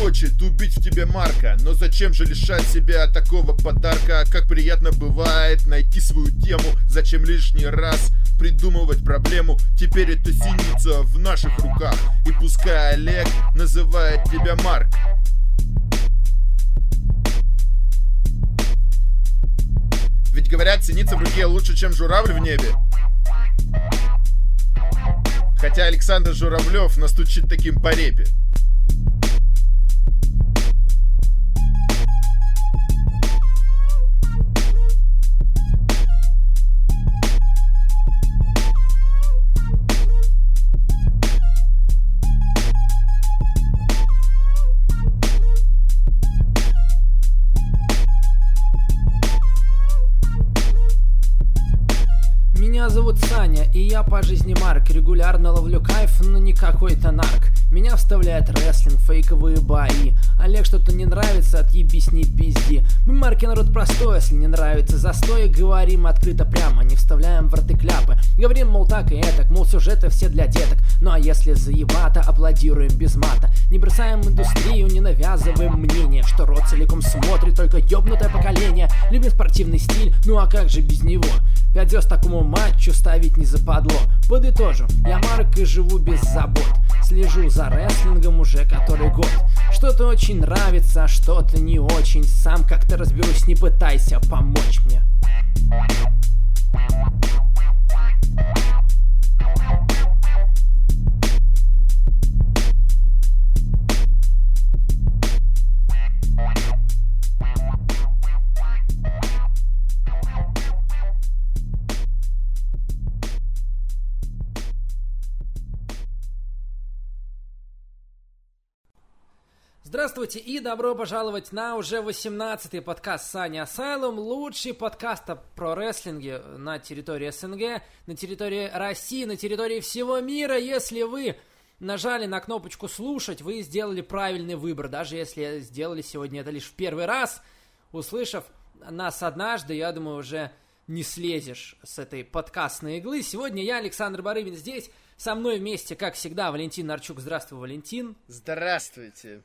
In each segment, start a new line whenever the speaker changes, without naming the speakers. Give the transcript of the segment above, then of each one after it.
хочет убить в тебе Марка Но зачем же лишать себя такого подарка Как приятно бывает найти свою тему Зачем лишний раз придумывать проблему Теперь эта синица в наших руках И пускай Олег называет тебя Марк Ведь говорят, синица в руке лучше, чем журавль в небе. Хотя Александр Журавлев настучит таким по репе.
Меня зовут Саня, и я по жизни Марк Регулярно ловлю кайф, но не какой-то нарк Меня вставляет рестлинг, фейковые бои Олег, что-то не нравится, отъебись, не пизди Мы, Марки, народ простой, если не нравится застой Говорим открыто прямо, не вставляем в рты кляпы Говорим, мол, так и этак, мол, сюжеты все для деток Ну а если заебато, аплодируем без мата Не бросаем индустрию, не навязываем мнение Что род целиком смотрит, только ёбнутое поколение Любит спортивный стиль, ну а как же без него? Пять звезд такому матчу ставить не западло Подытожу, я Марк и живу без забот Слежу за рестлингом уже который год Что-то очень нравится, а что-то не очень Сам как-то разберусь, не пытайся помочь мне Здравствуйте и добро пожаловать на уже 18-й подкаст Сани Асайлум, лучший подкаст о- про рестлинге на территории СНГ, на территории России, на территории всего мира. Если вы нажали на кнопочку «Слушать», вы сделали правильный выбор, даже если сделали сегодня это лишь в первый раз, услышав нас однажды, я думаю, уже не слезешь с этой подкастной иглы. Сегодня я, Александр Барыбин, здесь. Со мной вместе, как всегда, Валентин Нарчук. Здравствуй, Валентин.
Здравствуйте.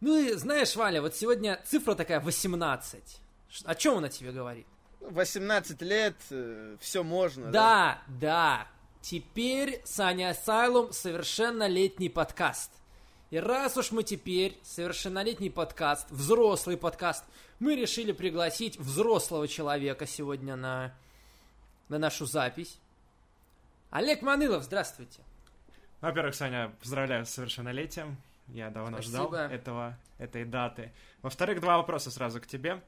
Ну и знаешь, Валя, вот сегодня цифра такая 18. Ш- О чем она тебе говорит?
18 лет,
э,
все можно.
Да, да. Теперь Саня Асайлум совершеннолетний подкаст. И раз уж мы теперь совершеннолетний подкаст, взрослый подкаст, мы решили пригласить взрослого человека сегодня на, на нашу запись. Олег Манылов, здравствуйте.
Во-первых, Саня, поздравляю с совершеннолетием. Я давно ждал
Спасибо.
этого, этой даты. Во-вторых, два вопроса сразу к тебе.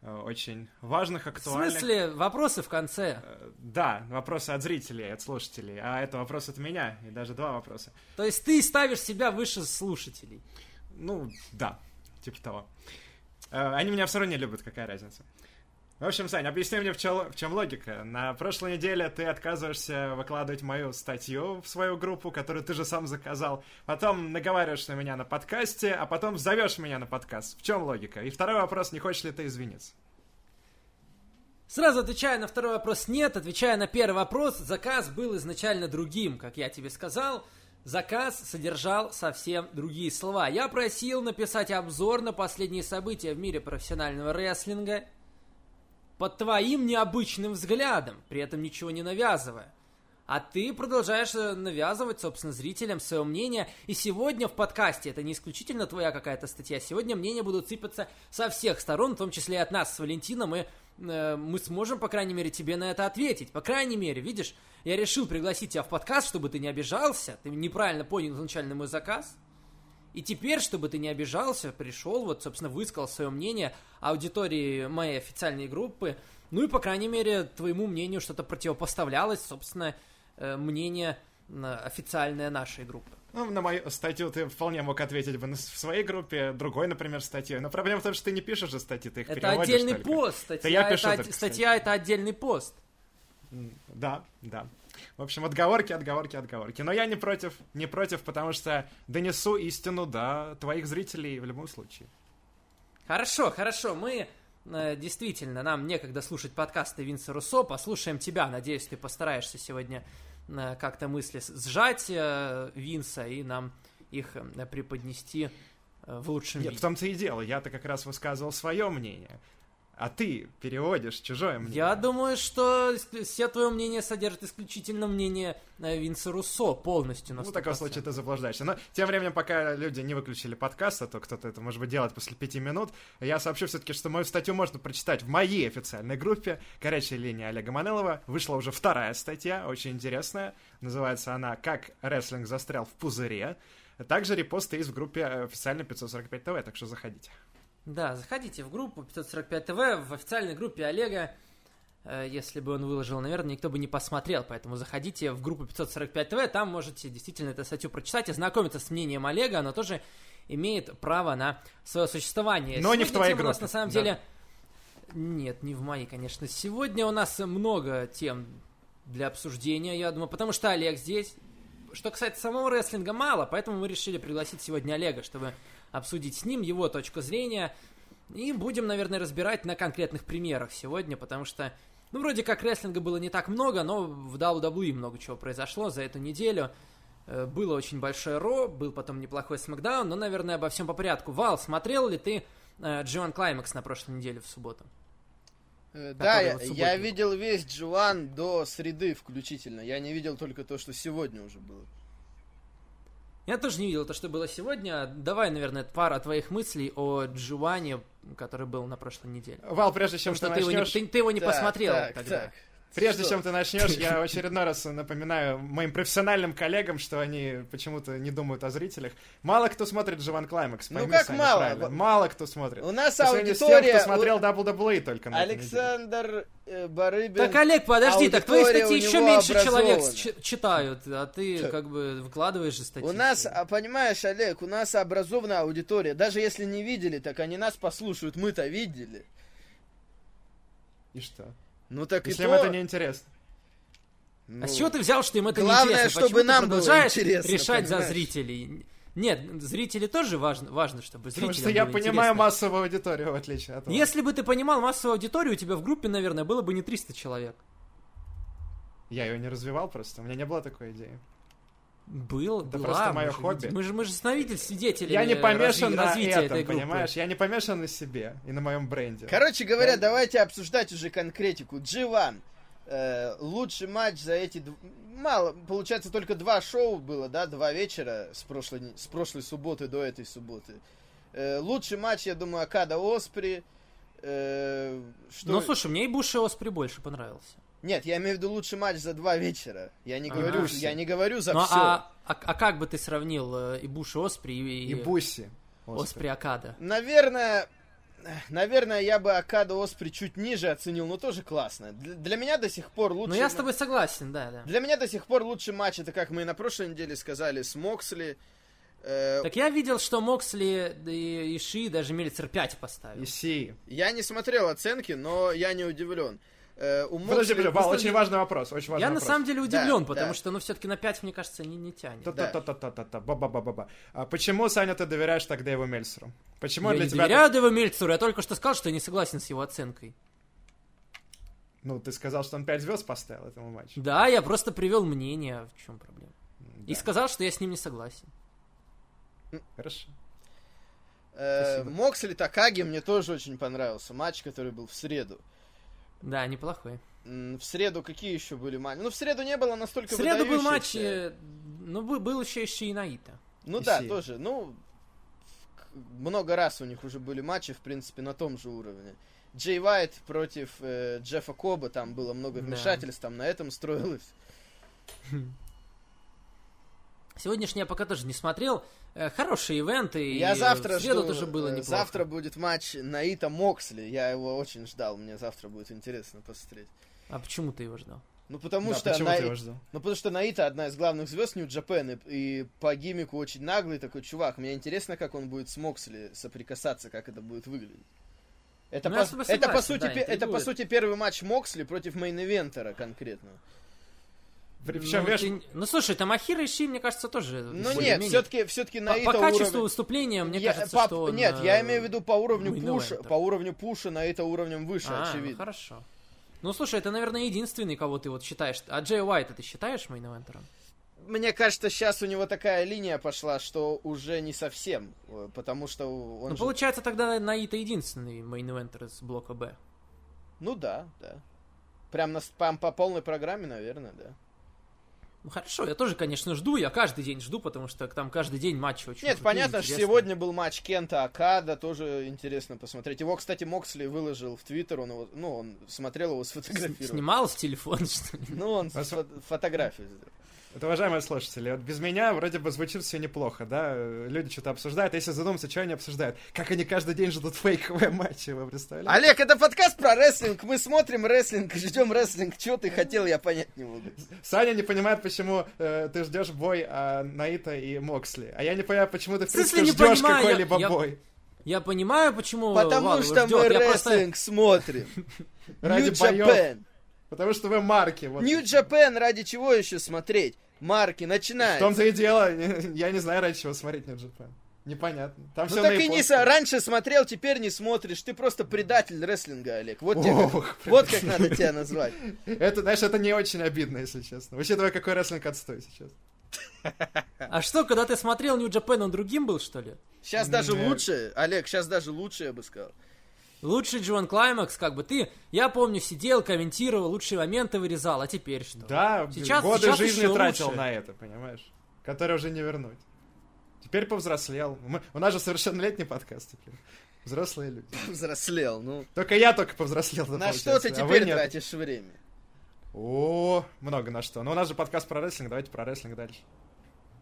Э, Очень важных,
В
актуальных.
смысле, вопросы в конце.
Э, Да, вопросы от зрителей, от слушателей. А это вопрос от меня, и даже два вопроса.
То есть ты ставишь себя выше слушателей.
Ну, да, типа того. Э, Они меня все равно не любят, какая разница. В общем, Саня, объясни мне, в чё- в чем логика. На прошлой неделе ты отказываешься выкладывать мою статью в свою группу, которую ты же сам заказал. Потом наговариваешь на меня на подкасте, а потом зовешь меня на подкаст. В чем логика? И второй вопрос, не хочешь ли ты извиниться?
Сразу отвечая на второй вопрос «нет», отвечая на первый вопрос, заказ был изначально другим, как я тебе сказал. Заказ содержал совсем другие слова. Я просил написать обзор на последние события в мире профессионального рестлинга под твоим необычным взглядом, при этом ничего не навязывая. А ты продолжаешь э, навязывать, собственно, зрителям свое мнение. И сегодня в подкасте, это не исключительно твоя какая-то статья, сегодня мнения будут сыпаться со всех сторон, в том числе и от нас с Валентином, и э, мы сможем, по крайней мере, тебе на это ответить. По крайней мере, видишь, я решил пригласить тебя в подкаст, чтобы ты не обижался, ты неправильно понял изначально мой заказ. И теперь, чтобы ты не обижался, пришел, вот, собственно, высказал свое мнение аудитории моей официальной группы. Ну и, по крайней мере, твоему мнению что-то противопоставлялось, собственно, э, мнение м, официальное нашей группы.
Ну, на мою статью ты вполне мог ответить бы на с- в своей группе, другой, например, статьей. Но проблема в том, что ты не пишешь же статьи, ты их
Это
переводишь
отдельный
только.
пост.
Это
Статья,
я пишу
это,
только,
от-
кстати.
статья это отдельный пост.
Да, да. В общем, отговорки, отговорки, отговорки. Но я не против, не против, потому что донесу истину до твоих зрителей в любом случае.
Хорошо, хорошо, мы э, действительно, нам некогда слушать подкасты Винса Руссо, послушаем тебя, надеюсь, ты постараешься сегодня э, как-то мысли с- сжать э, Винса и нам их э, преподнести в лучшем
Нет,
виде.
в том-то и дело. Я-то как раз высказывал свое мнение. А ты переводишь чужое мнение.
Я думаю, что с- все твое мнение содержит исключительно мнение э, Винса Руссо полностью на
Ну, в таком
100%.
случае ты заблуждаешься. Но тем временем, пока люди не выключили подкаст, а то кто-то это, может быть, делает после пяти минут, я сообщу все-таки, что мою статью можно прочитать в моей официальной группе «Горячая линия Олега Манелова». Вышла уже вторая статья, очень интересная. Называется она «Как рестлинг застрял в пузыре». Также репосты есть в группе э, официально 545 ТВ, так что заходите.
Да, заходите в группу 545 ТВ, в официальной группе Олега. Э, Если бы он выложил, наверное, никто бы не посмотрел, поэтому заходите в группу 545 ТВ, там можете действительно эту статью прочитать и знакомиться с мнением Олега, оно тоже имеет право на свое существование.
Но не в
Сегодня
твоей
тем у нас
группе,
на самом
да.
деле... Нет, не в моей, конечно. Сегодня у нас много тем для обсуждения, я думаю, потому что Олег здесь. Что касается самого рестлинга, мало, поэтому мы решили пригласить сегодня Олега, чтобы обсудить с ним его точку зрения. И будем, наверное, разбирать на конкретных примерах сегодня, потому что, ну, вроде как рестлинга было не так много, но в WWE много чего произошло за эту неделю. Э, Было очень большое Ро, был потом неплохой Смакдаун, но, наверное, обо всем по порядку. Вал, смотрел ли ты э, G1 Climax на прошлой неделе в субботу?
Э, Да,
который
я,
вот в
я
субботу.
видел весь Джуан до среды включительно. Я не видел только то, что сегодня уже было.
Я тоже не видел то, что было сегодня. Давай, наверное, пара твоих мыслей о Джуане, который был на прошлой неделе.
Вал, прежде чем
Потому что
ты
ты его не,
начнешь...
ты, ты его не
Так,
посмотрел
так,
тогда.
так.
Прежде
Что?
чем ты начнешь, я в очередной раз напоминаю моим профессиональным коллегам, что они почему-то не думают о зрителях. Мало кто смотрит Живан Клаймакс,
Ну
пойми
как
сами
мало?
правильно. Мало кто смотрит.
У нас
По сравнению с тем,
аудитория-
кто смотрел WWE только на этой неделе.
Александр э, Барыбин.
Так, Олег, подожди, так твои
Аудитория
статьи
у
еще
него
меньше
образована.
человек ч- читают, а ты
Так.
как бы выкладываешь же статьи.
У нас,
свои.
а, понимаешь, Олег, у нас образованная аудитория. Даже если не видели, так они нас послушают. Мы-то видели.
И что?
Ну так и
Если им
то...
это не интересно.
ну,
А с чего ты взял, что им это
главное,
не интересно?
чтобы
Почему ты
нам было
продолжаешь
интересно,
решать за
понимаешь?
зрителей? Нет, зрители тоже важно, важно чтобы зрители.
Потому что я понимаю массовую аудиторию, в отличие от
Ну,
вас.
Если бы ты понимал массовую аудиторию, у тебя в группе, наверное, было бы не 300 человек.
Я ее не развивал просто, у меня не было такой идеи.
Был,
Это
была,
просто
мы
моё
же-
хобби.
Мы же, мы же сновидели, свидетели
Я не помешан
разви-
на
развития этой
этом,
группы.
понимаешь? Я не помешан на себе и на моем бренде.
Короче говоря, давайте обсуждать уже конкретику. G1. э, лучший матч за эти... дв- Мало, получается, только два шоу было, да? Два вечера с прошлой, не- с прошлой субботы до этой субботы. Э, лучший матч, я думаю, Акада Оспри. э, что...
Ну, слушай, мне и Буш и Оспри больше понравился.
Нет, я имею в виду лучший матч за два вечера. Я не говорю,
Руси.
я не говорю за
А, Ну,
все.
а, а, а как бы ты сравнил э, и Буш и Оспри, и,
И Буси.
Оспри Акада?
Наверное, наверное, я бы Акада Оспри чуть ниже оценил, но тоже классно. Для, для меня до сих пор лучше.
Ну, я с тобой согласен, да, да.
Для меня до сих пор лучший матч, это как мы и на прошлой неделе сказали, с Моксли. Э,
Так я видел, что Моксли да и Иши даже Мельцер 5 поставил.
И Си.
я не смотрел оценки, но я не удивлен. Э, у
Подожди,
Моксли...
подожди, Вал, очень важный вопрос, очень важный
Я на
вопрос.
самом деле удивлен,
Да,
потому
да.
что, ну, все-таки на 5, мне кажется, не, не тянет.
Та-та-та-та-та-та-та, ба-ба-ба-ба-ба. А почему, Саня, ты доверяешь так Дэйву Мельсеру? Почему
Я
для
не
тебя...
доверяю Дэву Мельцеру, я только что сказал, что я не согласен с его оценкой.
Ну, ты сказал, что он 5 звезд поставил этому матчу.
Да, я просто привел мнение, в чем проблема. И
Да,
сказал, что я с ним не согласен.
Хорошо.
э,
Спасибо.
Моксли Такаги мне тоже очень понравился. Матч, который был в среду.
Да, неплохой.
М, В среду какие еще были матчи? Ну, в среду не было
В
настолько
среду был матч, э,
выдающихся.
ну, бы- был еще и Шиинаита.
Ну
И
да,
Сея.
тоже. Ну, к- много раз у них уже были матчи, в принципе, на том же уровне. Джей Уайт против э, Джеффа Коба, там было много
Да.
вмешательств, там на этом строилось.
Сегодняшний я пока тоже не смотрел. Э, Хорошие ивенты. и
Я завтра
В среду
жду,
тоже было
э,
неплохо.
Завтра будет матч Наита Моксли. Я его очень ждал, мне завтра будет интересно посмотреть.
А почему ты его ждал?
Ну потому
Да,
что
почему
Наи-
ты его ждал?
Ну, потому что Наита одна из главных звезд Нью-Джапен, и, и по гиммику очень наглый такой чувак. Мне интересно, как он будет с Моксли соприкасаться, как это будет выглядеть. Это,
Ну,
по,
я с тобой
это, по,
согласен,
сути,
да,
пе- это, по
интригует.
сути, первый матч Моксли против мейн-эвентера конкретно.
Причем,
ну,
видишь,
ты- ну, слушай, там Ахира и Ши, мне кажется, тоже...
Ну
более-менее.
нет, все-таки, все-таки
По, по
Наита
качеству
уровень-
выступления, мне
Я-
кажется,
по-
что он,
Нет,
э,
я имею в виду по уровню
main
пуша,
eventer.
по уровню пуша, Наита уровнем выше,
А, ну,
очевидно.
хорошо. Ну, слушай, это, наверное, единственный, кого ты вот считаешь. А Джей Уайта ты считаешь мейн-эвентером?
Мне кажется, сейчас у него такая линия пошла, что уже не совсем, э, потому что он
Ну,
же-
получается, тогда Наита единственный мейн-эвентер из блока Б.
Ну да, да. Прям на спам по полной программе, наверное, да.
Ну хорошо, я тоже, конечно, жду. Я каждый день жду, потому что там каждый день матчи очень
Нет,
крутые,
понятно, что
интересные.
сегодня был матч Кента Акада, тоже интересно посмотреть. Его, кстати, Моксли выложил в Твиттер, он его, ну, он смотрел его,
С-
сфотографировал.
Снимал с телефона, что ли?
Ну, он
Вас-
фо- фотографию сделал.
Вот, уважаемые слушатели, вот без меня вроде бы звучит все неплохо, да? Э, Люди что-то обсуждают, а если задуматься, что они обсуждают. Как они каждый день ждут фейковые матчи, вы представляете?
Олег, это подкаст про рестлинг, мы смотрим рестлинг, ждем рестлинг. Чего ты хотел, я понять не могу.
Саня не понимает, почему э, ты ждешь бой а, Наита и Моксли. А я не понимаю, почему ты, в
В смысле
принципе,
не
ждешь
понимаю? Я-
какой-либо
я-
бой.
Я понимаю, почему Вал
Потому
его
что мы
ждет. Ну, Я просто-
рестлинг смотрим.
Ради
Нью
боев.
Джапен.
Потому что вы марки. Вот.
Нью Джапен ради чего еще смотреть? Марки,
В
начинай.
том-то и дело, я не знаю, ради чего смотреть на Japan. Непонятно. Там
Ну
все
так и не со- раньше смотрел, теперь не смотришь. Ты просто предатель рестлинга, Олег. Вот, тебе как-
Ох,
вот как надо тебя назвать.
Это, знаешь, это не очень обидно, если честно. Учитывая, какой рестлинг отстой сейчас.
А что, когда ты смотрел Нью Джапен, он другим был, что ли?
Сейчас даже
Нет.
лучше, Олег, сейчас даже лучше, я бы сказал.
Лучший Джон Клаймакс, как бы ты, я помню, сидел, комментировал, лучшие моменты вырезал, а теперь что?
Да,
Сейчас-
годы
сейчас
жизни
еще
тратил
лучше.
на это, понимаешь? Который уже не вернуть. Теперь повзрослел. Мы- у нас же совершеннолетний подкаст теперь. Взрослые люди.
Взрослел, ну.
Только я только повзрослел.
На что ты
получается, а вы
теперь
нет.
тратишь время?
О, много на что. Но у нас же подкаст про рестлинг, давайте про рестлинг дальше.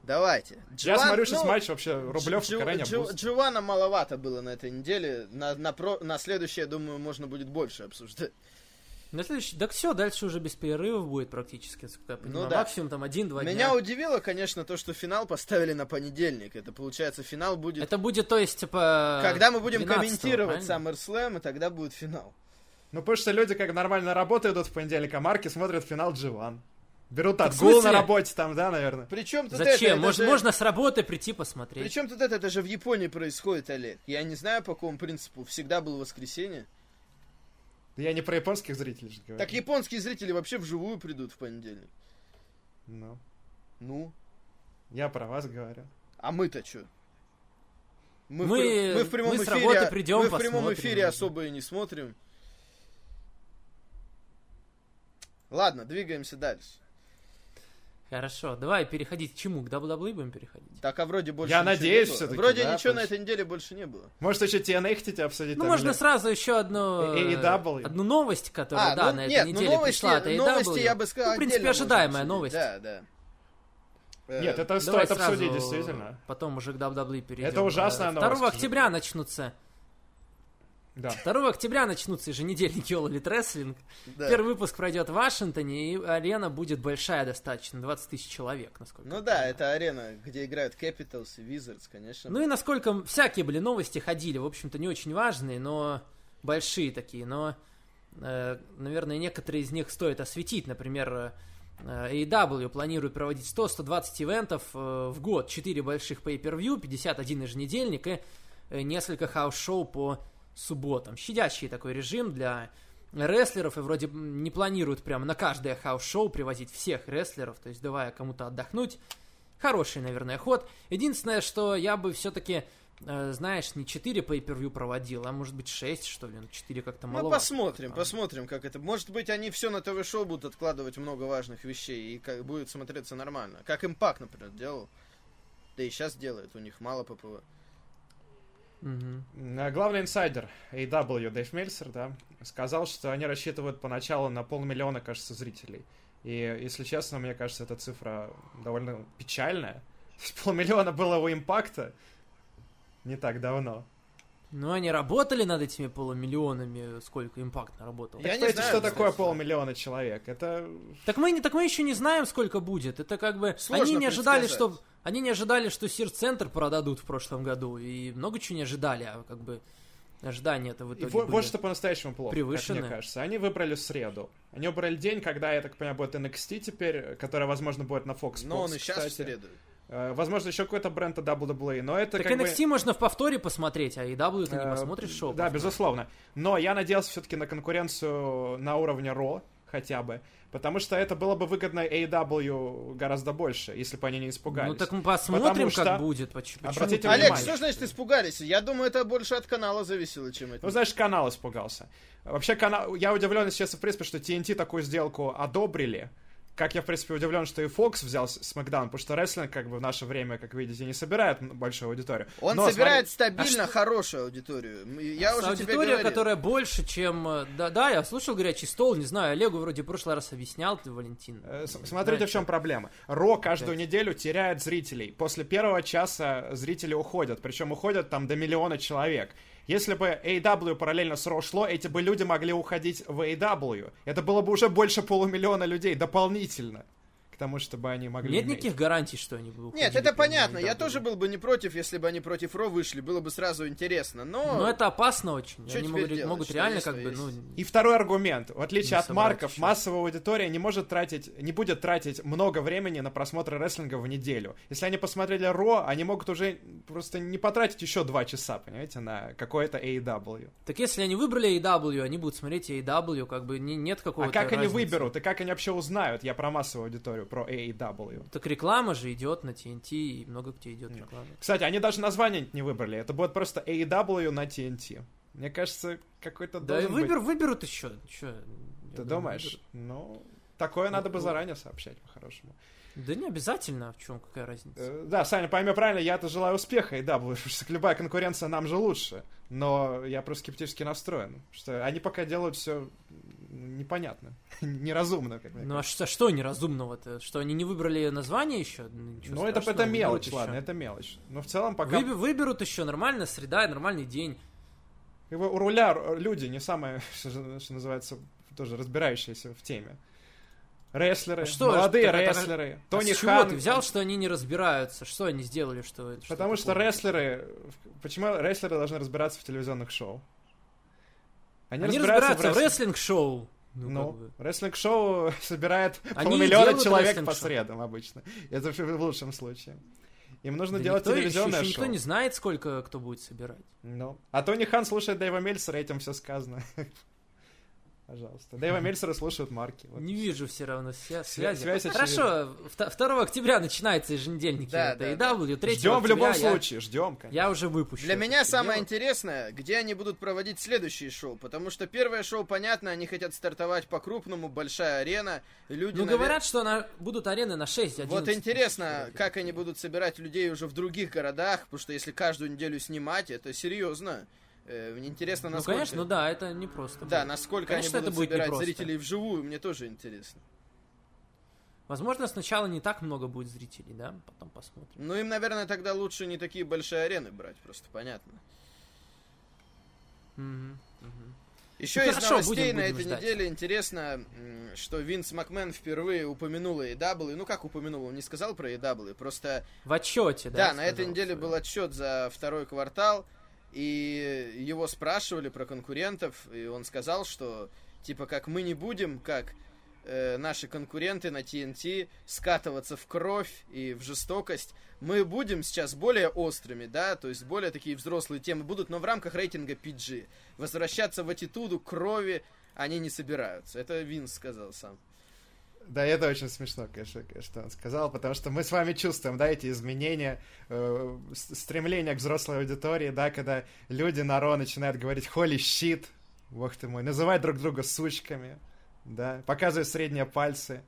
Давайте.
Я
Джован-
смотрю, сейчас
ну,
матч вообще Рублев и
Джо-
Кареня
Джо-
Буст.
Джована маловато было на этой неделе. На, на, про- на следующее, я думаю, можно будет больше обсуждать.
На следующий- Так все, дальше уже без перерывов будет практически, насколько я понимаю.
Ну да.
Максимум там один-два дня.
Меня удивило, конечно, то, что финал поставили на понедельник. Это получается, финал будет.
Это будет, то есть, типа...
Когда мы будем
12-го,
комментировать
правильно?
SummerSlam, и тогда будет финал.
Ну, потому что люди, как нормально работают идут в понедельник, а Марки смотрят финал Дживан. Берут
Так в
отгул на
смысле?
работе там, да, наверное?
Причем тут это,
Зачем?
это
Мож-
же-
Можно с работы прийти посмотреть.
Причем тут это, это же в Японии происходит, Олег. Я не знаю, по какому принципу. Всегда было воскресенье.
Я не про японских зрителей же говорю.
Так японские зрители вообще вживую придут в понедельник.
Ну,
Ну,
я про вас говорю.
а мы-то что? Мы, в
Мы-
пр- мы в прямом
мы с
эфире,
работы придем,
мы в прямом
посмотрим,
эфире
может.
особо и не смотрим. Ладно, двигаемся дальше.
Хорошо, давай переходить к чему? К WWE будем переходить?
Так, а вроде больше
Я
ничего
надеюсь
не было.
всё-таки,
Вроде
да,
ничего
потому
на
что-
этой неделе больше не было.
Может, еще TNA хотите обсудить?
Ну,
там,
можно
или-
сразу еще одну, э,
AEW.
одну новость, которая,
А,
да,
ну,
на этой
нет, ну,
неделе
новости-
пришла а от AEW.
новости, я бы сказал,
Ну, в принципе,
отдельно можно
ожидаемая
обсудить.
новость.
Да, да. Э,
Нет, это
Давай
стоит обсудить,
сразу,
действительно.
Потом уже к WWE перейдем.
Это ужасная
Э,
новость,
2
к
октября начнутся.
Да.
2 октября начнутся еженедельники All Elite Wrestling.
да.
Первый выпуск пройдет в Вашингтоне, и арена будет большая достаточно, 20 тысяч человек, насколько
Ну
я
да,
понимаю.
это арена, где играют Capitals и Wizards, конечно.
Ну и насколько всякие были новости ходили, в общем-то, не очень важные, но большие такие, но, э, наверное, некоторые из них стоит осветить. Например, э, AEW планирует проводить 100-120 ивентов э, в год, 4 больших pay-per-view, 51 еженедельник и э, несколько хаус-шоу по субботам. Щадящий такой режим для рестлеров, и вроде м, не планируют прямо на каждое хаус-шоу привозить всех рестлеров, то есть давая кому-то отдохнуть. Хороший, наверное, ход. Единственное, что я бы все-таки, знаешь, не 4 по per проводил, а может быть 6, что ли, 4 как-то
Ну,
мало. А.
посмотрим, посмотрим, как это. Может быть, они все на ТВ-шоу будут откладывать много важных вещей, и как будет смотреться нормально. Как Импакт, например, делал. Да и сейчас делает, у них мало ППВ.
А, Главный инсайдер AW Дэйв Мельсер, да, сказал, что они рассчитывают поначалу на полмиллиона, кажется, зрителей. И, если честно, мне кажется, эта цифра довольно печальная. Полмиллиона было у импакта не так давно.
Ну, они работали над этими полумиллионами, сколько импакт наработал.
Я не
Кстати,
знаю,
что
кстати,
такое
да.
полмиллиона человек? Это
Так мы, не- так мы еще не знаем, сколько будет. Это как бы...
Сложно
они не ожидали,
предсказать.
что... Они не ожидали, что Сир-центр продадут в прошлом году. И много чего не ожидали, а как бы ожидания это в
И
итоге
во-
были.
вот что по-настоящему плохо,
превышены.
как мне кажется. Они выбрали среду. Они выбрали день, когда, я так понимаю, будет NXT теперь, которая, возможно, будет на Fox.
Но он
Sports,
и сейчас
кстати.
в среду.
Э, Возможно, еще какой-то бренд от WWE, но это
Так
как бы,
NXT можно в повторе посмотреть, а EW ты не
э,
посмотришь шоу.
Да, безусловно. Но я надеялся все-таки на конкуренцию на уровне Raw, хотя бы. Потому что это было бы выгодно AW гораздо больше, если бы они не испугались.
Ну так мы посмотрим,
Потому
как
что-
будет. поч- Почему,
Обратите
так?
Олег,
внимание.
что значит испугались? Я думаю, это больше от канала зависело, чем это.
Ну, знаешь, канал испугался. Вообще, канал... я удивлен, если честно, в принципе, что TNT такую сделку одобрили. Как я, в принципе, удивлен, что и Fox взял с- Смакдаун, потому что рестлинг, как бы, в наше время, как видите, не собирает м- большую аудиторию.
Он
Но,
собирает
смотри,
а
стабильно хорошую аудиторию. М, Я уже тебе
Аудитория,
говорил.
которая больше, чем... э, Да, да, я слушал «Горячий стол», не знаю, Олегу вроде в прошлый раз объяснял, ты, Валентин.
э, с- Смотрите, в чем проблема. Ро каждую неделю теряет зрителей. После первого часа зрители уходят, причем уходят там до миллиона человек. Если бы AW параллельно с Ро шло, эти бы люди могли уходить в AW. Это было бы уже больше полумиллиона людей дополнительно к тому, чтобы они могли...
Нет
иметь.
никаких гарантий, что они будут
Нет,
уходить,
это
например,
понятно.
на
Я
AEW.
тоже был бы не против, если бы они против Ро вышли. Было бы сразу интересно. Но,
Но Ну, это опасно очень.
Чё
они
теперь
могут,
делать?
могут
Что
реально
есть,
как
то
бы,
есть.
ну...
И второй аргумент. В отличие
Не
от
собрать
марков,
еще.
массовая аудитория не может тратить, не будет тратить много времени на просмотр рестлинга в неделю. Если они посмотрели Ро, они могут уже просто не потратить еще два часа, понимаете, на какое-то E AEW.
Так если они выбрали AW, они будут смотреть AW, как бы не- нет
А
какого-то
как они
разницы.
выберут и как они вообще узнают? Я про массовую аудиторию, про E AEW.
Так реклама же идет на TNT, и много где идет
Нет.
реклама.
Кстати, они даже название не выбрали. Это будет просто AEW на TNT. Мне кажется, какой-то
Да и
должен быть-
выбер, выберут еще. Че,
Ты думаешь? Ну, такое надо бы
Ну,
заранее сообщать по-хорошему.
Да не обязательно, а в чем какая разница.
Э, Да, Саня, пойми правильно, я-то желаю успеха, и да, потому что любая конкуренция нам же лучше, но я просто скептически настроен, что они пока делают все непонятно, неразумно. Как мне
Ну а что, что неразумного-то? Что они не выбрали название еще? Ну,
кажется.
ничего
ну это,
страшного,
это
выберут
мелочь,
еще.
ладно, это мелочь. Но в целом пока
Выбе- Выберут еще, нормально, среда, нормальный день.
как бы у руля р- люди не самые, что, же- что называется, тоже разбирающиеся в теме. Рестлеры,
А что ж,
молодые
так это-
рестлеры,
А
Тони
с чего
Хан.
ты взял, что они не разбираются? Что они сделали, что...
Потому что
такое?
рестлеры... Почему рестлеры должны разбираться в телевизионных шоу?
Они, разбираются в
рестлинге.
рестлинг-шоу. Ну, как
Ну,
бы.
рестлинг-шоу собирает
Они
полмиллиона
делают
человек по
рестлинг-шоу.
средам обычно. Это в лучшем случае. Им нужно
Да
делать
никто еще-
телевизионное
еще
шоу.
никто не знает, сколько кто будет собирать.
Ну. А Тони Хан слушает Дэйва Мельсера, этим все сказано. Пожалуйста. Дэйва Мельсера слушают марки. Вот.
Не вижу все равно ся-
Свя-
связи.
связь
Хорошо, вта- 2 октября начинается еженедельники
Да,
да,
да,
AEW, 3
Ждем в любом
октября я-
случае, ждем, конечно.
Я уже выпущу.
Для
это
меня
всё
самое
дело.
интересное, где они будут проводить следующие шоу, потому что первое шоу, понятно, они хотят стартовать по-крупному, большая арена, люди...
Ну,
навер-
говорят, что на- будут арены на 6, 11.
Вот интересно,
тысяч.
как они будут собирать людей уже в других городах, потому что если каждую неделю снимать, это серьезно. Э, Мне интересно,
Ну,
насколько...
конечно, да, это непросто.
Да,
будет.
насколько
Конечно,
они
это
будут
будет
собирать
непросто.
зрителей вживую, мне тоже интересно.
Возможно, сначала не так много будет зрителей, да? Потом посмотрим.
Ну, им, наверное, тогда лучше не такие большие арены брать, просто понятно.
Мгм, мгм.
Еще
Ну,
из
хорошо,
новостей
будем-
на
будем
этой
ждать.
неделе интересно, м, что Винс Макмен впервые упомянул AEW. Ну, как упомянул, он не сказал про AEW, просто...
В отчете, да?
Да,
я
на этой
сказал, Ну,
неделе
что-
был отчет за второй квартал, и его спрашивали про конкурентов, и он сказал, что, типа, как мы не будем, как э, наши конкуренты на TNT скатываться в кровь и в жестокость, мы будем сейчас более острыми, да, то есть более такие взрослые темы будут, но в рамках рейтинга PG. Возвращаться в аттитуду крови они не собираются. Это Винс сказал сам.
Да, это очень смешно, конечно, что он сказал, потому что мы с вами чувствуем, да, эти изменения, э, с- стремление к взрослой аудитории, да, когда люди на Ро начинают говорить «Holy щит», бог ты мой, называть друг друга сучками, да, показывать средние пальцы.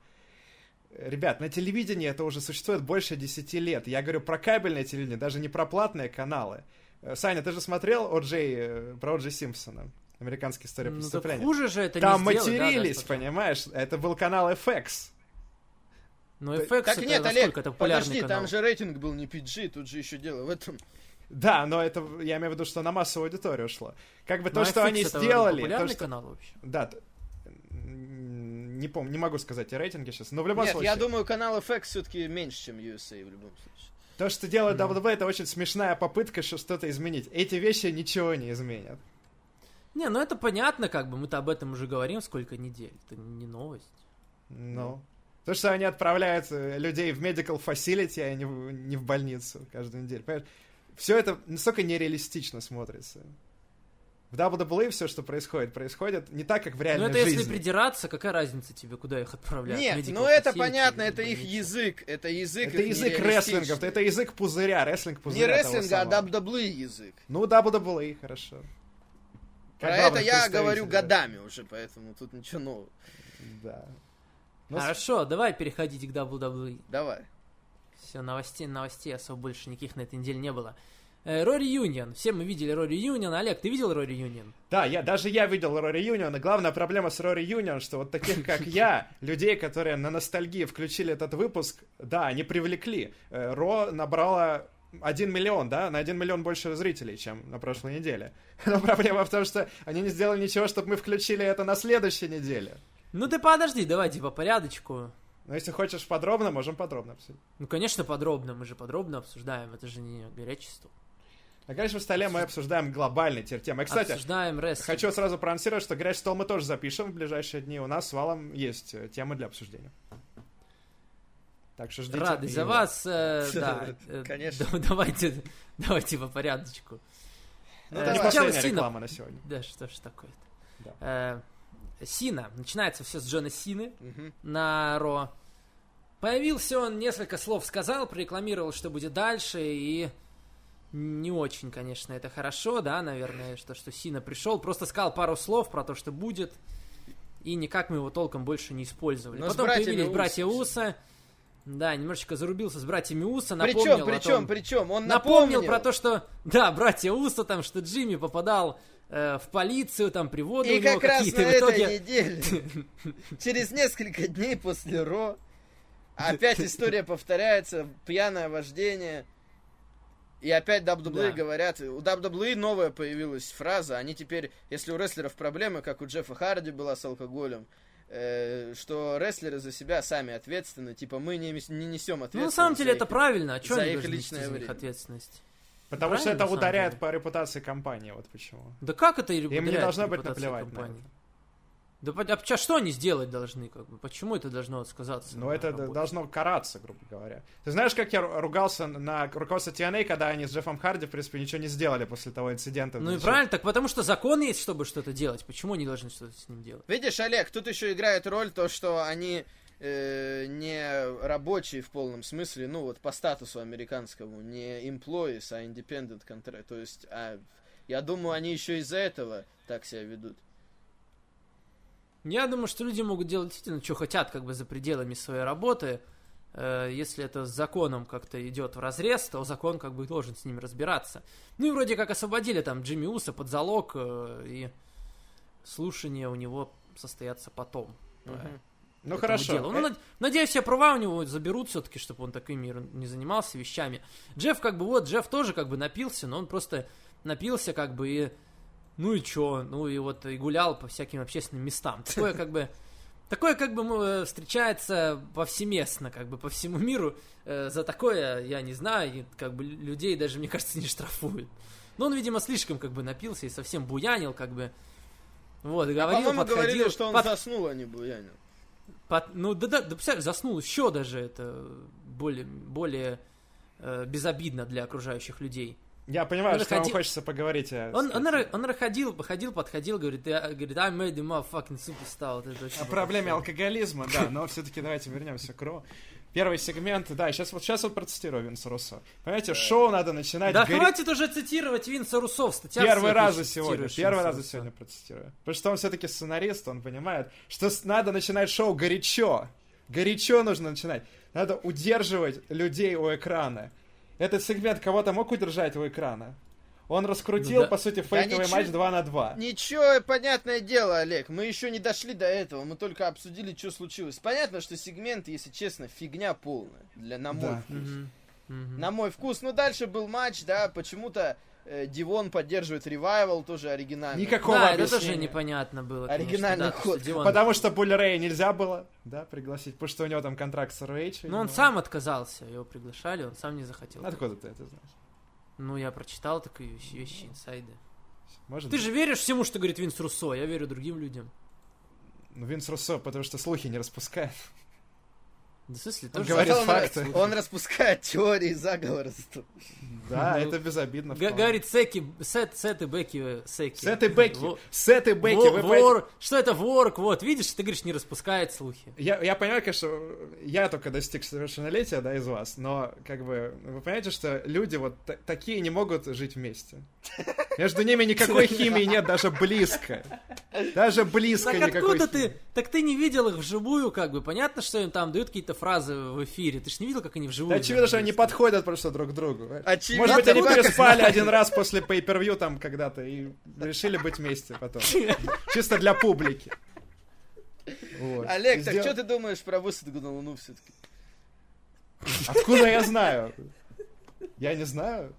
Ребят, на телевидении это уже существует больше 10 лет. Я говорю про кабельное телевидение, даже не про платные каналы. Э, Саня, ты же смотрел OJ, э, про О'Джей Симпсона? Американская история
Ну, так
преступления.
хуже же это
Там
не сделать, да, да,
матерились,
что-то.
понимаешь? Это был канал FX.
Но
Т-
FX
Так
Ну, это
нет, Олег,
насколько это популярный
подожди,
канал?
там же рейтинг был не PG, тут же еще дело в этом.
Да, но это, я имею в виду, что на массовую аудиторию шло. Как бы
Но
то, что
FX
они
Ну, это
сделали...
популярный
То, что...
канал вообще.
Да, т- м, не помню, не могу сказать и рейтинги сейчас, но в любом
Нет,
случае,
я думаю, канал FX все-таки меньше, чем USA в любом случае.
то, что делает WWE, это очень смешная попытка ш- что-то изменить. Эти вещи ничего не изменят.
Не, ну это понятно, как бы мы-то об этом уже говорим сколько недель. Это не новость.
Ну. То, что они отправляют э, людей в medical facility, а не в, не в больницу каждую неделю. Понимаешь? Все это настолько нереалистично смотрится. В WWE все, что происходит, происходит не так, как в
Ну
реальной
это
жизни.
если придираться, какая разница тебе, куда их отправлять?
Нет,
Medical
ну это
facility,
понятно, это
больница.
их язык, это язык.
Это
их
язык
нереалистичный.
рестлингов, это язык пузыря, рестлинг
Не
пузыря. того
рестлинга, а
самого.
WWE язык.
Ну, WWE, хорошо. Как
Про это
главных
я говорю
представителей.
годами уже, поэтому тут ничего нового.
Да. Ну, с-
Хорошо, давай переходить к WWE.
Давай.
Все, новостей, новостей особо больше никаких на этой неделе не было. Э, Рори Юнион. Все мы видели Рори Юнион. Олег, ты видел Рори Юнион?
Да, я, даже я видел Рори Юнион, и главная проблема с Рори Юнион, что вот таких, как я, людей, которые на ностальгии включили этот выпуск, да, они привлекли. Э, Ро набрала 1 миллион, да, на 1 миллион больше зрителей, чем на прошлой неделе. Но проблема в том, что они не сделали ничего, чтобы мы включили это на следующей неделе.
Ну ты подожди, давайте по порядочку.
Но если хочешь подробно, можем подробно обсудить.
Ну, конечно, подробно. Мы же подробно обсуждаем. Это же не горячий стол.
На горячем столе мы обсуждаем глобальный тир темы. И, Кстати,
обсуждаем рестлинг.
Хочу сразу проанонсировать, что «Горячий стол» мы тоже запишем в ближайшие дни. У нас с Валом есть э, темы для обсуждения. Так что ждите.
Рады за
его.
вас. э, да, э,
Конечно.
да- Давайте, давайте по порядочку.
Ну,
Э,
Это не
давай.
сначала
последняя
Сина.
реклама на сегодня.
Да что ж такое-то. Э, Сина. Начинается все с Джона Сины
Мгм.
на Ро. Появился он, несколько слов сказал, прорекламировал, что будет дальше, и не очень, конечно, это хорошо, да, наверное, что, что Сина пришел, просто сказал пару слов про то, что будет, и никак мы его толком больше не использовали.
Но с
Потом
братьями
появились
Уса
братья
всё.
Уса, да, немножечко зарубился с братьями Уса, напомнил
Причем,
о том-
причем, причем, он
напомнил,
напомнил.
про то, что, да, братья Уса там, что Джимми попадал э, в полицию, там приводы у
И
него
как раз на
какие-то, и в итоге...
этой неделе, через несколько дней после Ро, опять история повторяется, пьяное вождение. И опять WWE
Да.
говорят, у WWE новая появилась фраза, они теперь, если у рестлеров проблемы, как у Джеффа Харди была с алкоголем, э, что рестлеры за себя сами ответственны, типа мы не, мес- не несем ответственность.
Ну, на самом деле,
за
это
их-
правильно. А что
за
они
их
должны нести
личное
за них
время.
ответственность?
Потому что
Правильно,
это
на самом
ударяет
деле.
по репутации компании, вот почему.
Да как это или
Им не
ударяет
должно быть
репутацию
наплевать
компании?
на
Да по- а чё- что они сделать должны, как бы? Почему это должно отсказаться?
это. Но
на
Ну, это
работе?
должно караться, грубо говоря. Ты знаешь, как я ру- ругался на руководство TNA, когда они с Джеффом Харди, в принципе, ничего не сделали после того инцидента?
Ну и
Зачем?
правильно, так потому что закон есть, чтобы что-то делать. Почему они должны что-то с ним делать?
Видишь, Олег, тут еще играет роль то, что они э, не рабочие в полном смысле, ну вот по статусу американскому, не employees, а independent contract. То есть, а, я думаю, они еще из-за этого так себя ведут.
Ну, Я думаю, что люди могут делать действительно, что хотят, как бы за пределами своей работы. Э, Если это с законом как-то идет в разрез, то закон как бы должен с ними разбираться. Ну и вроде как освободили там Джимми Уса под залог, э, и слушания у него состоятся потом.
Мгм.
Ну
этому
хорошо.
делу. Ну, над- надеюсь, все права у него заберут все-таки, чтобы он такими р- не занимался вещами. Джефф как бы, вот, Джефф тоже как бы напился, но он просто напился как бы и... Ну и чё? Ну и вот и гулял по всяким общественным местам. Такое как бы... Такое как бы м, э, встречается повсеместно, как бы по всему миру. Э, За такое, я не знаю, и как бы лю- людей даже, мне кажется, не штрафуют. Но он, видимо, слишком как бы напился и совсем буянил, как бы. Вот, говорил,
А, По-моему,
подходил.
говорили, что он
А под-
заснул, а не буянил.
Пот- ну да, да, да, представляешь, заснул еще даже это более, более э, безобидно для окружающих людей.
Я понимаю,
он
что вам
заходил-
хочется поговорить. э,
Он,
с-
он, ра- он ходил, походил, подходил, говорит, я, говорит, I made him a fucking superstar. Вот это очень
О
было
А проблеме
хорошо.
алкоголизма, да, но все-таки давайте вернемся к Ро. Первый сегмент, да, сейчас вот сейчас вот процитирую Винс Руссо. Понимаете, шоу надо начинать
Да
гори-
хватит уже цитировать Винса Руссо в статьях.
Первый
своих
раз за
лучше
сегодня,
цитируешь
первый
Винса
раз за
Руссо.
сегодня процитирую. Потому что он все-таки сценарист, он понимает, что с- надо начинать шоу горячо. Горячо нужно начинать. Надо удерживать людей у экрана. Этот сегмент кого-то мог удержать у экрана? Он раскрутил,
Ну да.
по сути, фейковый
ничего-
матч 2 на 2.
Ничего, понятное дело, Олег, мы еще не дошли до этого, мы только обсудили, что случилось. Понятно, что сегмент, если честно, фигня полная, для, на мой
Да.
вкус.
Мгм, мгм.
На мой вкус. Ну, дальше был матч, да, почему-то э, Дивон поддерживает ревайвал, тоже оригинально.
Никакого
Да, это
объяснения.
тоже непонятно было. конечно,
Оригинальный
да, то,
ход.
что Дион-
Потому что Булли Рэя нельзя было, да, пригласить, потому что у него там контракт с ROH.
Но Ну, он сам отказался, его приглашали, он сам не захотел.
А Откуда ты это знаешь?
Ну, я прочитал такие вещи, вещи, инсайды.
Может
Ты же веришь всему, что говорит Винс Руссо, я верю другим людям.
Ну, Винс Руссо, потому что слухи не распускает.
Да, в смысле,
Он
тоже
говорит
Зато он-
факты.
Он распускает теории заговора. зато.
Да,
Ну,
это безобидно.
Г-
вполне.
Говорит Секи, Сет, Сет и Бекки, э, Секи.
Сет и Бекки.
Во-
Сет и Бекки.
во-
вы
вор- Что это ворк? Вот, видишь, ты говоришь, не распускает слухи.
Я, я понимаю, конечно, я только достиг совершеннолетия, да, из вас, но, как бы, вы понимаете, что люди вот та- такие не могут жить вместе. Между ними никакой химии нет, даже близко. Даже близко
Так
никакой
откуда
химии.
ты? Так ты не видел их вживую, как бы. Понятно, что им там дают какие-то фразы в эфире. Ты ж не видел, как они
Да
вживую.
очевидно, что они не
взаимодействуют?
подходят просто друг к другу.
Очевидно,
Может быть, они
как-
переспали один раз после pay там когда-то и решили быть вместе потом. Чисто для публики. Вот.
Олег, так
Сдел-
что ты думаешь про высадку на Луну все-таки?
Откуда я знаю? Я не знаю.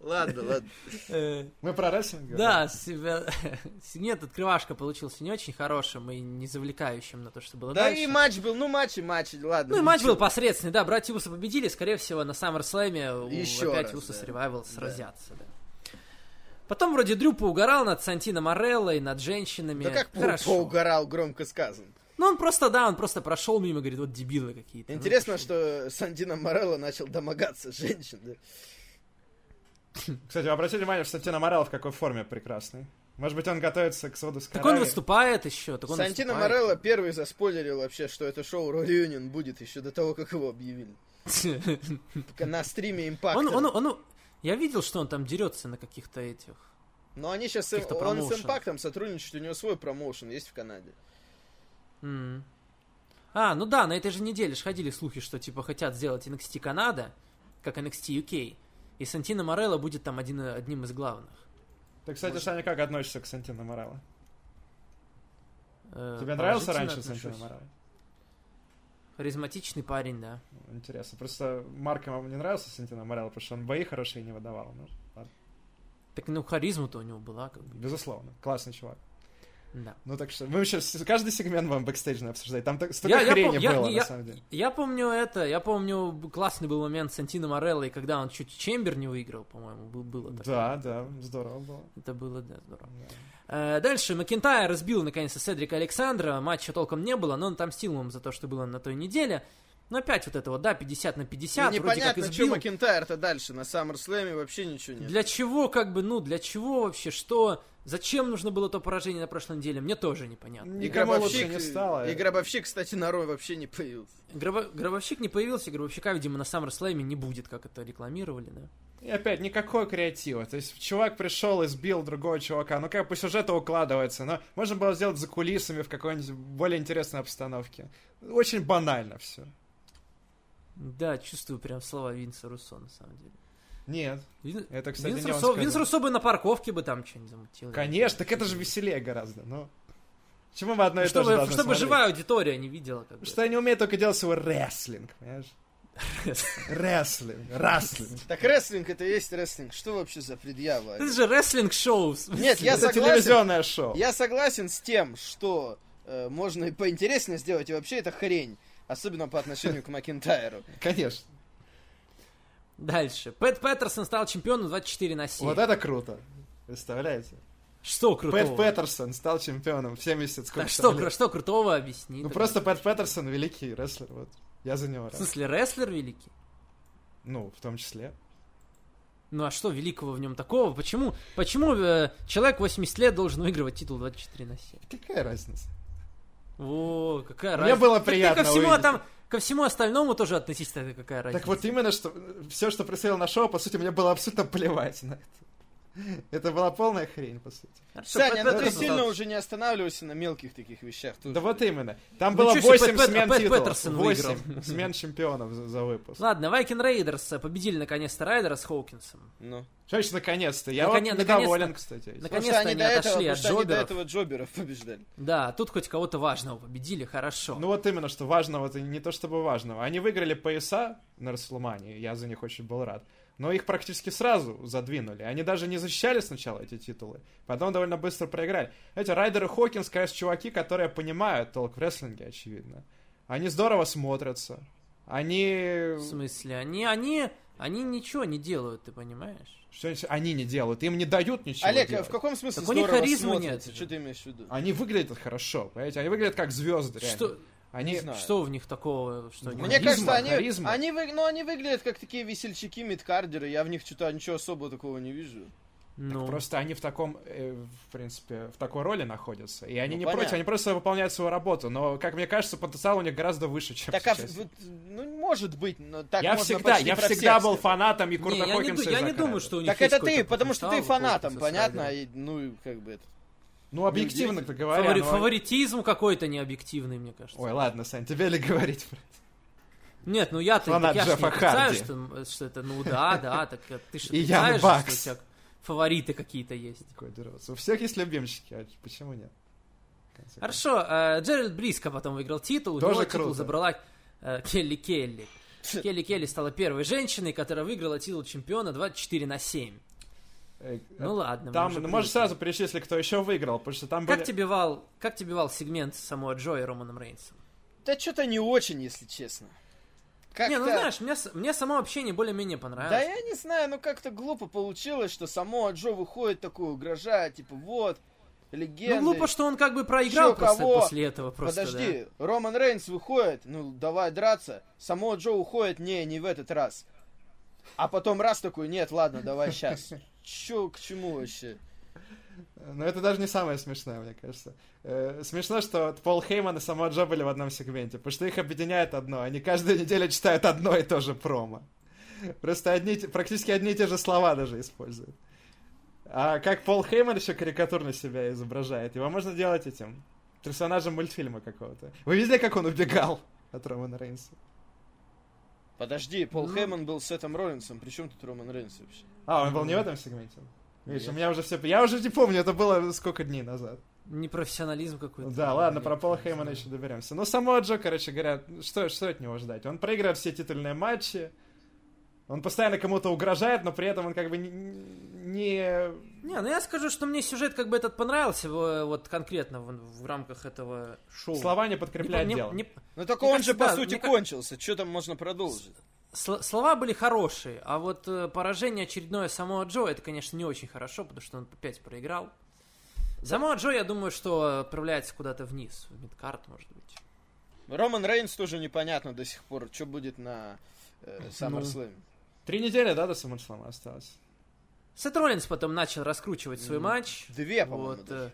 Ладно, ладно.
Э,
Мы про рессинг говорим?
Да, себя... нет, открывашка получился не очень хорошим и не завлекающим на то, что было
Да
дальше.
и матч был, ну матч и матч, ладно.
Ну и матч
ничего.
был посредственный, да, братья Усы победили, скорее всего, на Саммерслэме у-
Еще
опять
раз,
Усы с
да.
Ревайвал
Да.
сразятся, да. Потом вроде Дрю поугарал над Сантино Мореллой, над женщинами.
Да как по-
Хорошо.
поугарал, громко сказано.
Ну он просто, да, он просто прошел мимо, говорит, вот дебилы какие-то. Ну,
Интересно, что Сандина Морелло начал домогаться женщин, да?
Кстати, вы обратили внимание, что Тина Морелло в какой форме прекрасный. Может быть, он готовится к своду с
Так он
Карари?
выступает еще, так он
Сантино
выступает.
Морелло первый заспойлерил вообще, что это шоу Raw Reunion будет еще до того, как его объявили. Пока На стриме импакта.
он, он, он, я видел, что он там дерется на каких-то этих.
Но они сейчас...
каких-то
Он с
промоушенах.
импактом сотрудничает, у него свой промоушен есть в Канаде.
М. А, ну да, на этой же неделе ж ходили слухи, что типа хотят сделать NXT Канада, как NXT UK, и Сантино Морелло будет там один, одним из главных.
Ты, кстати,
Может.
Саня, как относишься к Сантино Морелло?
Э,
Тебе нравился
положительно
раньше
отношусь.
Сантино Морелло?
Харизматичный парень, да.
Интересно. Просто Марка вам не нравился Сантино Морелло, потому что он бои хорошие не выдавал. Ну, ладно.
Так, ну, харизма-то у него была, как бы,
Безусловно. Классный чувак.
да.
Ну так что... Вы вообще с- каждый сегмент вам бэкстейджно обсуждаете. Там так, столько
Я, я,
хрени
пом- я-
было,
не,
на
я-
самом деле.
я помню это, я помню б- классный был момент Сантино Морелло, и когда он чуть чембер не выиграл, по-моему, был- было такое.
Да, да, здорово было.
Это было, да, здорово.
Да.
Э, Дальше Макентайр разбил наконец-то Седрика Александра. Матча толком не было, но он отомстил ему за то, что было на той неделе. Но опять вот это вот, да, 50 на 50,
Ну,
И
вроде как
непонятно, что
избил.
Макентайр-то дальше. На Саммерслэме вообще ничего нет.
Для чего, как бы, ну, для чего вообще, что, зачем нужно было то поражение на прошлой неделе, мне тоже непонятно.
Не-
Игра
Никому лучше не стало.
И Гробовщик, кстати, на Рой вообще не появился.
Гробо- Гробовщик не появился, Гробовщика, видимо, на Саммерслэме не будет, как это рекламировали, да.
И опять никакого креатива. То есть чувак пришел и сбил другого чувака. Ну как по сюжету укладывается, но можно было сделать за кулисами в какой-нибудь более интересной обстановке. Очень банально все.
Да, чувствую прям слова Винса Руссо, на самом деле.
Нет,
Вин-
это, кстати,
Винс,
не он
Руссо,
сказал.
Винс Руссо бы на парковке бы там что-нибудь Ну, замутил.
Конечно, так это же веселее гораздо. Ну, чему мы одно и то же
Ну, Чтобы,
должны
чтобы
смотреть?
живая аудитория не видела, как бы.
Что я не умею только делать свой рестлинг, понимаешь? Рестлинг, рестлинг.
Так рестлинг это и есть рестлинг. Что вообще за предъява?
Это же рестлинг-шоу. в смысле.
Нет, я
Это
согласен.
телевизионное шоу.
Я согласен с тем, что э, можно и поинтереснее сделать, и вообще это хрень. Особенно по отношению к Макентайру.
Конечно.
Дальше. Пэт Петерсон стал чемпионом 24 на 7.
Вот это круто. Представляете?
Что крутого?
Пэт Петерсон стал чемпионом в 70
Да
сколько
что,
лет.
кру- что крутого объясни?
Ну
тогда.
просто Пэт Петерсон великий рестлер, вот. Я за него
В
рад.
смысле, рестлер великий?
Ну, в том числе.
Ну а что великого в нем такого? Почему, почему э, человек 80 лет должен выигрывать титул 24 на 7?
Какая разница?
О, какая
Мне
разница.
было
Так ты
приятно
ко всему,
увидеть.
там, ко всему остальному тоже относись, так какая разница.
Так вот именно, что все, что происходило на шоу, по сути, мне было абсолютно плевать на это. Это была полная хрень, по сути.
Хорошо, Пэт
Саня, ну ты
Петерсон
сильно
стал-
уже не останавливайся на мелких таких вещах.
Да вот именно. Там
Ну
было
чё себе Пэт
8
Пэт-
смен
Пэт
титулов.
Петерсон
8
выиграл.
смен чемпионов за, за выпуск.
Ладно, Вайкин Рейдерс э, победили наконец-то Райдера с Хоукинсом.
Ну.
Что значит, наконец-то? Я
Наконе-
вот
наконец-то.
недоволен, кстати. этим.
Наконец-
Потому
Наконец-то
что они
они
до этого,
отошли
потому
от
что они до
джоберов.
этого джоберов побеждали.
Да, тут хоть кого-то важного победили, хорошо.
Ну вот именно, что важного, это не то чтобы важного. Они выиграли пояса на Расселмане, я за них очень был рад. Но их практически сразу задвинули. Они даже не защищали сначала эти титулы. Потом довольно быстро проиграли. Эти Райдер и Хокинс, конечно, чуваки, которые понимают толк в рестлинге, очевидно. Они здорово смотрятся. Они...
В Эм, смысле, они, они, они ничего не делают, ты понимаешь?
Что они- они не делают? Им не дают ничего
Олег, а
делать.
в каком смысле
Так у них
здорово
харизмы
смотрится?
нет.
Что ты имеешь в виду?
Они выглядят хорошо, понимаете? Они выглядят как звезды, реально.
Что?
Они...
знаю.
Что у них такого? Что они-
Мне
Харизма,
кажется, они,
харизма.
они, вы, ну, они выглядят как такие весельчаки, мидкардеры. Я в них что-то ничего особо такого не вижу.
Так
Ну,
Просто они в таком, э, в принципе, в такой роли находятся. И они
Ну,
не
понятно.
против, они просто выполняют свою работу. Но, как мне кажется, потенциал у них гораздо выше, чем
Так, а,
сейчас.
вот, ну, может быть, но так
я
можно
всегда,
почти
я
про всех
всегда был
сказать.
фанатом и Курта
не, я, не, ду-
Хокинса и
я не
Зака
думаю,
Райдера.
что у них
Так
есть
это ты,
какой-то
потому что ты
потенциал у
фанатом,
Хокинса,
понятно?
Райдера.
И, ну, как бы это...
Ну, объективно
Ну,
так говоря.
Фавори-
но-
Фаворитизм какой-то необъективный, мне кажется.
Ой, ладно, Сань, тебе ли говорить?
Нет, ну я-то
Фанат
так я ж не
Джеффа
отрицаю,
Харди.
что, что это, ну да, да, так э, ты что
И Ян
отрицаешь,
Бакс.
что у тебя фавориты какие-то есть.
Какой дурак. У всех есть любимчики, а почему нет? В конце концов.
Хорошо, э, Джеральд Бриско потом выиграл титул, у
Тоже
него титул
круто.
забрала э, Келли Келли. Келли Келли стала первой женщиной, которая выиграла титул чемпиона 24 на 7.
Э,
Ну ладно. мы
Там,
уже
ну,
привыкли.
можешь сразу перечислить, кто еще выиграл, потому что там
Как
были...
тебе вал, как тебе вал сегмент с самого Джо и Романом Рейнсом?
Да что-то не очень, если честно. Как-то...
Не, ну знаешь, а мне, с- мне само общение более-менее
Да
понравилось.
я не знаю, ну как-то глупо получилось, что само Джо выходит такой, угрожая, типа, вот, легенда.
ну глупо, что он как бы проиграл
Чё,
просто
кого?
после этого. Просто, да.
Подожди, Роман Рейнс выходит, ну давай драться. Само Джо уходит, не, не в этот раз. А потом раз такой, нет, ладно, давай сейчас. Чё, к чему вообще?
Но это даже не самое смешное, мне кажется. Э, Смешно, что вот Пол Хейман и сама Джо были в одном сегменте, потому что их объединяет одно. Они каждую неделю читают одно и то же промо. Просто одни, и те- практически одни и те же слова даже используют. А как Пол Хейман еще карикатурно себя изображает, его можно делать этим персонажем мультфильма какого-то. Вы видели, как он убегал от Романа Рейнса?
Подожди, Пол
Ну.
Хейман был с Сетом Роллинсом, при чем тут Роман Рейнс вообще?
А, он был не в этом сегменте? Видишь,
Нет.
у меня уже все... Я уже не помню, это было сколько дней назад.
Непрофессионализм какой-то.
Да, ладно, про Пола
Не
Хеймана
знаю.
еще доберемся. Ну, самого Джо, короче говоря, что, что от него ждать? Он проиграет все титульные матчи, он постоянно кому-то угрожает, но при этом он как бы не... не-
Не, ну я скажу, что мне сюжет как бы этот понравился, э, вот конкретно в, в рамках этого шоу.
Слова не
Не
подкрепляют
по- не-
дело.
не-
Ну так
Мне
он
кажется,
же, по
да,
сути,
мне ка-
кончился. Что там можно продолжить?
сл- слова были хорошие, а вот э, поражение очередное самого Джо, это, конечно, не очень хорошо, потому что он опять проиграл. Самого Джо, я думаю, что отправляется куда-то вниз, в мидкарт, может быть.
Роман Рейнс тоже непонятно до сих пор, что будет на э,
Ну.
SummerSlam.
Три недели, да, до Саммерслама осталось?
Сет Роллинс потом начал раскручивать свой матч.
Две, по-моему,
Вот,
даже.
э,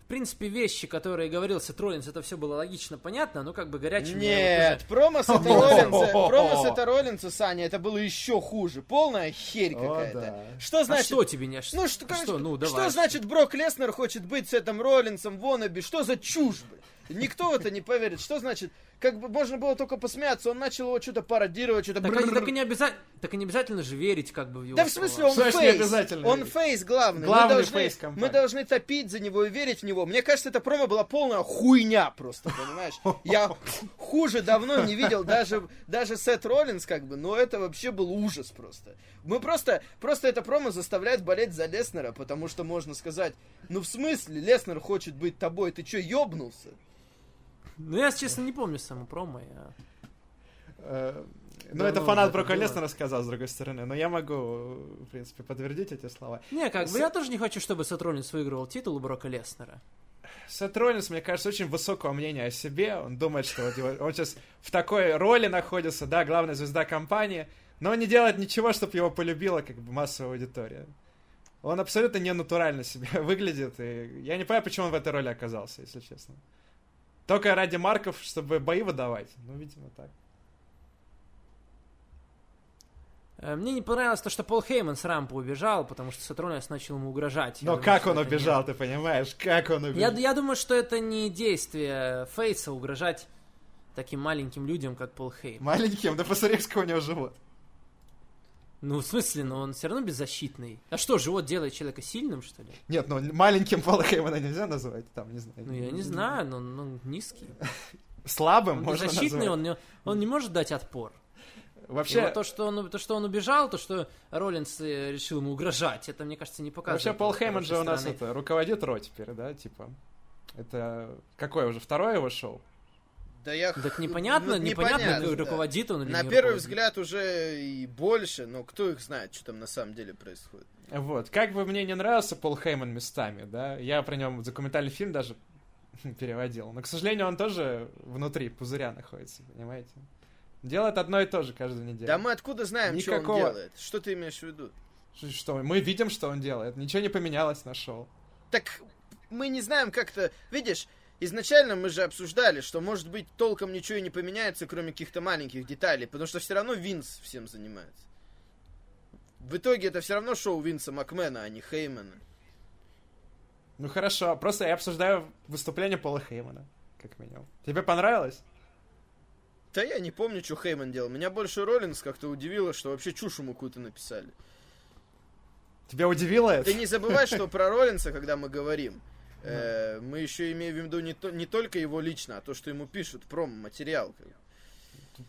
в принципе, вещи, которые говорил Сет Роллинс, это все было логично, понятно, но как бы горячим я вот уже-
Нет, промо Сета Роллинса, промо Сета Роллинса, Саня, это было еще хуже. Полная херь
О,
какая-то.
да.
Что
А
значит...
что тебе не...
Ну что, короче,
что, ну, давай.
что значит Брок Леснер хочет быть с этим Роллинсом, Вонаби? Что за чушь, блин? Никто в это не поверит. Что значит? Как бы можно было только посмеяться. Он начал его что-то пародировать, что-то...
Так,
брррр.
они- так и не обязательно, так и не обязательно же верить, как бы в его
Да в
слова.
смысле он
Что значит не
фейс?
обязательно
Он
верить?
фейс главный.
Главный
мы должны,
фейс компании.
Мы должны топить за него и верить в него. Мне кажется, эта промо была полная хуйня просто, понимаешь? Я хуже давно не видел даже, даже Сет Роллинс как бы, но это вообще был ужас просто. Мы просто, просто это промо заставляет болеть за Леснера, потому что можно сказать, ну в смысле Леснер хочет быть тобой, ты чё, ёбнулся?
Ну, я, честно, не помню саму промо. я-
Э, Ну,
Да,
это
ну,
фанат
это
Брока
было.
Леснера сказал, с другой стороны, но я могу, в принципе, подтвердить эти слова.
Не, как
С-
бы я тоже не хочу, чтобы Сет Роллинс выигрывал титул у Брока Леснера.
Сет Роллинс, мне кажется, очень высокого мнения о себе. Он думает, что вот его- он сейчас в такой роли находится, да, главная звезда компании, но он не делает ничего, чтобы его полюбила как бы массовая аудитория. Он абсолютно не натурально себя выглядит, и я не понимаю, почему он в этой роли оказался, если честно. Только ради марков, чтобы бои выдавать. Ну, видимо, так.
Э, Мне не понравилось то, что Пол Хейман с рампы убежал, потому что Сет Роллинс начал ему угрожать. Я
Но
думаю,
как
что
он
это не-
убежал, ты понимаешь? Как он
Я,
убежал?
я думаю, что это не действие Фейса угрожать таким маленьким людям, как Пол Хейман.
Маленьким, да посмотри, какой у него живот.
Ну, в смысле, но он все равно беззащитный. А что, живот делает человека сильным, что ли?
Нет, ну маленьким Пола Хеймана нельзя называть, там, не знаю.
Ну, я не знаю, но он, он низкий.
Слабым
Он
можно
беззащитный,
назвать.
он не, он не может дать отпор. И
Вообще,
вот то, что он, то, что он убежал, то, что Роллинс э, решил ему угрожать, это, мне кажется, не показывает.
Вообще, Пол
его
Хейман же
хорошей
у нас
стороны.
это, руководит Ро теперь, да, типа. Это какое уже, второе его шоу?
Да я...
Так непонятно,
ну,
непонятно,
непонятно, да.
руководит он или
На
не
первый
руководит.
взгляд уже и больше, но кто их знает, что там на самом деле происходит.
Вот, как бы мне не нравился Пол Хейман местами, да, я про него документальный фильм даже переводил. Но, к сожалению, он тоже внутри пузыря находится, понимаете? Делает одно и то же каждую неделю.
Да мы откуда знаем, что он
Никакого-
делает? Что ты имеешь в виду?
Ш- Что, мы видим, что он делает. Ничего не поменялось, нашел.
Так мы не знаем как-то... Видишь, изначально мы же обсуждали, что, может быть, толком ничего и не поменяется, кроме каких-то маленьких деталей, потому что все равно Винс всем занимается. В итоге это все равно шоу Винса Макмена, а не Хеймана.
Ну хорошо, просто я обсуждаю выступление Пола Хеймана, как минимум. Тебе понравилось?
Да я не помню, что Хейман делал. Меня больше Роллинс как-то удивило, что вообще чушь ему какую-то написали.
Тебя удивило это?
Ты не забывай, что про Роллинса, когда мы говорим, э, мы еще имеем в виду не, то- не только его лично, а то, что ему пишут, промо-материал. как бы.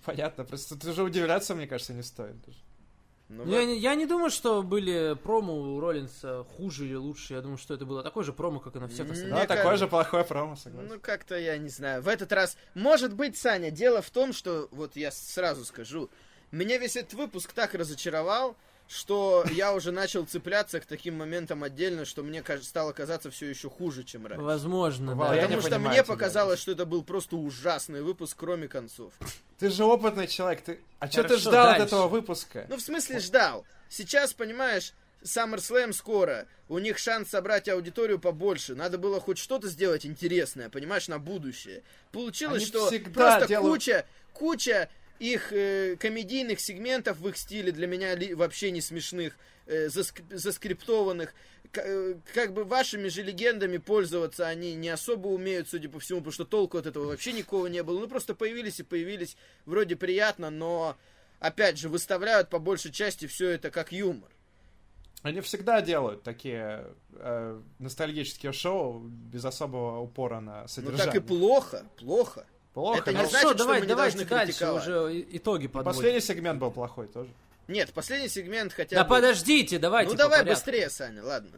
Понятно, просто ты же удивляться, мне кажется, не стоит. даже.
Ну,
Я,
вот.
не- я не думаю, что были промо у Роллинса хуже или лучше. Я думаю, что это было такое же промо, как и на всех
Мне
остальных.
Да, такое
кажется-
же плохое промо, согласен.
Ну, как-то я не знаю. В этот раз, может быть, Саня, дело в том, что, вот я сразу скажу, меня весь этот выпуск так разочаровал, что я уже начал цепляться к таким моментам отдельно, что мне каж- стало казаться все еще хуже, чем раньше.
Возможно,
Бывало,
да.
я не
Потому что
понимаю
мне
тебя.
показалось, что это был просто ужасный выпуск, кроме концов.
Ты же опытный человек, ты... А что ты
Хорошо,
ждал
дальше.
от этого выпуска?
Ну, в смысле, ждал. Сейчас, понимаешь, SummerSlam скоро. У них шанс собрать аудиторию побольше. Надо было хоть что-то сделать интересное, понимаешь, на будущее. Получилось,
Они
что
всегда
просто
делают-
куча, куча их э, комедийных сегментов в их стиле для меня ли- вообще не смешных, э, заск- заскриптованных. К- э, как бы вашими же легендами пользоваться они не особо умеют, судя по всему, потому что толку от этого вообще никого не было. Ну, просто появились и появились. Вроде приятно, но опять же, выставляют по большей части все это как юмор.
Они всегда делают такие э, ностальгические шоу без особого упора на
Ну
содержание.
так и плохо, плохо.
Плохо.
это не
но
Хорошо,
значит, что
Ну, давай,
мы не
давайте
должны
дальше
критиковать.
уже и- итоги
и
подводим.
последний сегмент был плохой тоже.
Нет, последний сегмент хотя
Да типа,
бы...
подождите, давайте
ну давай
по порядку.
быстрее, Саня, ладно.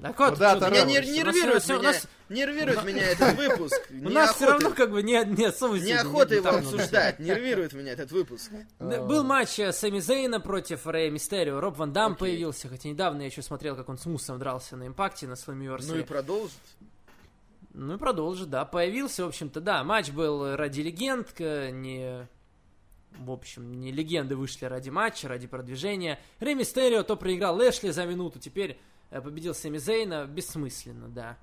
Так вот,
Ну да,
что ты
Тарас.
Меня
говоришь?
нер-
У нас
нервирует,
всё- у
меня,
нас-
нервирует меня этот выпуск.
У нас все равно как бы не, не особо сильно
Неохота
не
его
тронуло.
обсуждать, нервирует меня этот выпуск. Ну
Да, Был матч э, Сэмми Зейна против Рэя Мистерио. Роб Ван Дам
Окей.
появился, хотя недавно я еще смотрел, как он с Мусом дрался на импакте, на Слэмиверсе.
Ну и продолжит.
Ну и продолжит, да. Появился, в общем-то, да. Матч был ради легенд, к- не... В общем, не легенды вышли ради матча, ради продвижения. Рэй Мистерио то проиграл Лэшли за минуту, теперь э, победил Сэмми Зейна. Бессмысленно, да.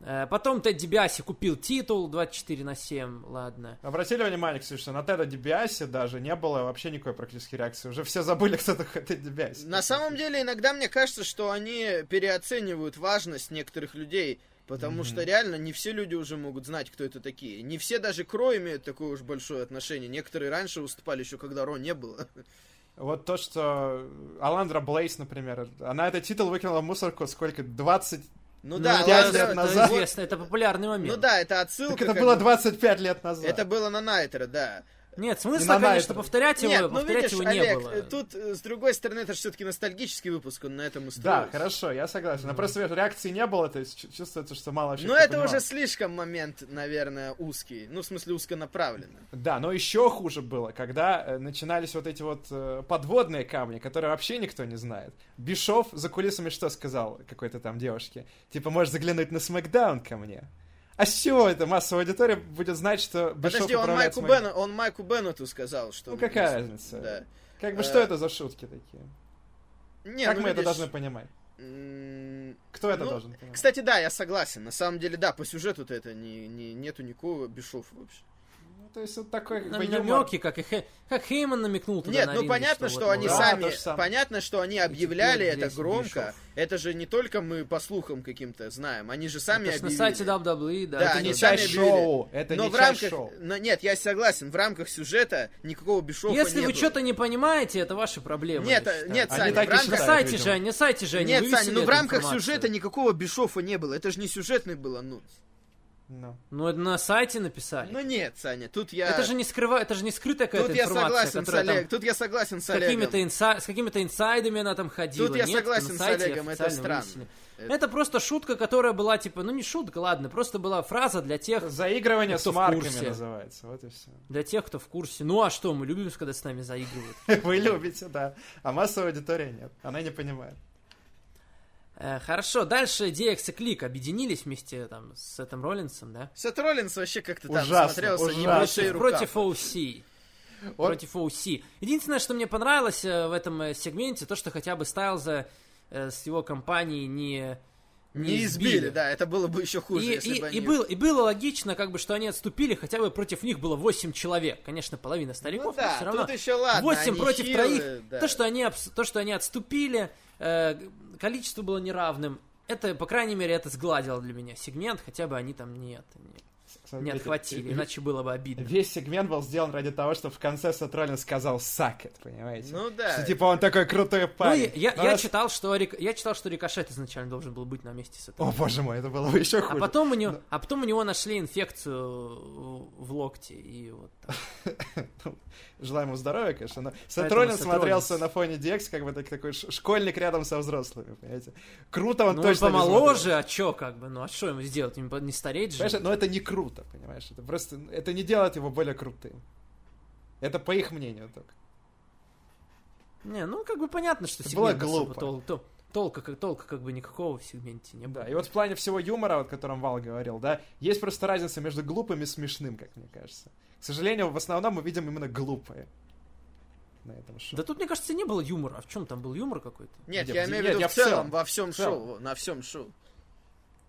Э, Потом Тед Дибиаси купил титул 24 на 7, ладно.
Обратили внимание, кстати, что на Теда Дебиасе даже не было вообще никакой практически реакции. Уже все забыли, кто такой Тед Дебиаси.
На самом деле, иногда мне кажется, что они переоценивают важность некоторых людей, потому что реально не все люди уже могут знать, кто это такие. Не все даже Кро имеют такое уж большое отношение. Некоторые раньше выступали еще, когда Ро не было.
Вот то, что Аландра Блейс, например, она этот титул выкинула в мусорку сколько? 20...
Ну
Ну,
да,
это,
пять
ладно,
лет
это-
это
назад.
известно, это популярный момент.
Ну да, это отсылка.
Так это
как
было
бы.
25 лет назад.
Это было на Найтера, да.
Нет,
Не
смысла,
на
конечно,
Найтро.
повторять его,
Нет, ну
повторять
видишь,
его не
Олег,
было.
э, тут, э, с другой стороны, это же все-таки ностальгический выпуск, он на этом устроен.
Да, хорошо, я согласен. Но просто видишь, реакции не было, то есть чу- чувствуется, что мало вообще
Но
кто
Ну, это
понимал.
уже слишком момент, наверное, узкий. Ну, в смысле, узконаправленный.
Да, но еще хуже было, когда э, начинались вот эти вот э, подводные камни, которые вообще никто не знает. Бишов за кулисами что сказал какой-то там девушке? Типа, можешь заглянуть на Смакдаун ко мне. А с чего это массовая аудитория будет знать, что Бишов
Подожди, он
управляет
Майку,
«Смэкдауном»?
Беннету, он Майку Беннету сказал, что...
Ну какая разница?
Да.
Как бы
Э,
что это за шутки такие?
Не,
как
ну,
мы это
видишь,
должны понимать?
м,
Кто это
ну,
должен понимать?
Кстати, да, я согласен. На самом деле, да, по сюжету-то это не, не- нету никакого Бишов вообще.
Ну, то есть вот такой как
На
бы юмор.
намеки, как, и Хе- как Хейман намекнул туда
Нет,
на
ну
ринге,
понятно, что,
вот,
они
вот,
Да,
сами,
то же самое.
понятно, что они объявляли
теперь
это
здесь
громко.
Бишов.
Это же не только мы по слухам каким-то знаем, они же сами
это ж на
объявили.
сайте WWE, да.
Да,
это
Это
они
не
не-
сами
часть
объявили.
шоу. Это
Но
не
в
часть
рамках,
шоу.
но нет, я согласен, в рамках сюжета никакого Бишова
Если
не
вы
было.
что-то не понимаете, это ваши проблемы.
Нет,
я
э,
считаю.
нет,
Они
Саня,
так
в
и
На
рамках...
считают.
сайте же, они- на сайте же они
Нет, Саня,
вывесили
ну в
эту
рамках
информацию.
сюжета никакого Бишова не было, это же не сюжетный был анонс.
Ну.
Ну, это на сайте написали.
Ну нет, Саня, тут я...
Это же не скрыва... это же не скрытая какая-то
Тут я
информация,
согласен с
которая там
Олегом, тут я согласен с
с какими-то,
Олегом.
инса- с какими-то инсайдами она там ходила.
Тут я
Нет,
согласен
на
с
сайте
Олегом, это
официально
странно.
вывесили.
Это-
Это... просто шутка, которая была типа, ну не шутка, ладно, просто была фраза для тех,
Заигрывание
Кто
с
в
марками
курсе?
называется. Вот и все.
для тех, кто в курсе. Ну а что, мы любим, когда с нами заигрывают.
Вы любите, да. А массовая аудитория нет. Она не понимает.
А, Э, Хорошо, дальше DX и Клик объединились вместе там с этим Роллинсом, да?
Сет Роллинс вообще как-то там
Ужасно,
смотрелся не
ужасно.
больше и
Против,
рука.
против OC.
Он-
Против OC. Единственное, что мне понравилось э, в этом э, сегменте, то, что хотя бы Стайлза э, с его компанией не,
Не избили, да, это было бы еще хуже,
и,
если
и-
бы
и
они...
был- и было логично, как бы, что они отступили, хотя бы против них было 8 человек. Конечно, половина
Ну
стариков, но
да,
все равно.
тут еще ладно,
8
они
против
хилые,
троих.
да.
То, что они, абс- то, что они отступили, э, количество было неравным. Это, по крайней мере, это сгладило для меня сегмент, хотя бы они там нет, не, не
Смотрите,
отхватили,
э,
иначе было бы обидно.
Весь сегмент был сделан ради того, что в конце Сет Роллинс сказал «сакет», понимаете?
Ну да.
Что, типа он такой крутой
Ну,
парень.
я, я-
Но
я
раз-
читал, что Рик- я читал, что Рикошет изначально должен был быть на месте с
О,
этого.
боже мой, это было бы еще
А
хуже.
потом, у него, а потом у него нашли инфекцию в в локте. И вот так.
Желаю Ну, ему здоровья, конечно, но Сет
Поэтому
Роллинс
Сет
смотрелся
Роллинс.
на фоне DX, как бы так- такой ш- школьник рядом со взрослыми, понимаете? Круто он
Ну, он
точно не смотрелся.
помоложе, а чё как бы? Ну, а что ему сделать? Не, по- не стареть же?
Понимаешь, но это не круто, понимаешь? Это просто, это не делает его более крутым. Это по их мнению только.
Не, ну, как бы понятно, что
Это
сегмент
было
особо
глупо.
тол- то- толка, как- толка как бы никакого в сегменте не было.
Да, и вот в плане всего юмора, о котором Вал говорил, да, есть просто разница между глупым и смешным, как мне кажется. К сожалению, в основном мы видим именно глупые на этом шоу.
Да тут, мне кажется, не было юмора. А в чем там был юмор какой-то?
Нет,
Где-
я
где-
имею в
нет,
виду
я
в
в
целом,
целом.
во всем
В целом.
шоу, на всем шоу.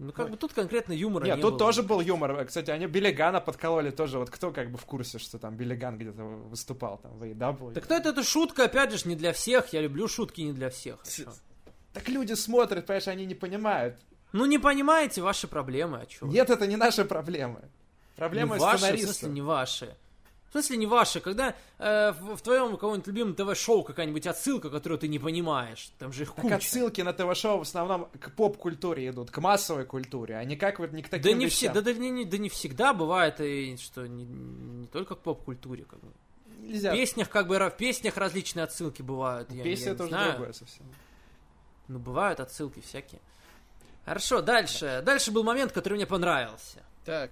Ну, как бы тут конкретно юмора
Нет,
не
тут
было.
тоже был юмор. Э, Кстати, они Биллигана подкололи тоже. Вот кто как бы в курсе, что там Биллиган где-то выступал там в E AEW?
Так кто это, это шутка, опять же, ж не для всех. Я люблю шутки не для всех. А чё?
Так люди смотрят, понимаешь, они не понимают.
Ну, не понимаете ваши проблемы, а чё? вы?
Нет, это не наши проблемы. Проблемы
не Ну, ваши, в
сценаристов.
смысле не ваши. В смысле не ваши, когда э, в, в твоем каком-нибудь любимом ТВ-шоу какая-нибудь отсылка, которую ты не понимаешь, там же их
Так
куча.
отсылки на ТВ-шоу в основном к поп-культуре идут, к массовой культуре, а не как вот не к таким
Да не,
вещам.
все, да, да не, не- да не всегда бывает, и что не, не только к поп-культуре. Как бы. В
Нельзя.
песнях, как бы, ра- в песнях различные отсылки бывают. Я,
Песня
я не
это уже
знаю.
другое совсем.
Ну, бывают отсылки всякие. Хорошо, дальше. Дальше был момент, который мне понравился.
Так.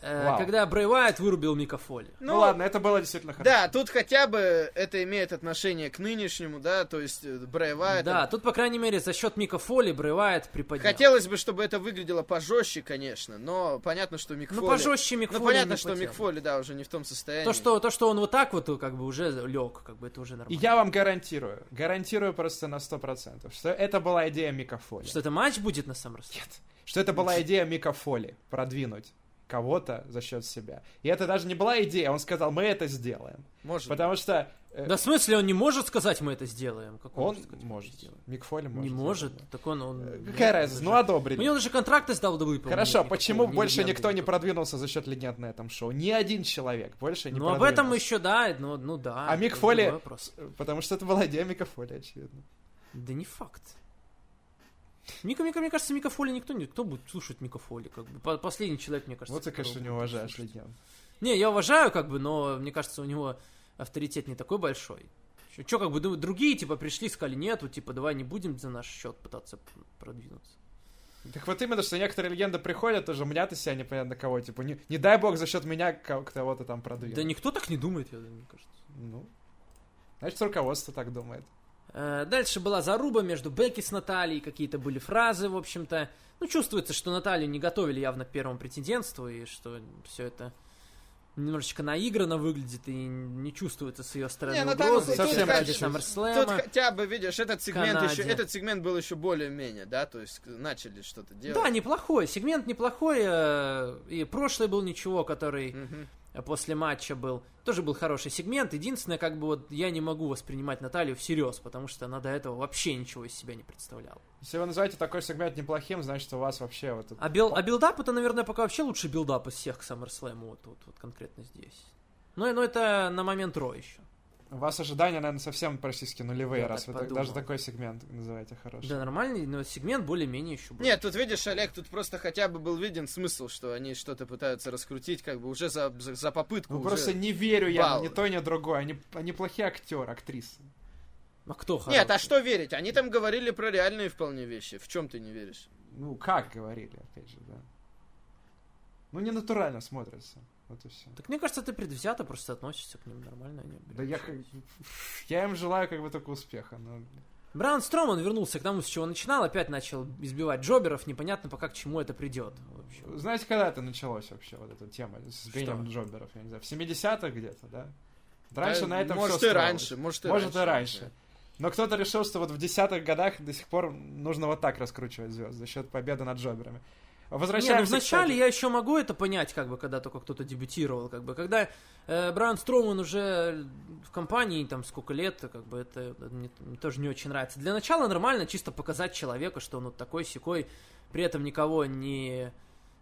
Э,
Вау.
когда Брэй Уайт вырубил Микофоли.
Ну, ладно, это было действительно хорошо.
Да, тут хотя бы это имеет отношение к нынешнему, да, то есть э, Брэй Вайт.
Да, тут, по крайней мере, за счет Микофоли Брэй Уайт приподнял.
Хотелось бы, чтобы это выглядело пожестче, конечно, но понятно, что Мик
Ну,
Фоли-
пожестче Микфоли.
Ну, понятно,
не
что
потянет.
Мик Фоли, да, уже не в том состоянии.
То что, то, что он вот так вот э, как бы уже лег, как бы это уже
И
нормально.
я вам гарантирую, гарантирую просто на 100%, что это была идея Микофоли.
Что это матч будет на самом
Нет. Что это была идея Микофоли продвинуть кого-то за счет себя. И это даже не была идея, он сказал, мы это сделаем.
Может.
Потому что э,
Да в смысле он не может сказать, мы это сделаем? Как
он
может сказать, мы это
может.
сделаем?
Микфоли может.
Не
я
может, Э,
думаю.
так он... он
Какая
он
разница,
же-
ну
У него
одобрили.
даже контракт из WWE, по-моему,
Хорошо,
нет
почему
никакого, ни
больше
легенды
никто не
никакого.
продвинулся за счет легенд на этом шоу? Ни один человек больше не
Ну об этом
продвинулся.
еще, да, ну, ну да.
А
это
Мик Фоли-
другой вопрос.
Потому что это была идея Микофоли, очевидно.
Да не факт. Мика, Мика, мне кажется, Микофоли никто не... Кто будет слушать Микофоли, как бы? По- Последний человек, мне кажется.
Вот ты,
которого
конечно, не
будут
уважаешь
слушать.
легенд.
Не, я уважаю, как бы, но мне кажется, у него авторитет не такой большой. Чё, чё, как бы, ду- другие, типа, пришли, сказали, нет, вот, типа, давай не будем за наш счет пытаться п- продвинуться.
Так вот именно, что некоторые легенды приходят, уже мнят из себя непонятно кого, типа, не, не дай бог за счет меня ко- кого-то там продвинуть.
Да никто так не думает, я думаю, мне кажется.
Ну, значит, руководство так думает.
Э, Дальше была заруба между Бекки с Натальей, какие-то были фразы, в общем-то. Ну, чувствуется, что Наталью не готовили явно к первому претендентству, и что все это немножечко наигранно выглядит, и не чувствуется с ее стороны
Не, ну там
угрозы.
тут
Совсем
как-
ради
Тут
SummerSlam.
хотя бы, видишь, этот сегмент
Канаде.
еще, этот сегмент был еще более-менее, да, то есть к- начали что-то
Да,
делать.
неплохой, сегмент неплохой, э, и прошлый был ничего, который
Мгм.
э, после матча был. Тоже был хороший сегмент, единственное, как бы вот я не могу воспринимать Наталью всерьез, потому что она до этого вообще ничего из себя не представляла.
Если вы называете такой сегмент неплохим, значит, у вас вообще вот... тут-
А, бил, а билдап это, наверное, пока вообще лучший билдап из всех к SummerSlam, вот, вот, вот конкретно здесь. Ну, и- ну это на момент Ро еще.
У вас ожидания, наверное, совсем практически нулевые,
Я
раз
так
вы так-
подумал.
даже такой сегмент называете хорошим.
Да, нормальный, но сегмент более-менее еще был.
Нет, тут видишь, Олег, тут просто хотя бы был виден смысл, что они что-то пытаются раскрутить, как бы уже за, за, за попытку.
Ну,
уже.
просто не верю я
баллы.
ни то, ни другое. Они, они плохие актеры, актрисы.
А кто хороший?
Нет, а что верить? Они там говорили про реальные вполне вещи. В чем ты не веришь?
Ну, как говорили, опять же, да. Ну, не натурально смотрятся. Вот и все.
Так мне кажется, ты предвзято просто относишься к ним нормально. они
Да я как... Я им желаю как бы только успеха, но...
Браун Стром, он вернулся к тому, с чего начинал, опять начал избивать джоберов, непонятно пока к чему это придет. вообще.
Знаете, когда это началось вообще, вот эта тема с бением джоберов, я не знаю, в 70-х где-то, да? Раньше
Да,
на этом
может,
все
и раньше, может, и
Может, и
раньше.
раньше. Но кто-то решил, что вот в десятых годах до сих пор нужно вот так раскручивать звезд за счет победы над джоберами.
Не, ну,
Возвращаемся,
вначале
кстати.
я еще могу это понять, как бы, когда только кто-то дебютировал, как бы, когда э, Браун Строуман уже в компании, там, сколько лет, как бы, это э, мне, мне тоже не очень нравится. Для начала нормально чисто показать человека, что он вот такой секой, при этом никого не,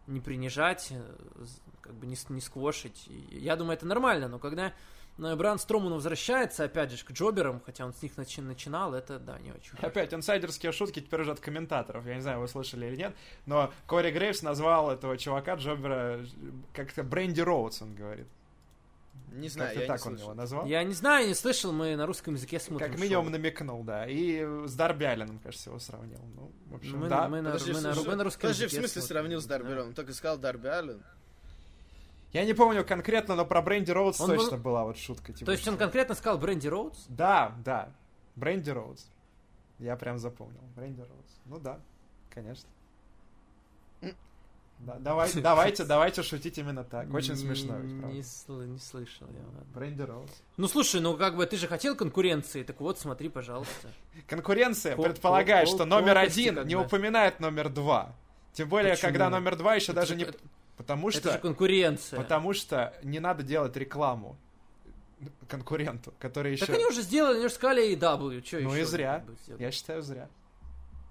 не принижать, э, з- как бы, не, с- не сквошить. И Я думаю, это нормально, но когда э, Браун Строуман возвращается, опять же, к джоберам, хотя он с них начи- начинал, это, да, не очень. хорошо.
Опять инсайдерские шутки теперь уже от комментаторов. Я не знаю, вы слышали или нет, но Кори Грейвс назвал этого чувака Джобера как-то Бренди Роудс, он говорит.
Не знаю,
Как-то
я
так
не
он
слышал.
его назвал.
Я не знаю, не слышал, мы на русском языке смотрим.
Как
шоу.
минимум намекнул, да. И с Дарби Алленом, кажется, его сравнил. Ну, в общем,
Мы,
да.
мы на,
Подожди,
мы на-
слушай,
мы на русском
подожди, в
языке
смысле
смотрим.
сравнил с Дарби Аллен? Только сказал Дарби Аллен.
Я не помню конкретно, но про Бренди Роудс
Он
точно
был-
была вот шутка. типа,
То есть он
что-
конкретно сказал Бренди Роудс?
Да, да. Бренди Роудс. Я прям запомнил. Бренди Роудс. Ну да, конечно. Да, давай, давайте, давайте шутить именно так. Очень смешно, ведь,
Не,
правда.
сл- не слышал я. ладно.
Бренди Роудс.
Ну слушай, ну как бы ты же хотел конкуренции, так вот смотри, пожалуйста.
Конкуренция
Пол-
предполагает,
пол-
что
пол-
номер
колкости
один
как
не
бы.
упоминает номер два. Тем более,
Почему?
когда номер два еще
Это
даже
же-
не...
это-
Потому
Это же
что...
конкуренция.
Потому что не надо делать рекламу конкуренту, который еще...
Так они уже сделали, они уже сказали E AEW, что
Ну
еще?
и зря.
как бы, сделать?
Я считаю, зря.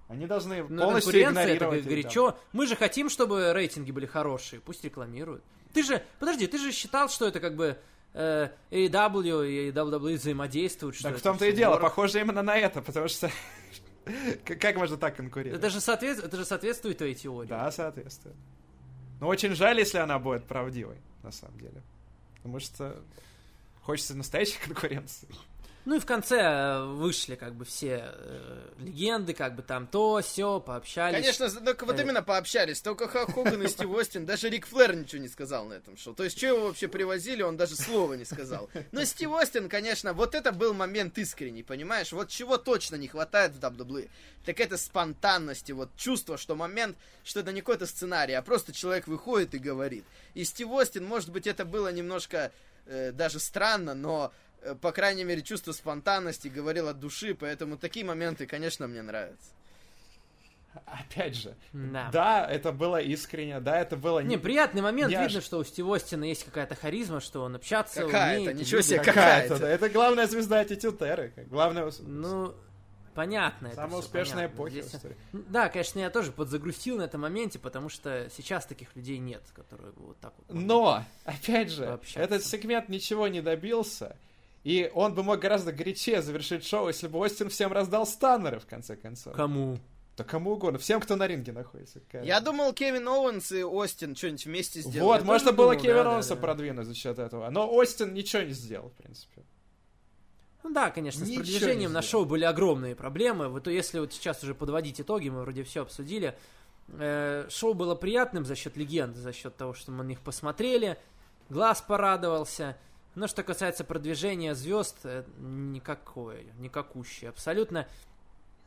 Они должны
Ну,
полностью
конкуренция, это
игнорировать. рекламу.
горячо. Мы же хотим, чтобы рейтинги были хорошие, пусть рекламируют. Ты же, подожди, ты же считал, что это как бы э, AEW и WWE взаимодействуют. что
Так в
это
том-то и
всё
дело,
здорово.
похоже именно на это, потому что... к- Как можно так конкурировать?
Это же, соответ- это же соответствует твоей теории.
Да, соответственно. Но очень жаль, если она будет правдивой, на самом деле. Потому что хочется настоящей конкуренции.
Ну и в конце э, вышли как бы все э, легенды, как бы там то, все, пообщались.
Конечно, за- так вот
Э.
именно пообщались. Только Ха- Хоган и Стив Остин, даже Рик Флэр ничего не сказал на этом шоу. То есть, что его вообще привозили, он даже слова не сказал. Но Стив Остин, конечно, вот это был момент искренний, понимаешь? Вот чего точно не хватает в WWE, так это спонтанности, вот чувство, что момент, что это не какой-то сценарий, а просто человек выходит и говорит. И Стив Остин, может быть, это было немножко э, даже странно, но э, по крайней мере, чувство спонтанности говорил от души, поэтому такие моменты, конечно, мне нравятся.
Опять же.
Да.
Да, это было искренне, да, это было...
Не, приятный момент.
Я
Видно,
ж-
что у Стива Остина есть какая-то харизма, что он общаться
Какая-то,
умеет.
ничего
любит.
себе,
какая-то.
какая-то.
да. Это главная звезда Attitude Era, как Главная... ус-
Ну, понятно. это
Самая
всё,
успешная
понятно.
эпоха в
Здесь-
истории.
Да, конечно, я тоже подзагрустил на этом моменте, потому что сейчас таких людей нет, которые бы вот так вот... могли.
Но, опять же,
Пообщаться.
этот сегмент ничего не добился, и он бы мог гораздо горячее завершить шоу, если бы Остин всем раздал станнеры, в конце концов.
Кому?
Да кому угодно, всем, кто на ринге находится. какая
Я
разница.
думал, Кевин Оуэнс и Остин что-нибудь вместе сделают.
Вот,
Я
можно
тоже
было
думал,
Кевина
да,
Оуэнса
да, да.
продвинуть за счет этого, но Остин ничего не сделал, в принципе.
Ну да, конечно,
Ничего
с
не
продвижением на
сделал.
шоу были огромные проблемы. Вот если вот сейчас уже подводить итоги, мы вроде все обсудили. Э, шоу было приятным за счет легенд, за счет того, что мы на них посмотрели, глаз порадовался. Но что касается продвижения звезд, э, никакое, никакущее абсолютно.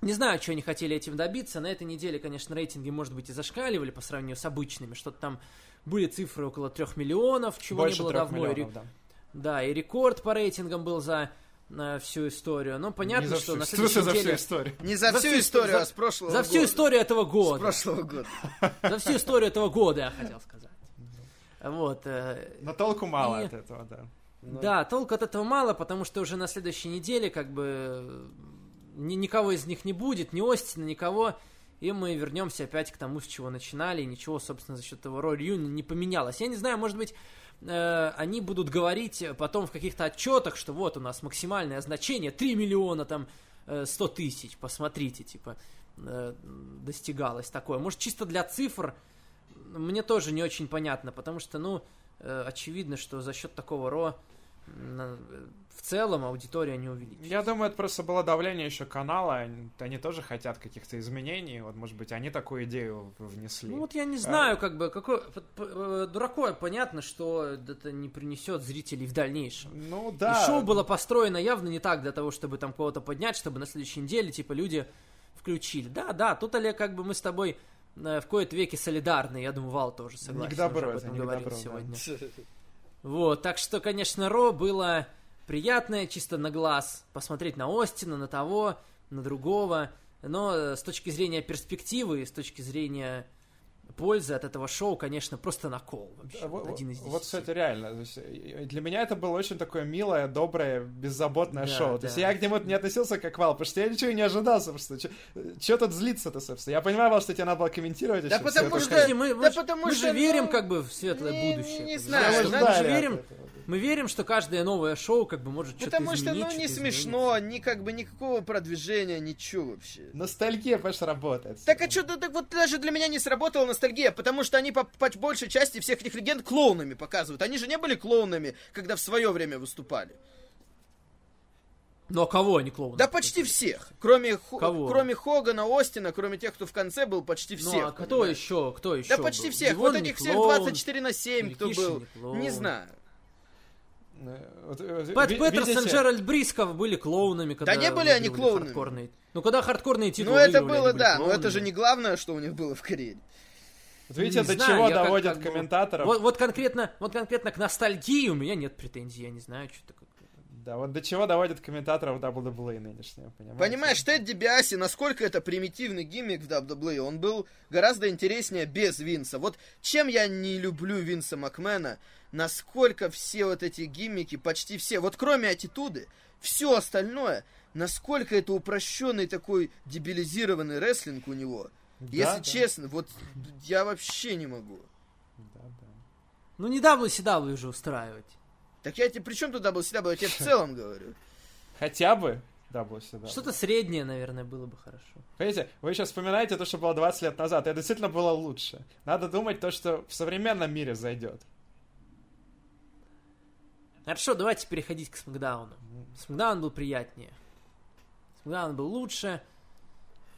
Не знаю, чего они хотели этим добиться. На этой неделе, конечно, рейтинги, может быть, и зашкаливали по сравнению с обычными. Что-то там были цифры около трех миллионов, чего
Больше
не было
трех
давно. и
миллионов, да.
да, и рекорд по рейтингам был за э, всю историю. Ну,
Не
понятно,
за
что
всю-
на
в
следующей
смысле за всю
неделе...
историю.
Не за,
За
всю
всю
историю,
исто-
а с прошлого
За
года.
всю историю этого
С
года.
прошлого года.
За всю историю этого года, я хотел сказать. Вот. э,
Но толку мало
И-
от этого, да. Ну,
Да, толку от этого мало, потому что уже на следующей неделе как бы э, ни- никого из них не будет, ни Остина, никого. И мы вернемся опять к тому, с чего начинали. И ничего, собственно, за счет того роли Юни не поменялось. Я не знаю, может быть, э, они будут говорить потом в каких-то отчетах, что вот у нас максимальное значение 3 миллиона там э, 100 тысяч, посмотрите, типа э, достигалось такое. Может, чисто для цифр мне тоже не очень понятно, потому что, ну, э, очевидно, что за счет такого ро на- в целом аудитория не увеличится.
Я думаю, это просто было давление еще канала. Они, они тоже хотят каких-то изменений. Вот, может быть, они такую идею внесли.
Ну вот я не знаю, как бы, какой... вот, п- э, Дурако понятно, что это не принесет зрителей в дальнейшем.
Ну
И
да.
шоу было построено явно не так для того, чтобы там кого-то поднять, чтобы на следующей неделе, типа, люди включили. Да, да, тут, Олег, как бы мы с тобой э, в кои-то веки солидарны, я думаю, Вал тоже согласен.
Не к добру
уже об
это,
этом
не к
говорил
добру, да.
сегодня. Вот, так что, конечно, Ро было приятное, чисто на глаз, посмотреть на Остина, на того, на другого, но э, с точки зрения перспективы, и с точки зрения пользы от этого шоу, конечно, просто накол вообще,
Да, во-
вот один из
Э, вот,
десяти.
кстати, реально. то есть, э, для меня это было очень такое милое, доброе, беззаботное
Да,
шоу. То есть
да.
я к нему не относился как вал, потому что я ничего и не ожидал, собственно. Че тут злиться-то, собственно? Я понимаю, Вал, что тебе надо было комментировать.
Да
еще всё
потому
это.
что-
Подожди, мы, мы
да
ж-
потому
мы
что,
же верим
ну,
как бы в светлое
не-
будущее.
не
понимаешь?
знаю,
Мы
Мы
же
надо
ждали
верим,
от этого.
мы верим, что каждое новое шоу как бы может что-то
Потому что,
изменить.
ну, не
что-то
смешно,
изменить.
ни как бы никакого продвижения, ничего вообще.
Ностальгия, понимаешь, работает.
Так а что-то так вот даже для меня не сработала ностальгия, потому что они по, по большей части всех этих легенд клоунами показывают. Они же не были клоунами, когда в свое время выступали.
Ну а кого они клоуны?
Да почти всех, кроме, Хо-
Кого?
кроме Хогана, Остина, кроме тех, кто в конце был, почти
Ну
всех.
а кто
понимаешь?
еще? Кто еще?
Да почти
был?
всех,
Леон
вот
не
этих всех
клоун.
24 на 7, кто
Никиша
был.
не клоун.
Не знаю.
Пэт
Э, Пэт
Петерсон, Джеральд Брисков были клоунами, когда
не были они
выигрывали
клоунами.
хардкорные. Ну, когда хардкорные титулы
Ну это
выигрывали,
было,
они были
да, но это
клоунами.
же не главное, что у них было в карьере.
Вот видите,
Не
до
знаю,
чего
я как-
доводят
как бы-
комментаторов.
Вот, вот конкретно, вот конкретно к ностальгии у меня нет претензий, я не знаю, что такое.
Да, вот до чего доводят комментаторов WWE нынешнего, понимаете?
Понимаешь, Тед Дибиаси, насколько это примитивный гиммик в WWE, он был гораздо интереснее без Винса. Вот чем я не люблю Винса Макмена, насколько все вот эти гиммики, почти все, вот кроме аттитуды, все остальное, насколько это упрощенный такой дебилизированный рестлинг у него.
Да,
Если
да,
честно, вот я вообще не могу.
да, да.
Ну, не WCW же устраивать.
Так я тебе при чем тут WCW, я тебе в целом говорю.
Хотя бы E WCW.
Что-то среднее, наверное, было бы хорошо.
Понимаете, вы сейчас вспоминаете то, что было 20 лет назад. Это действительно было лучше. Надо думать то, что в современном мире зайдет.
Хорошо, давайте переходить к Смакдауну. Смакдаун был приятнее. Смакдаун был лучше.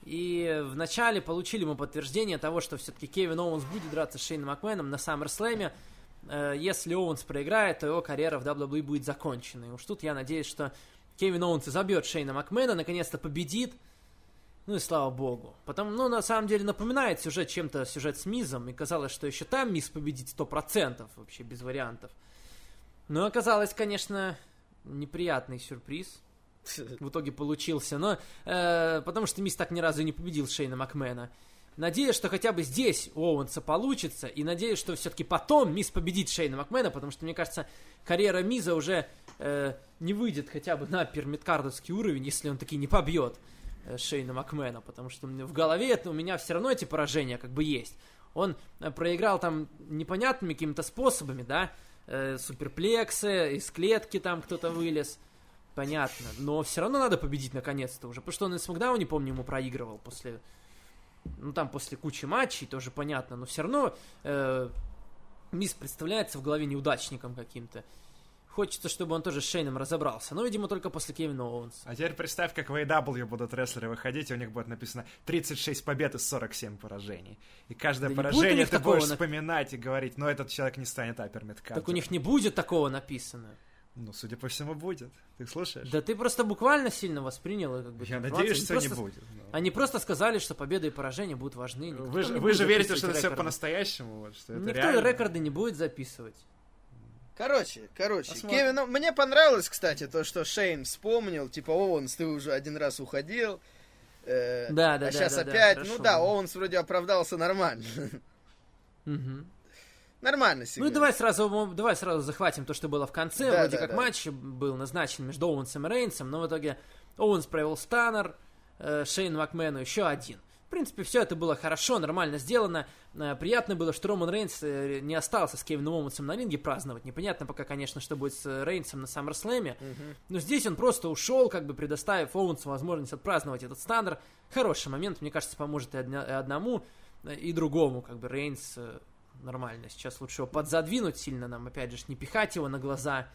И вначале получили мы подтверждение того, что все-таки Кевин Оуэнс будет драться с Шейном Макменом на Саммерслэме. Э, Если Оуэнс проиграет, то его карьера в WWE будет закончена. И уж тут я надеюсь, что Кевин Оуэнс и забьет Шейна Макмена, наконец-то победит. Ну и слава богу. Потом, ну, на самом деле, напоминает сюжет чем-то сюжет с Мизом. И казалось, что еще там Миз победит 100%, вообще без вариантов. Но Ну, оказалось, конечно, неприятный сюрприз. В итоге получился, но э, потому что Мисс так ни разу и не победил Шейна Макмена. Надеюсь, что хотя бы здесь у Оуэнса получится, и надеюсь, что все-таки потом Мисс победит Шейна Макмена, потому что, мне кажется, карьера Миза уже э, не выйдет хотя бы на пермиткардовский уровень, если он таки не побьет э, Шейна Макмена, потому что у меня в голове это у меня все равно эти поражения как бы есть. Он э, проиграл там непонятными какими-то способами, да, э, суперплексы, из клетки там кто-то вылез, понятно, но все равно надо победить наконец-то уже, потому что он и в Смакдауне, помню, ему проигрывал после, ну там после кучи матчей, тоже понятно, но все равно э, Мисс представляется в голове неудачником каким-то. Хочется, чтобы он тоже с Шейном разобрался, но, видимо, только после Кевина Оуэнса.
А теперь представь, как в AEW будут рестлеры выходить, и у них будет написано 36 побед и 47 поражений. И каждое
Да не будет у
поражение
них
ты
такого
будешь
на-
вспоминать и говорить, но этот человек не станет апермиткардом.
Так у них не будет такого написано.
Ну, судя по всему, будет. Ты слушаешь?
Да ты просто буквально сильно воспринял их, как бы.
Я
эту
надеюсь, что
информацию. Они
не
просто-
будет. но-
Они просто сказали, что победа и поражение будут важны. Никто
Вы же,
не
вы
будет
же
Ну,
верите,
записывать
что это все
рекорды.
по-настоящему? Вот, что это
Никто
реально?
рекорды не будет записывать.
Короче, короче,
Посмотрим.
Кевин, О- мне понравилось, кстати, то, что Шейн вспомнил, типа, Оуэнс, ты уже один раз уходил, э,
Да, да,
а
да,
сейчас
да, да,
опять, ну
хорошо.
да, Оуэнс вроде оправдался нормально,
Мгм.
нормально
Ну и
сегодня.
давай сразу, м, давай сразу захватим то, что было в конце.
Да,
Вроде
да,
как
да.
матч был назначен между Оуэнсом и Рейнсом, но в итоге Оуэнс провел станнер, э, Шейн Макмену еще один. В принципе, все это было хорошо, нормально сделано. Э, Приятно было, что Роман Рейнс э, не остался с Кевином Оуэнсом на ринге праздновать. Непонятно пока, конечно, что будет с э, Рейнсом на Саммерслэме. Но здесь он просто ушел, как бы предоставив Оуэнсу возможность отпраздновать этот стандарт. Хороший момент, мне кажется, поможет и, одня- и одному, э, и другому. Как бы Рейнс э, нормально. Сейчас лучше его подзадвинуть сильно нам, опять же, ж не пихать его на глаза.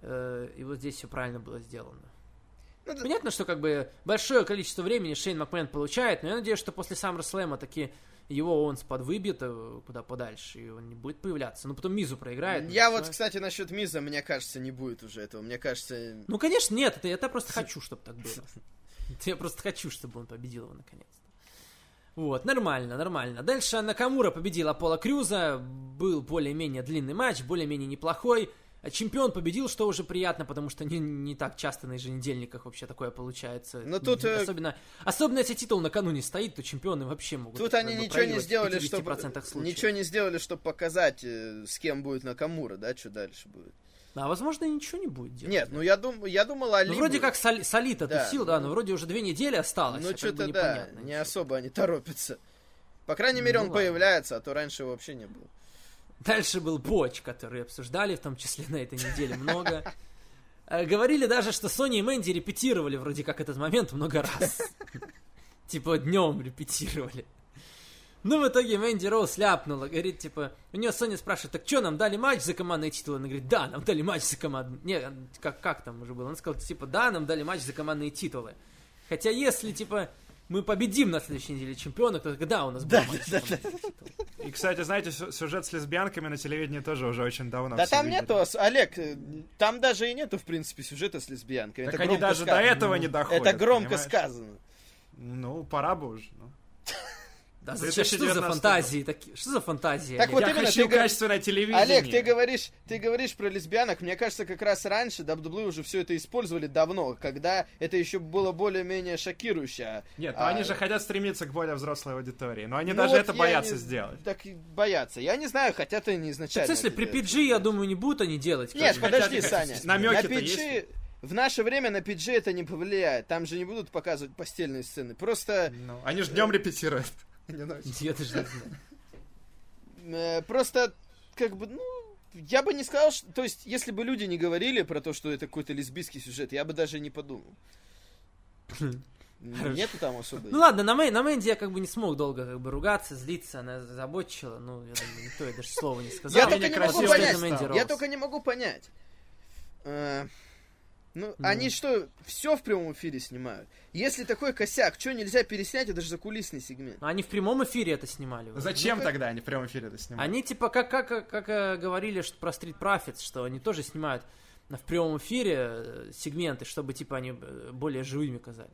Э, Э, И вот здесь все правильно было сделано.
Ну,
Понятно, что как бы большое количество времени Шейн Макмен получает, но я надеюсь, что после Саммерслэма таки его он подвыбьет э, куда подальше, и он не будет появляться. Ну, потом Мизу проиграет.
Я
ну,
вот,
всё.
кстати, насчет Миза, мне кажется, не будет уже этого. Мне кажется,
Ну, конечно, нет, это, это я просто хочу, чтобы так было. Это Я просто хочу, чтобы он победил его наконец-то. Вот, нормально, нормально. Дальше Накамура победил Аполло Крюза. Был более-менее длинный матч, более-менее неплохой. А Чемпион победил, что уже приятно, потому что не, не так часто на еженедельниках вообще такое получается.
Но тут, э,
особенно, особенно если титул накануне стоит, то чемпионы вообще могут...
Тут
как
они
бы
ничего не
проигрывать в
сделали,
50%
чтобы э,
случаев.
ничего не сделали, чтобы показать, э, с кем будет Накамура, да, что дальше будет.
А возможно, и ничего не будет делать.
Нет, ну я думал, я думал, Али.
Ну, вроде
будет.
как Соли- Солита
Да.
тусил, да, но вроде уже две недели осталось. а
ну
как бы
что-то да,
непонятно
не
ничего.
особо они торопятся. По крайней мере,
Ну
он
ладно.
появляется, а то раньше его вообще не было.
Дальше был Боч, который обсуждали, в том числе на этой неделе много. Э, Говорили даже, что Сони и Мэнди репетировали вроде как этот момент много раз. Типа днем репетировали. Ну, в итоге Мэнди Роуз ляпнула, говорит, типа, у нее Соня спрашивает, так что, нам дали матч за командные титулы? Она говорит, да, нам дали матч за командные... Не, как, как там уже было? Он сказал, типа, да, нам дали матч за командные титулы. Хотя если, типа, мы победим на следующей неделе чемпиона, то тогда у нас будет матч за командные титулы.
И, кстати, знаете, сю- сюжет с лесбиянками на телевидении тоже уже очень давно.
да
все
там
видели.
нету, ос- Олег, э, там даже и нету, в принципе, сюжета с лесбиянкой.
Так
это
они
громко
даже до
сказано.
этого не доходят.
Это громко
понимаешь?
сказано.
Ну, пора бы уже. ну.
Да,
Да
зачем?
это
Что за
2019
фантазии? такие? Что за фантазии?
Так
Олег?
Вот
Я
именно,
хочу
ты говор-
качественное телевидение.
Олег, ты говоришь, ты говоришь про лесбиянок. Мне кажется, как раз раньше WWE уже все это использовали давно, когда это еще было более-менее шокирующе. а-
Нет, ну
а-
они же хотят стремиться к более взрослой аудитории, но они
Ну
даже
вот
это
я
боятся
не-
сделать.
Так и боятся. Я не знаю, хотят они изначально.
Так, если
это
при
делать.
PG, я думаю, не будут они делать.
Нет,
как бы.
подожди,
хотят,
Саня.
хотят. Намёки-то
на PG
есть?
в наше время на PG это не повлияет. Там же не будут показывать постельные сцены. Просто,
Ну, они же днем репетируют.
Я даже не знаю.
э, просто как бы, ну, я бы не сказал, что... То есть, если бы люди не говорили про то, что это какой-то лесбийский сюжет, я бы даже не подумал. Нету там особо.
Ну ладно, на, Мэ- на Мэнди я как бы не смог долго как бы ругаться, злиться, она забочила. Ну, я думаю, никто ей даже слова не сказал.
Я
Зал
только не
некрасиво
могу
выглядит
понять.
на Мэнди
Я только не могу понять. Э, Ну,
Ну.
они что, все в прямом эфире снимают? Если такой косяк, что нельзя переснять, это же закулисный сегмент.
Но Они в прямом эфире это снимали. уже.
Зачем
Ну, как-
тогда они в прямом эфире это снимают?
Они типа как, как, как, э, говорили что про Street Profits, что они тоже снимают на- в прямом эфире э, сегменты, чтобы типа они э, более живыми казались.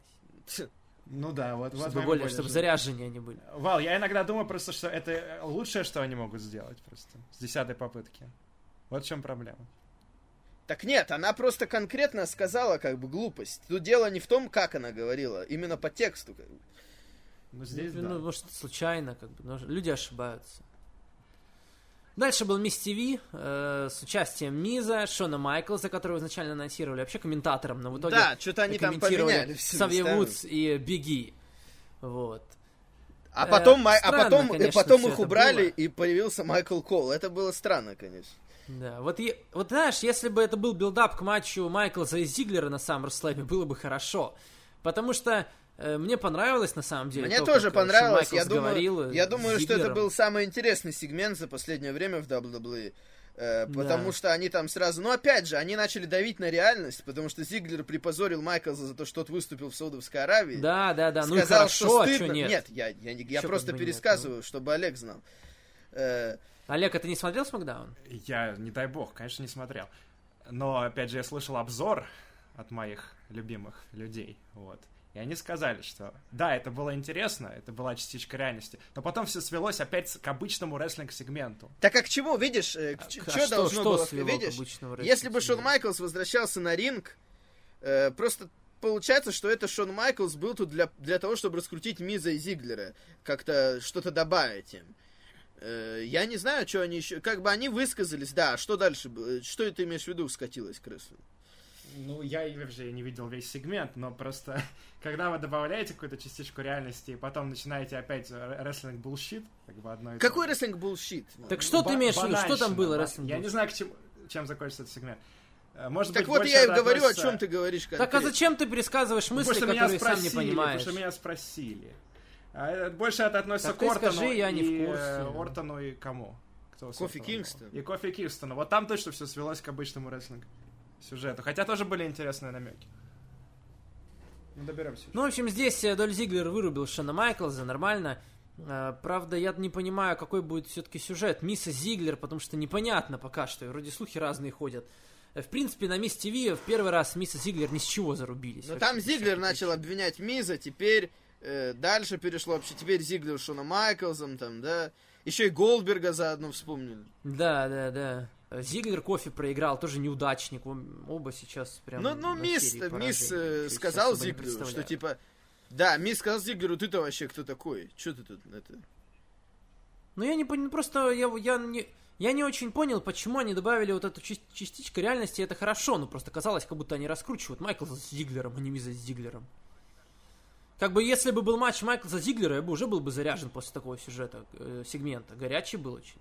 Ну да, вот. вот
Чтобы,
вам и
более, чтобы
же.
заряженнее они были.
Вал, я иногда думаю просто, что это э, лучшее, что они могут сделать просто с десятой попытки. Вот в чем проблема.
Так нет, она просто конкретно сказала как бы глупость. Тут дело не в том, как она говорила, именно по тексту. как бы.
Ну здесь
ну,
да.
ну, может, случайно, как бы, но люди ошибаются. Дальше был Мисс ТВ э, с участием Миза, Шона Майклза, которого изначально анонсировали вообще комментатором, но в итоге
Да, что-то они там поменяли.
комментировали
всё
Савье
местами.
Вудс и Беги. Вот.
А
Э,
потом, Май- а
странно,
потом,
конечно,
и потом
всё
их
это
убрали,
было.
и появился Майкл Кол. Это было странно, конечно.
Да, вот, е- вот знаешь, если бы это был билдап к матчу Майклза и Зиглера на Саммерслэме, было бы хорошо. Потому что э, мне понравилось на самом деле.
Мне
то,
тоже
как, э, Шон
понравилось.
Майклс
Я думаю,
говорил, э,
я
с
думаю, что это
Зиглером.
был самый интересный сегмент за последнее время в WWE. э,
Да.
Потому что они там сразу... Но опять же, они начали давить на реальность, потому что Зиглер припозорил Майклза за то, что тот выступил в Саудовской Аравии.
Да, да, да. Ну и
сказал,
хорошо,
что
а
стыдно.
чё нет?
я, я, не- я
Чё
просто
как бы нет, ну.
пересказываю, чтобы Олег знал. Э,
Олег, а ты не смотрел Смакдаун?
Я, не дай бог, конечно, не смотрел. Но, опять же, я слышал обзор от моих любимых людей, вот. И они сказали, что да, это было интересно, это была частичка реальности, но потом все свелось опять с- к обычному рестлинг-сегменту.
так как к чему, видишь, э, к ч-
А
чё должно было...
свело к
видишь,
обычному
Если
рейтингу?
бы Шон Майклс возвращался на ринг, э, просто получается, что это Шон Майклс был тут для, для того, чтобы раскрутить Миза и Зиглера. Как-то что-то добавить им. Э, я не знаю, что они еще... Как бы они высказались, да, а что дальше? было? Что это имеешь в виду, скатилась крыса?
Ну, я и вообще не видел весь сегмент, но просто когда вы добавляете какую-то частичку реальности и потом начинаете опять э, р- рестлинг-булщит, как бы одно и то
Какой
же.
рестлинг булщит?
Так что ты
Ба-
имеешь в виду? Что там
банальщина,
было,
ба-
раз
Я не знаю, к чему, чем закончится этот сегмент. Э, Может
Так
быть,
вот
больше
я и
это
говорю, о
относится-
чем ты говоришь
Так а
конкретно.
зачем ты пересказываешь мысли,
Ну, Потому что
которые сам
меня
не
спросили,
понимаешь?
Потому что меня спросили. А, э, Больше это относится
Так
к
ты
Ортону
скажи, я не в
и,
курсе.
э, Ортону и кому? Кто с
Кофи
Ортоном был?
Кингстону.
И Кофи Кингстону. Вот там точно все свелось к обычному рестлингу. сюжету. Хотя тоже были интересные намеки. Ну, доберемся.
Ну, в общем, здесь э, Доль Зиглер вырубил Шона Майклза, нормально. Э, Правда, я не понимаю, какой будет все-таки сюжет Мисса Зиглер, потому что непонятно пока что, и вроде слухи разные ходят. Э, В принципе, на Мисс ТВ в первый раз Мисса Зиглер ни с чего зарубились.
Но
Вообще
Ну, там
без
Зиглер
всяких
начал
причин.
обвинять Миза, теперь э, дальше перешло вообще. Теперь Зиглер Шона Майклзом там, да. Еще и Голдберга заодно вспомнили.
Да, да, да. Э, Зиглер кофе проиграл, тоже неудачник. Он- Оба сейчас прям...
ну, ну,
на
мисс,
серии
э, мисс
поражений.
э,
То есть
сказал
особо не
Зиглеру, что
представляю.
типа... Да, мисс сказал Зиглеру, ты-то вообще кто такой? Че ты тут? Это...
Ну, я не понял, просто я, я, не, я не очень понял, почему они добавили вот эту чис- частичку реальности, это хорошо, но просто казалось, как будто они раскручивают Майклза с Зиглером, а не Миза с Зиглером. Как бы, если бы был матч Майклза Зиглера, я бы уже был бы заряжен после такого сюжета, э, сегмента. Горячий был очень.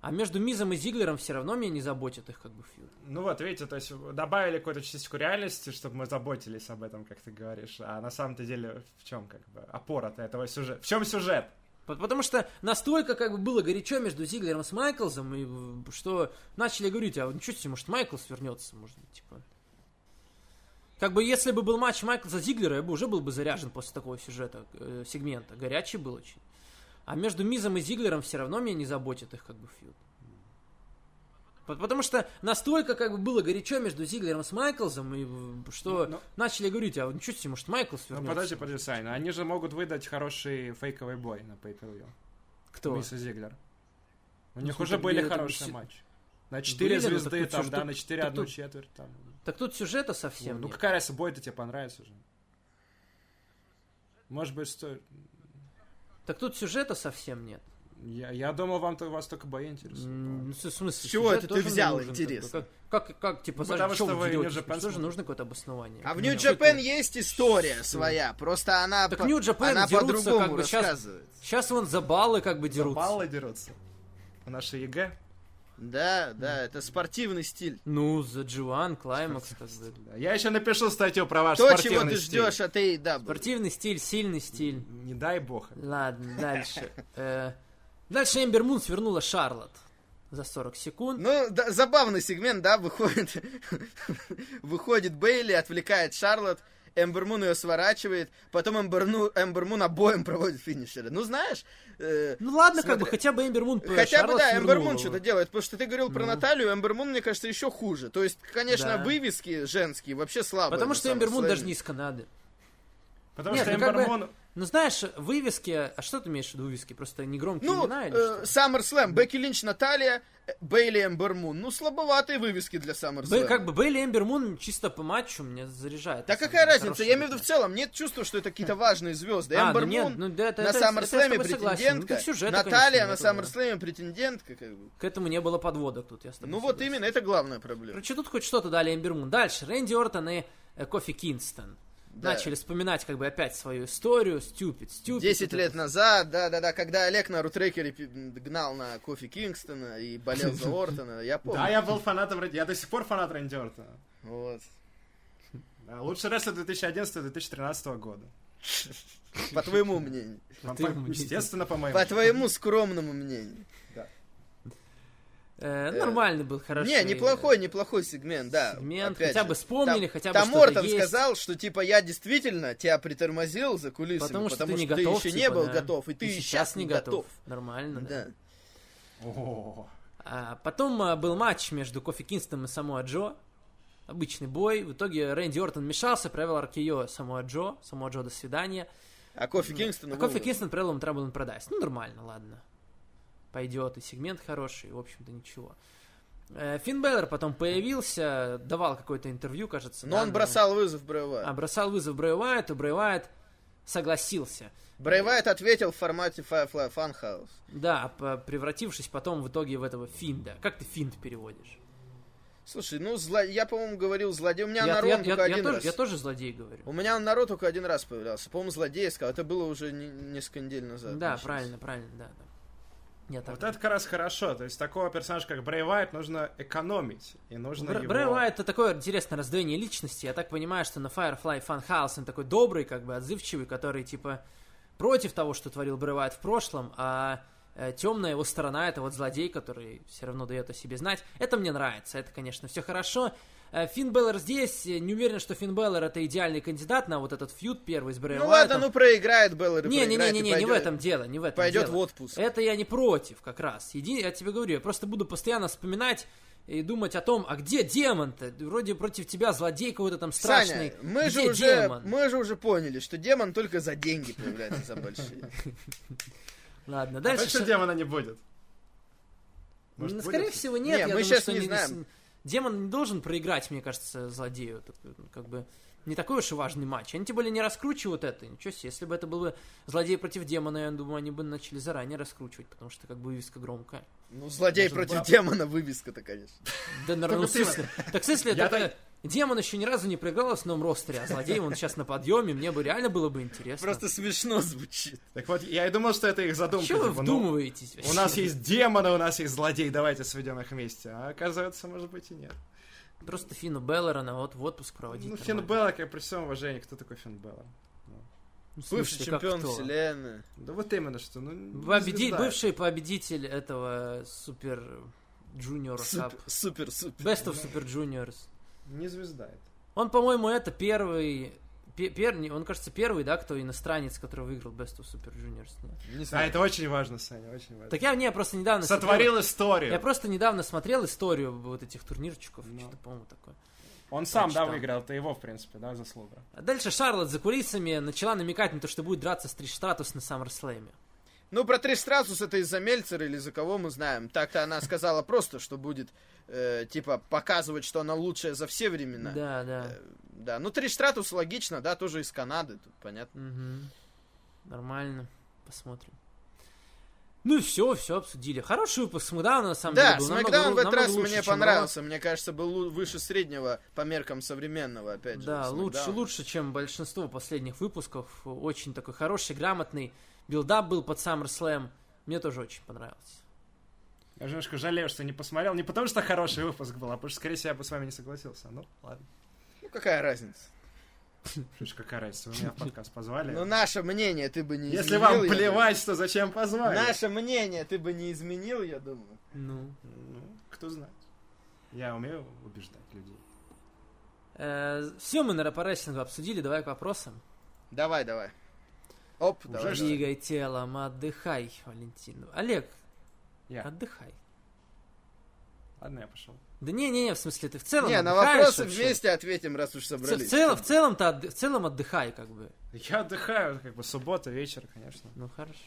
А между Мизом и Зиглером все равно меня не заботит их как бы фьюд.
Ну вот, видите, то есть добавили какую-то частичку реальности, чтобы мы заботились об этом, как ты говоришь. А на самом-то деле в чем как бы опора-то этого сюжета? В чем сюжет?
По- Потому что настолько как бы было горячо между Зиглером с Майклзом, и, э, что начали говорить, а ничего себе, может Майклс вернется, может быть, типа. Как бы если бы был матч Майклза Зиглера, я бы уже был бы заряжен после такого сюжета, э, сегмента. Горячий был очень. А между Мизом и Зиглером все равно меня не заботит их как бы фьюд. По- Потому что настолько как бы было горячо между Зиглером с Майклзом, и, э, что
Ну,
начали говорить, а ничего себе, может Майклс
Ну
вернется.
подожди, подожди, Сань, ну, они же могут выдать хороший фейковый бой на pay per
Кто? Ну,
Мисс и Зиглер. У них
смотри,
уже были
это
хорошие
все-
матчи. На 4
Были, ну, так
звезды,
тут
там,
всё,
да,
что-
на 4
так
одну
тут
четверть. Там.
Так тут сюжета совсем
ну
нет.
какая разница, бой-то тебе понравится уже. Может быть, стоит...
Так тут сюжета совсем нет.
Я, я думал, вам-то вас только бои интересуют.
М, с- В смысле?
ну, С чего
сюжет
это ты
тоже
взял,
нужен, как бы,
интересно?
Как, как, как, типа,
Ну,
за
потому
что
что
вы
вы
деретесь?
New Japan
Потому что же
смотрите.
нужно какое-то обоснование.
А в
Ну,
Нью
что
Джапен
ты?
есть история своя, просто она,
Так
по-
New Japan
она
дерутся,
по-другому
как бы, щас-
рассказывает.
Сейчас вон за баллы как бы дерутся.
Баллы дерутся. В нашей ЕГЭ.
Да, да, это спортивный стиль.
Ну, за G1, Клаймакс, как бы.
Да, Я еще напишу статью про
А
ваш
То,
спортивный
чего ты
стиль.
ждешь от AEW.
Спортивный стиль, сильный стиль.
Не дай бог.
Ладно, дальше. Э, Дальше Эмбер Мун свернула Шарлот за 40 секунд.
Ну, да, забавный сегмент, да, выходит, выходит Бейли, отвлекает Шарлот, Эмбермун ее сворачивает, потом Эмбермун обоим проводит финишеры. Ну, знаешь, э,
Ну ладно, как бы,
Смотри.
хотя бы Эмбер Мун э,
хотя бы,
Шарлот
да,
свернула
Эмбермун
бы.
что-то делает, потому что ты говорил про
Ну.
Наталью, Эмбермун, мне кажется, еще хуже. То есть, конечно,
Да.
вывески женские вообще слабые.
Потому
на
что
самом
Эмбер Мун
деле.
даже не из Канады.
Потому
Нет,
что
ну как бы-
Эмбер Мун-
Ну знаешь, вывески... А что ты имеешь в виду вывески? Просто негромкие
Ну,
имена или что?
э, SummerSlam, Бекки Линч, Наталья, э, Бейли, Эмбермун. Ну, слабоватые вывески для SummerSlam.
Бэ- как бы Бейли Эмбер Мун чисто по матчу мне заряжает.
Да
на самом
какая
деле,
разница?
хороший
Я имею в виду в
матч.
целом, нет чувства, что это какие-то важные звезды.
А, ну
Эмбер
нет,
Мун
ну да, это-
на
это- это я с тобой
SummerSlam
согласен. Ну,
претендентка,
тут сюжета,
Наталья
конечно,
на
нету, да.
SummerSlam претендентка. как бы.
К этому не было подводок тут, я с тобой
Ну вот
согласен.
именно, это главная проблема.
Короче, тут хоть что-то дали Эмбер Мун. Дальше, Рэнди Ортон и э, Кофи Кингстон.
Да.
Начали вспоминать как бы опять свою историю, стюпид, стюпид.
Десять
вот
лет
это.
назад, да-да-да, когда Олег на рутрекере пи- гнал на Кофи Кингстона и болел за Ортона, я
Да,
помню.
я был фанатом Рэнди- Я до сих пор фанат Рэнди Ортона.
Вот.
Да, Лучший рестлер 2011-2013 года.
По твоему мнению.
По-
А ты ему-
Естественно, по моему.
По твоему скромному мнению.
Э, нормальный был, хороший. э,
Не, неплохой, неплохой сегмент, да.
сегмент.
Опять
Хотя
же,
бы вспомнили,
там-
хотя бы
Там
что-то
Мортон
есть.
сказал, что типа я действительно тебя притормозил за кулисами,
Потому
потому
что
что,
ты не готов,
еще не
типа,
был
да.
готов, и ты и
сейчас не готов.
Да.
Нормально, да.
О,
А потом а, был матч между Кофи Кингстоном и Самуа Джо. Обычный бой. В итоге Рэнди Ортон мешался, провел Аркио Самуа Джо. Самуа Джо, до свидания.
А Кофи Кингстон...
А
вывод.
Кофи Кингстон провел ему Trouble in Paradise. Ну, нормально, ладно. Пойдет, и сегмент хороший, в общем-то, ничего. Э, Финн Бэллер потом появился, давал какое-то интервью, кажется.
Но
да,
он
на-
бросал вызов Брейвайт.
А, бросал вызов Брэй Уайту, Брэй Уайт согласился.
Брейвайт ответил в формате Firefly Funhouse.
Да, п- превратившись потом в итоге в этого Финда. Как ты Финд переводишь?
Слушай, ну зло- я, по-моему, говорил злодей. У меня народ
я-
только
я- я
один
тоже,
раз.
я тоже злодей говорю.
У меня народ только один раз появлялся. По-моему, злодей сказал. Это было уже не- несколько недель назад.
Да,
получается.
правильно, правильно, да. да. Я так-
Вот это как раз хорошо. То есть такого персонажа, как Брэй Уайт, нужно экономить. И нужно
Бр-
его...
Брэй Уайт это такое интересное раздвоение личности. Я так понимаю, что на Firefly Funhouse он такой добрый, как бы отзывчивый, который типа против того, что творил Брэй Уайт в прошлом, а темная его сторона, это вот злодей, который все равно дает о себе знать. Это мне нравится, это, конечно, все хорошо. Э, Финн Беллер здесь, э, не уверен, что Финн Беллер это идеальный кандидат на вот этот фьюд первый с Брэем
Ну ладно, ну проиграет Беллер и
не, не, не,
проиграет,
не,
и
не, не
пойдет.
в этом дело, не в этом
пойдет
дело.
в отпуск.
Это я не против, как раз. Иди, я тебе говорю, я просто буду постоянно вспоминать и думать о том, а где демон-то? Вроде против тебя злодей какой-то там страшный.
Саня, мы же,
Где
уже,
демон?
мы же уже поняли, что демон только за деньги появляется, за большие.
Ладно,
А
дальше.
Точно
что-
демона не будет.
Ну,
Может,
скорее
будет?
всего, нет.
Не,
я
мы
думаю,
щас
что
не
не-
знаем.
Демон не должен проиграть, мне кажется, злодею. Так, ну, Как бы не такой уж и важный матч. Они тем более не раскручивают это. Ничего себе. Если бы это был бы злодей против демона, я думаю, они бы начали заранее раскручивать, потому что как бы вывеска громкая.
Ну, злодей
Может,
против
баб-
демона вывеска-то, конечно.
Да, наверное, ну, в смысле. Так, в смысле,
Я
так,
так-
э, демон еще ни разу не проиграл в основном ростере, а злодей, он сейчас на подъеме, мне бы реально было бы интересно.
Просто смешно звучит.
Так вот, я и думал, что это их задумка.
Чего вы
типа, ну,
вдумываетесь?
У нас есть демоны, у нас есть злодей, давайте сведем их вместе. А оказывается, может быть и нет.
Просто Финну Беллера на вот в отпуск проводить.
Ну, Финн
нормально.
Беллер, как при всем уважении, кто такой Финн Беллер?
Ну, в смысле,
Бывший
как
чемпион
кто?
вселенной.
Да вот именно что, ну, не
Победи-
звезда.
Бывший победитель этого супер джуниора
Супер, супер, супер.
Best of Super Juniors.
Не звезда это.
Он, по-моему, это первый... пе- пер- не, он, кажется, первый, да, кто иностранец, который выиграл Best of Super Juniors. нет?
Не
А
знаю.
это очень важно, Саня, очень важно.
Так я мне просто недавно...
Сотворил
смотрел-
историю.
Я просто недавно смотрел историю вот этих турнирчиков,
Ну.
что-то, по-моему, такое.
Он сам, да,
прочитал.
выиграл, это его, в принципе, да, заслуга.
А дальше Шарлот за кулисами начала намекать на то, что будет драться с Триш Стратус на Саммерслэме.
Ну, про Триш Стратус это из-за Мельцера или за кого мы знаем. Так-то она сказала просто, что будет, э, типа, показывать, что она лучшая за все времена.
Да, да.
Э, да. Ну, Триш Стратус логично, да, тоже из Канады, тут понятно.
Мгм. Нормально. Посмотрим. Ну и все, все обсудили. Хороший выпуск Смакдауна, на самом
Да,
деле, был. Намного
Смакдаун
ру-
в этот
намного
раз
лучше,
мне
чем Ро.
понравился. Мне кажется, был лу- выше среднего по меркам современного, опять же.
Да,
Smackdown.
лучше, лучше, чем большинство последних выпусков. Очень такой хороший, грамотный билдап был под SummerSlam. Мне тоже очень понравилось.
Я же немножко жалею, что не посмотрел. Не потому, что хороший выпуск был, а потому что, скорее всего, я бы с вами не согласился. Ну, ладно.
Ну, какая разница?
Слушай, какая разница, вы меня в подкаст позвали.
Ну, наше мнение ты бы не
Если
изменил.
вам
я думаю.
плевать, то зачем позвали?
Наше мнение ты бы не изменил, я думаю.
Ну.
Ну, кто знает. Я умею убеждать людей.
все Э, мы на по рестлингу обсудили, давай к вопросам.
Давай, давай. Оп,
Уже
давай.
что?
Двигай телом, отдыхай, Валентин. Олег,
Я.
отдыхай.
Ладно, я пошел.
Да не-не-не, в смысле, ты в целом
Не, на
отдыхаешь
вопросы
вообще?
вместе ответим, раз уж
В, ц-
собрались.
в целом, в целом-то отды- в целом отдыхай, как бы.
Я отдыхаю, как бы суббота, вечер, конечно.
Ну хорошо.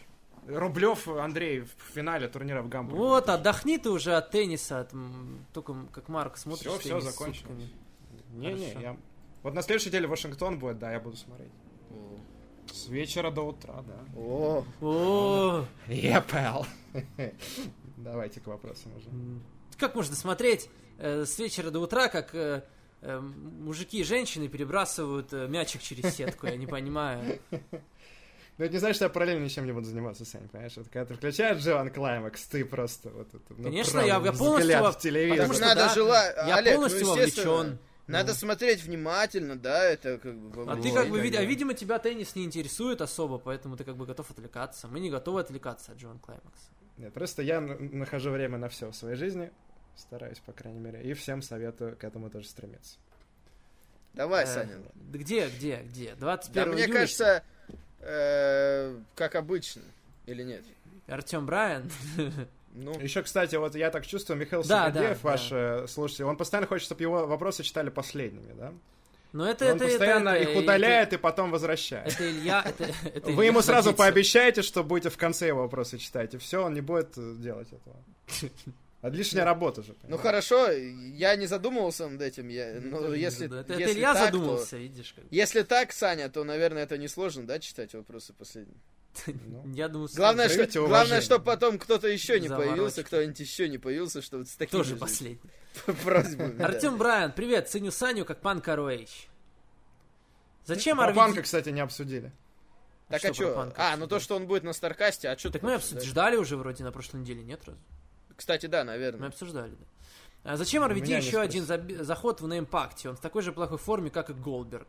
Рублев Андрей в финале турнира в Гамбурге.
Вот, а, отдохни ты уже от тенниса, от, м, только м, как Марк смотришь.
Все, все
теннис с
закончилось.
утками.
Не-не,
Хорошо.
я... Вот на следующей неделе Вашингтон будет, да, я буду смотреть. С вечера до утра, да.
О,
О,
Я пал. Давайте к вопросам уже.
м, как можно смотреть э, с вечера до утра, как э, э, мужики и женщины перебрасывают э, мячик через сетку, я не понимаю.
Ну, это не значит, что я параллельно ничем не буду заниматься, Сань, понимаешь? Вот когда ты включаешь Джоан Клаймакс, ты просто вот это, ну,
Конечно,
прям
я- я полностью
взгляд
во-
в телевизор.
потому
так
что,
надо
да,
жела-
я
Олег, ну,
полностью
естественно,
вовлечен.
Надо смотреть внимательно, да, это как бы...
Ну. А
во-
ты
Ой,
как бы,
да,
вид- а
да.
видимо, тебя теннис не интересует особо, поэтому ты как бы готов отвлекаться. Мы не готовы отвлекаться от Джон Клаймакса.
Нет, просто я н- нахожу время на все в своей жизни, стараюсь, по крайней мере, и всем советую к этому тоже стремиться.
Давай,
Э,
Саня.
да Где, где, где? 21
Да, мне
июля.
кажется, э, как обычно. Или нет?
Артем Брайан.
Ну,
Еще, кстати, вот я так чувствую, Михаил
Да,
Сергеев,
да,
ваш э, слушатель, он постоянно хочет, чтобы его вопросы читали последними, да?
Но это,
он
это, это-
постоянно
это-
их
это-
удаляет и потом возвращает.
Это Илья, это, это
Вы
Илья
ему сразу
садится.
пообещаете, что будете в конце его вопросы читать, и все, он не будет э, делать этого. А лишняя работа же.
ну
понимаешь?
хорошо, я не задумывался над этим. Я,
Ну,
но
тоже
если,
не знаю. это, это
если
Илья
так, то-
задумался, видишь, как.
Если так, Саня, то, наверное, это несложно, да, читать вопросы последние?
Ну,
Я думаю,
Главное, что,
проявите
главное,
уважение.
что потом кто-то еще не
Заморочки.
появился, кто-нибудь еще не появился, что вот с такими
тоже
же
последний.
просьбами. да.
Артем Брайан, привет, ценю Саню как панк ROH. Зачем
Про
RVD?
А банка, кстати, не обсудили.
Так
Что
а
про
что?
панков?
А, ну то, что он будет на Старкасте, а что
Так мы обсуждали уже вроде на прошлой неделе, нет? Раз?
Кстати, да, Ну,
Мы
наверное.
обсуждали, да. А зачем RVD
Меня не
еще один
спросили.
заби- заход в неймпакте? Он в такой же плохой форме, как и Голдберг.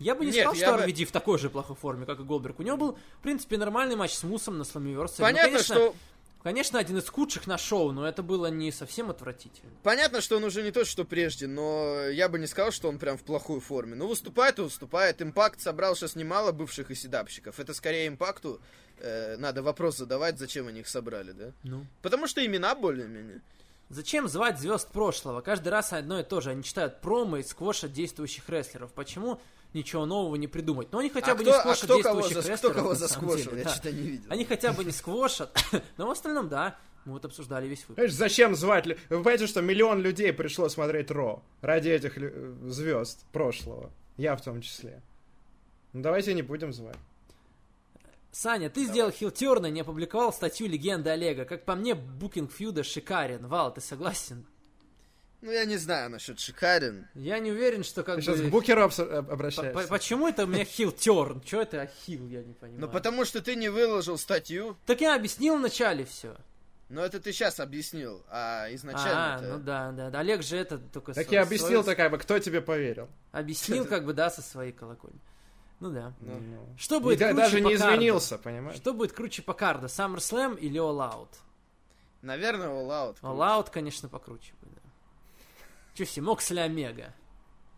Я бы не
Нет,
сказал,
я
что
бы-
RVD в такой же плохой форме, как и Голдберг. У него был, в принципе, нормальный матч с Мусом на Сламиверсе.
Понятно, что
Ну, Конечно, один из худших на шоу, но это было не совсем отвратительно.
Понятно, что он уже не то, что прежде, но я бы не сказал, что он прям в плохой форме. Ну, выступает и выступает. Импакт собрал сейчас немало бывших и седапщиков. Это скорее импакту э, надо вопрос задавать, зачем они их собрали, да?
Ну.
Потому что имена более-менее.
Зачем звать звезд прошлого? Каждый раз одно и то же. Они читают промо и сквошат действующих рестлеров. Почему ничего нового не придумать? Но они хотя
а
бы
кто,
не
а
сквошат
кто кого,
действующих
за,
рестлеров.
кто кого
на самом
засквошил?
деле,
я
да.
что-то не видел.
Они хотя бы не сквошат, но в остальном да. Мы вот обсуждали весь выпуск.
Знаешь, зачем звать? лю- Вы понимаете, что миллион людей пришло смотреть Ро ради этих лю- звезд прошлого. Я в том числе. Ну давайте не будем звать.
Саня, ты сделал хилтерн и не опубликовал статью «Легенда Олега». Как по мне, букинг фьюда шикарен. Вал, ты согласен?
Ну, я не знаю насчет Ну, Шикарин.
Я не уверен, что как
Ты сейчас
бы...
к Букеру абсо- об-
По- по-
обращаешься.
Почему это у меня хилтерн? Че это ахилл, я не понимаю.
Ну, потому что ты не выложил статью,
Так я объяснил вначале все.
но это ты сейчас объяснил, а изначально
А, ну да, да, да. Олег же это только...
Так
со-
я объяснил,
свой-
то как бы, кто тебе поверил.
Объяснил как бы, да, со своей колокольни. Ну да.
Ну.
Что
И
будет
да-
круче
даже
по
не
карду?
извинился, понимаешь?
Что будет круче по карду, SummerSlam или All Out?
Наверное, All Out.
All Out, конечно, покруче будет. Да. Чё себе, Моксли Омега.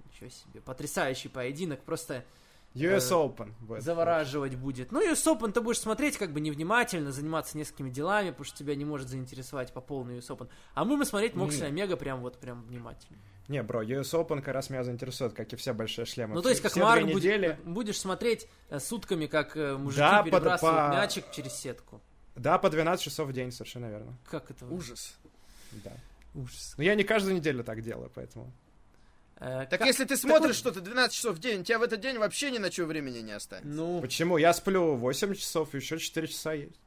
Ничего себе, потрясающий поединок, просто
US
Э,
Open. будет.
завораживать будет. Ну и Open ты будешь смотреть как бы невнимательно, заниматься несколькими делами, потому что тебя не может заинтересовать по полной US Open. А мы будем смотреть Моксли
Не.
Омега прям вот прям внимательно.
Не, бро, US Open как раз меня заинтересует, как и все большие шлемы.
Ну
Все-
то есть как
все две
Марк будет-
недели.
будешь смотреть э, сутками, как э, мужики
Да, по-
перебрасывают
по-
мячик через сетку.
Да, по 12 часов в день, совершенно верно.
Как это?
Ужас.
Да.
Ужас.
Но я не каждую неделю так делаю, поэтому.
Э,
Так
как-
если ты смотришь что-то 12 часов в день, у тебя в этот день вообще ни на что времени не останется.
Ну,
Почему? Я сплю 8 часов, еще 4 часа есть.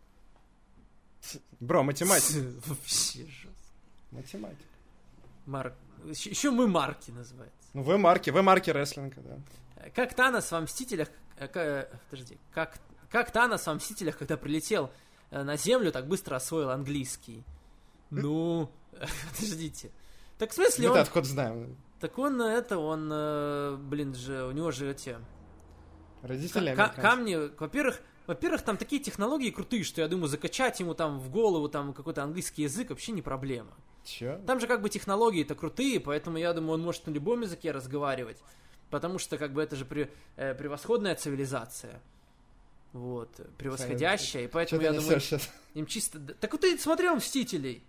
Бро, математика.
вообще жестко.
Математика.
Марк. Еще мы марки называется.
Ну, вы марки, вы марки рестлинга, да.
Э, Как Танос во Мстителях... э, к- э, Подожди. Как, как Танос во Мстителях, когда прилетел э, на Землю, так быстро освоил английский? Ну, подождите. Так в смысле
Мы
он...
отход знаем.
Так он э, это, он... э, Блин же, у него же эти...
Родители
Ка-
американцы.
камни, во-первых, во-первых, там такие технологии крутые, что я думаю, закачать ему там в голову там какой-то английский язык вообще не проблема.
Чё?
Там же как бы технологии-то крутые, поэтому я думаю, он может на любом языке разговаривать, потому что как бы это же пре- э, превосходная цивилизация. Вот, э, превосходящая, и
Чё
поэтому
ты
я думаю,
несёшь сейчас?
им чисто... д- Так вот ты смотрел «Мстителей»?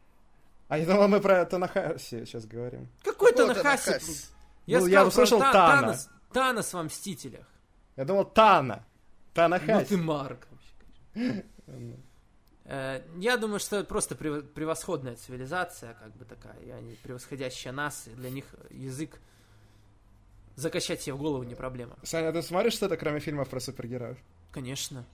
А я думал, мы про Танахаси сейчас говорим.
Какой
Какого
то Хаси?
Танахаси?
Ну, я
сказал про
услышал
Та-
Тана.
Танос, Танос во «Мстителях».
Я думал, Тана.
Ну ты
Танахаси.
Марк вообще, конечно. Э, Я думаю, что это просто прев- превосходная цивилизация, как бы такая, и они превосходящая нас, и для них язык закачать себе в голову не проблема.
Саня, ты смотришь что-то, кроме фильмов про супергероев?
Конечно.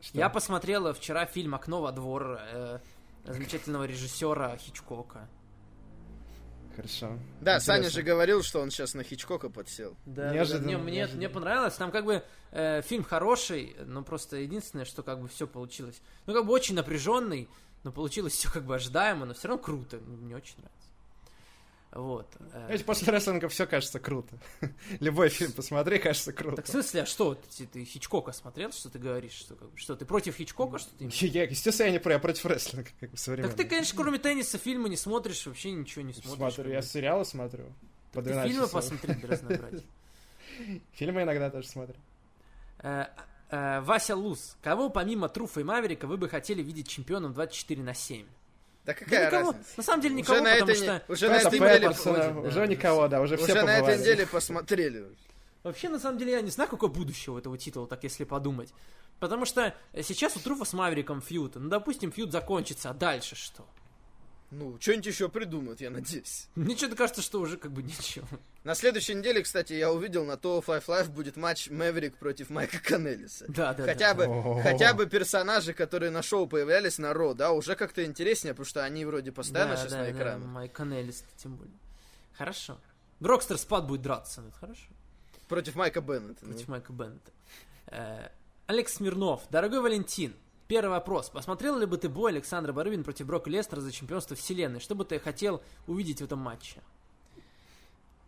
Что?
Я посмотрела вчера фильм «Окно во двор» э, замечательного режиссера Хичкока.
Хорошо.
Да,
Интересно.
Саня же говорил, что он сейчас на Хичкока подсел.
Да,
Неожиданно,
мне, мне,
неожиданно.
мне понравилось. Там как бы э, фильм хороший, но просто единственное, что как бы все получилось. Ну, как бы очень напряженный, но получилось все как бы ожидаемо, но все равно круто. Ну, Мне очень нравится. Вот. э.
Знаете, Ну, после рестлинга все кажется круто. Любой фильм посмотри, кажется круто.
так в смысле, а что? Ты, ты Хичкока смотрел, что ты говоришь? Что, как бы, что ты против Хичкока, что ты?
Я, естественно, я не про, я против рестлинга, как бы
Так ты,
современного.
конечно, кроме тенниса фильмы не смотришь, вообще ничего не смотришь. как
Смотрю,
бы.
я сериалы смотрю. По
Ты
12
фильмы
часов.
посмотри для разнообразия.
Фильмы иногда тоже смотрю.
Э, э, Вася Луз, кого помимо Труфа и Маверика вы бы хотели видеть чемпионом 24 на 7?
Да
Да
какая
Ну, никого.
разница?
На самом деле
Уже
никого,
на
потому
этой
что...
не- уже на
Просто
этой неделе
Пэттинсона
подходит, да,
уже
уже
никого, да, уже, все
Уже на этой
побывали.
неделе посмотрели.
Вообще, на самом деле, я не знаю, какое будущее у этого титула, так если подумать. Потому что э, сейчас у Труфа с Мавериком фьюд. Ну, допустим, фьюд закончится, а дальше что?
Ну, что-нибудь еще придумают, я надеюсь.
Мне что-то кажется, что уже как бы ничего.
На следующей неделе, кстати, я увидел, на то Five Live будет матч Мэврик против Майка Канелиса.
Да, да,
хотя
да.
бы,
О-о-о.
хотя бы персонажи, которые на шоу появлялись на Ро, да, уже как-то интереснее, потому что они вроде постоянно
да,
сейчас
да,
на
да,
экранах.
Майк Канелис, тем более. Хорошо. Рокстер Спад будет драться, ну, это хорошо.
Против Майка Беннета. ну.
против Майка Беннета. Э, Алекс Смирнов. Дорогой Валентин, первый вопрос. Посмотрел ли бы ты бой Александра Барвин против Брока Лестера за чемпионство вселенной? Что бы ты хотел увидеть в этом матче?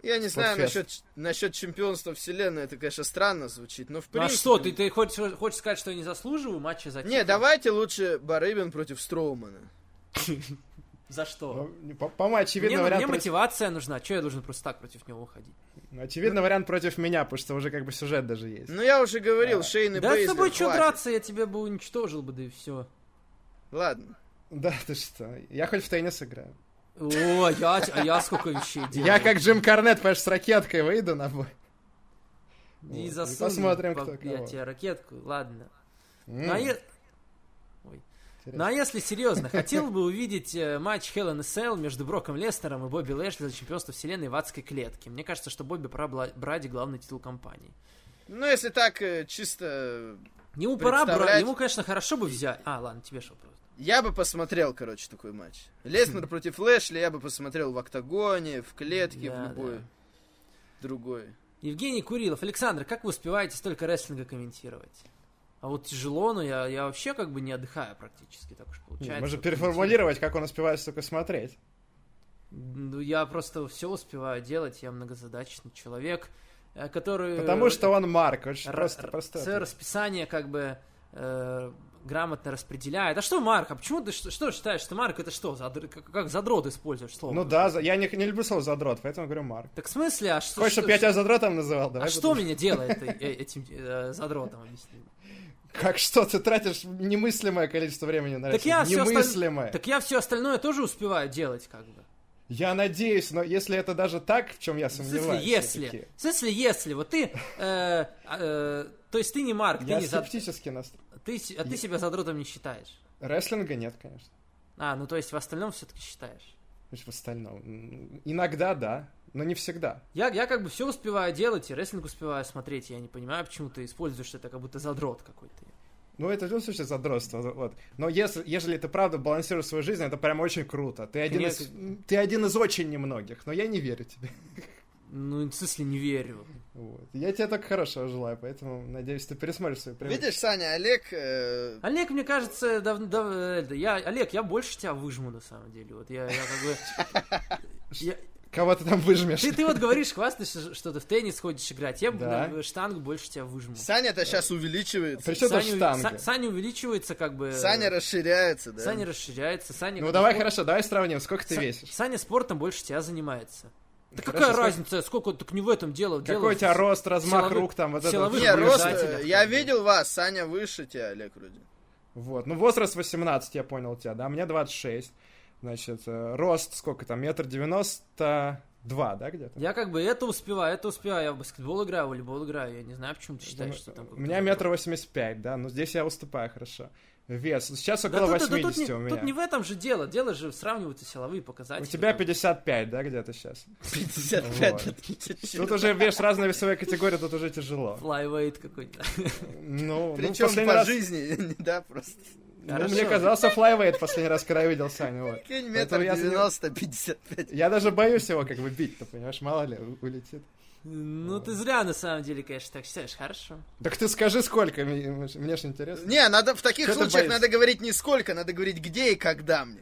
Я не знаю
Подфест.
насчет, насчет чемпионства вселенной, это, конечно, странно звучит, но в
Ну, а
принципе...
что, ты, типа ты хочешь, хочешь сказать, что я не заслуживаю матча за
Не,
титул?
давайте лучше Барыбин против Строумана.
За что?
Ну, По- По-моему, очевидный
мне, ну,
вариант
мне
против-
мотивация нужна. Че я должен просто так против него уходить?
очевидный вариант против меня, потому что уже как бы сюжет даже есть.
Ну, я уже говорил, Шейн и
да с
Бейзлер,
тобой что
хватит.
драться, я тебя бы уничтожил бы, да и все.
Ладно.
Да, ты что? Я хоть в теннис играю.
О, я, а я сколько вещей делаю.
Я как Джим Корнет, понимаешь, с ракеткой выйду на бой. Вот,
И
и
засуну
посмотрим,
по-
кто
Я
кого.
тебе ракетку, ладно.
М,
Ну, а е- Ой.
Интересно.
Ну, а если серьезно, хотел бы увидеть э, матч Hell in a Cell между Броком Лестером и Бобби Лэшли за чемпионство вселенной в адской клетке. Мне кажется, что Бобби пора бла- брать главный титул компании.
Ну, если так, э, чисто...
Ему пора брать,
Представлять-
ему, конечно, хорошо бы взять. А, ладно, тебе что вопрос.
Я бы посмотрел, короче, такой матч. Леснер против Лэшли я бы посмотрел в октагоне, в клетке,
Да,
в любой
да.
другой.
Евгений Курилов. Александр, как вы успеваете столько рестлинга комментировать? А вот тяжело, но я, я вообще как бы не отдыхаю практически, так уж
Не,
получается.
Можно
Вот,
переформулировать, как он успевает столько смотреть.
Ну, я просто все успеваю делать, я многозадачный человек, э, который...
Потому что он Марк, очень
р-
просто
р-
простой.
свое расписание как бы э, грамотно распределяет. А что Марк? А почему ты что, что считаешь, что Марк это что, задр- как, как задрот используешь слово?
Ну да, за- я не, не люблю слово задрот, поэтому говорю Марк.
Так в смысле, а что...
Хочешь,
что-
чтобы я тебя задротом называл?
а
Давай
что
потом.
меня делает э, э, этим э, задротом, объясни?
Как что? Ты тратишь немыслимое количество времени на
Так
это.
я, все
Немыслимое.
так я все остальное тоже успеваю делать, как бы.
Я надеюсь, но если это даже так, в чем я
В смысле,
сомневаюсь.
если.
всё-таки.
В смысле, если. Вот ты... э, э, то есть ты не Марк, ты
Я
не зад-
скептически настроен.
ты с- а ты себя задротом не считаешь.
Рестлинга нет, конечно.
А, ну то есть в остальном все-таки считаешь.
Лишь в остальном. М, Иногда да, но не всегда.
Я, я как бы все успеваю делать, и рестлинг успеваю смотреть. Я не понимаю, почему ты используешь это как будто задрот какой-то.
Ну, это в любом случае задротство. Вот. Но если, ежели ты правда балансируешь свою жизнь, это прям очень круто. Ты один, из,
Конечно.
ты один из очень немногих, но я не верю тебе.
Ну, в смысле, не верю.
Вот. Я тебе только хорошего желаю, поэтому надеюсь, ты пересмотришь свою привычку.
Видишь, Саня, Олег... э,
Олег, мне кажется, дав, дав- э, да, я, Олег, я больше тебя выжму на самом деле. Вот я, я как бы... я-
Кого ты там выжмешь?
ты, ты вот говоришь, хвастаешься, что ты в теннис ходишь играть. Я
Да.
бы на штангу больше тебя выжму.
Саня-то сейчас увеличивается.
Причем тут
Саня,
штанга.
Са- Саня увеличивается как бы...
Саня расширяется, да?
э, Саня расширяется, Саня...
Ну
как
давай,
бы-
хорошо, давай сравним, сколько ты
Са-
весишь.
Саня спортом больше тебя занимается. Да
Хорошо,
какая
сколько-
разница, сколько, так не в этом дело. дело
Какой у
в-
тебя рост, размах
силовых-
рук, там, вот это
силовых
вот
Не,
Вы
рост,
наблюдателя,
э, я
как бы.
видел вас, Саня выше тебя, Олег, вроде.
Вот. Ну, возраст 18, я понял тебя, да? Мне 26. Значит, э, рост сколько там? Метр девяносто два, да, где-то?
Я как бы это успеваю, это успеваю. Я в баскетбол играю, в волейбол играю. Я не знаю, почему ты считаешь,
Думаю,
что там...
У меня метр восемьдесят пять, да? Ну, здесь я уступаю, хорошо. Вес. Сейчас около
тут, да тут
80
не,
у меня.
тут не в этом же дело. Дело же сравниваются силовые
У
показатели.
тебя 55, да, где-то сейчас?
55
Вот.
от 54.
Тут уже, видишь, разная весовая категория, тут уже тяжело.
Флайвейт какой-то.
Ну, ну,
Причем
последний
по
раз-
жизни, да, просто.
ну,
Хорошо.
мне казался флайвейт последний раз, когда я видел Саню. вот.
Кинь метр
Поэтому я за него-
90-55.
Я даже боюсь его как бы бить-то, понимаешь, мало ли, у- улетит.
Ну, ты зря на самом деле, конечно, так считаешь. Хорошо.
Так ты скажи, сколько, мне, мне ж интересно.
Не, надо в таких
Что ты
случаях
боишься?
надо говорить не сколько, надо говорить где и когда мне.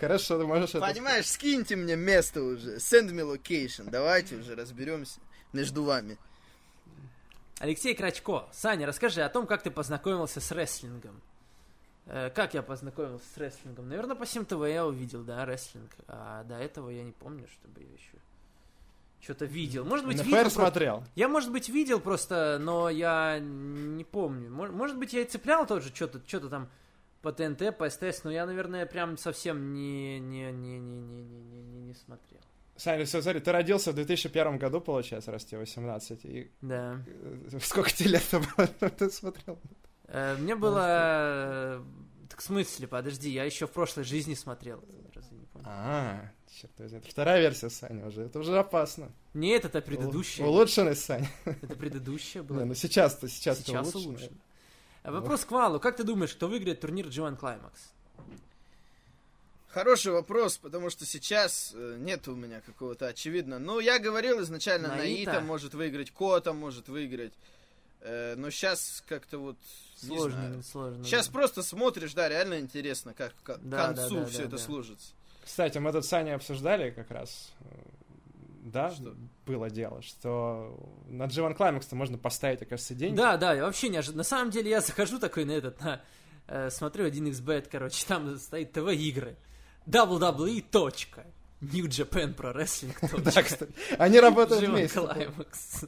Хорошо, ты можешь это...
Понимаешь, скиньте мне место уже. Send me location. Давайте уже разберемся между вами.
Алексей Крачко. Саня, расскажи о том, как ты познакомился с рестлингом. Э, Как я познакомился с рестлингом? Наверное, по 7 ТВ я увидел, да, рестлинг. А до этого я не помню, чтобы я еще что-то видел. Может быть, видел
НФР
просто-
смотрел.
Я, может быть, видел просто, но я не помню. Мож- Может быть, я и цеплял тоже что-то что-то там по ТНТ, по СТС, но я, наверное, прям совсем не, не, не, не, не, не, не, не, не смотрел.
Саня, все, смотри, ты родился в 2001 году, получается, раз тебе 18. И
Да.
э, сколько тебе лет было, ты смотрел?
Э, Мне было... э, Так в смысле, подожди, я еще в прошлой жизни смотрел. Разве не помню?
А, черт возьми, это вторая версия Саня уже, это уже опасно.
Не это, это
Улу-
предыдущее.
Улучшенный Саня.
Это предыдущее
Не,
было.
ну сейчас-то, сейчас ты
Сейчас улучшено. Э, Вопрос к Валу. Как ты думаешь, кто выиграет турнир G1 Climax?
Хороший вопрос, потому что сейчас э, нет у меня какого-то очевидно. Ну, я говорил изначально,
Наита.
Наита, может выиграть, Кота может выиграть. Э, но сейчас как-то вот... не
Сложно,
знаю.
сложно.
Сейчас просто смотришь, да, реально интересно, как к
Да, да,
концу
да,
все
да,
это
да.
служится.
Кстати, мы тут с Саней обсуждали как раз, э, да,
Что?
было дело, что на G1 Climax-то можно поставить, оказывается, деньги.
Да, да, я вообще неожиданно. На самом деле я захожу такой на этот, на, э, смотрю 1xbet, короче, там стоит ТВ-игры. WWE. Точка. New Japan Pro Wrestling.
Да, кстати. Они работают
G1
вместе.
Climax.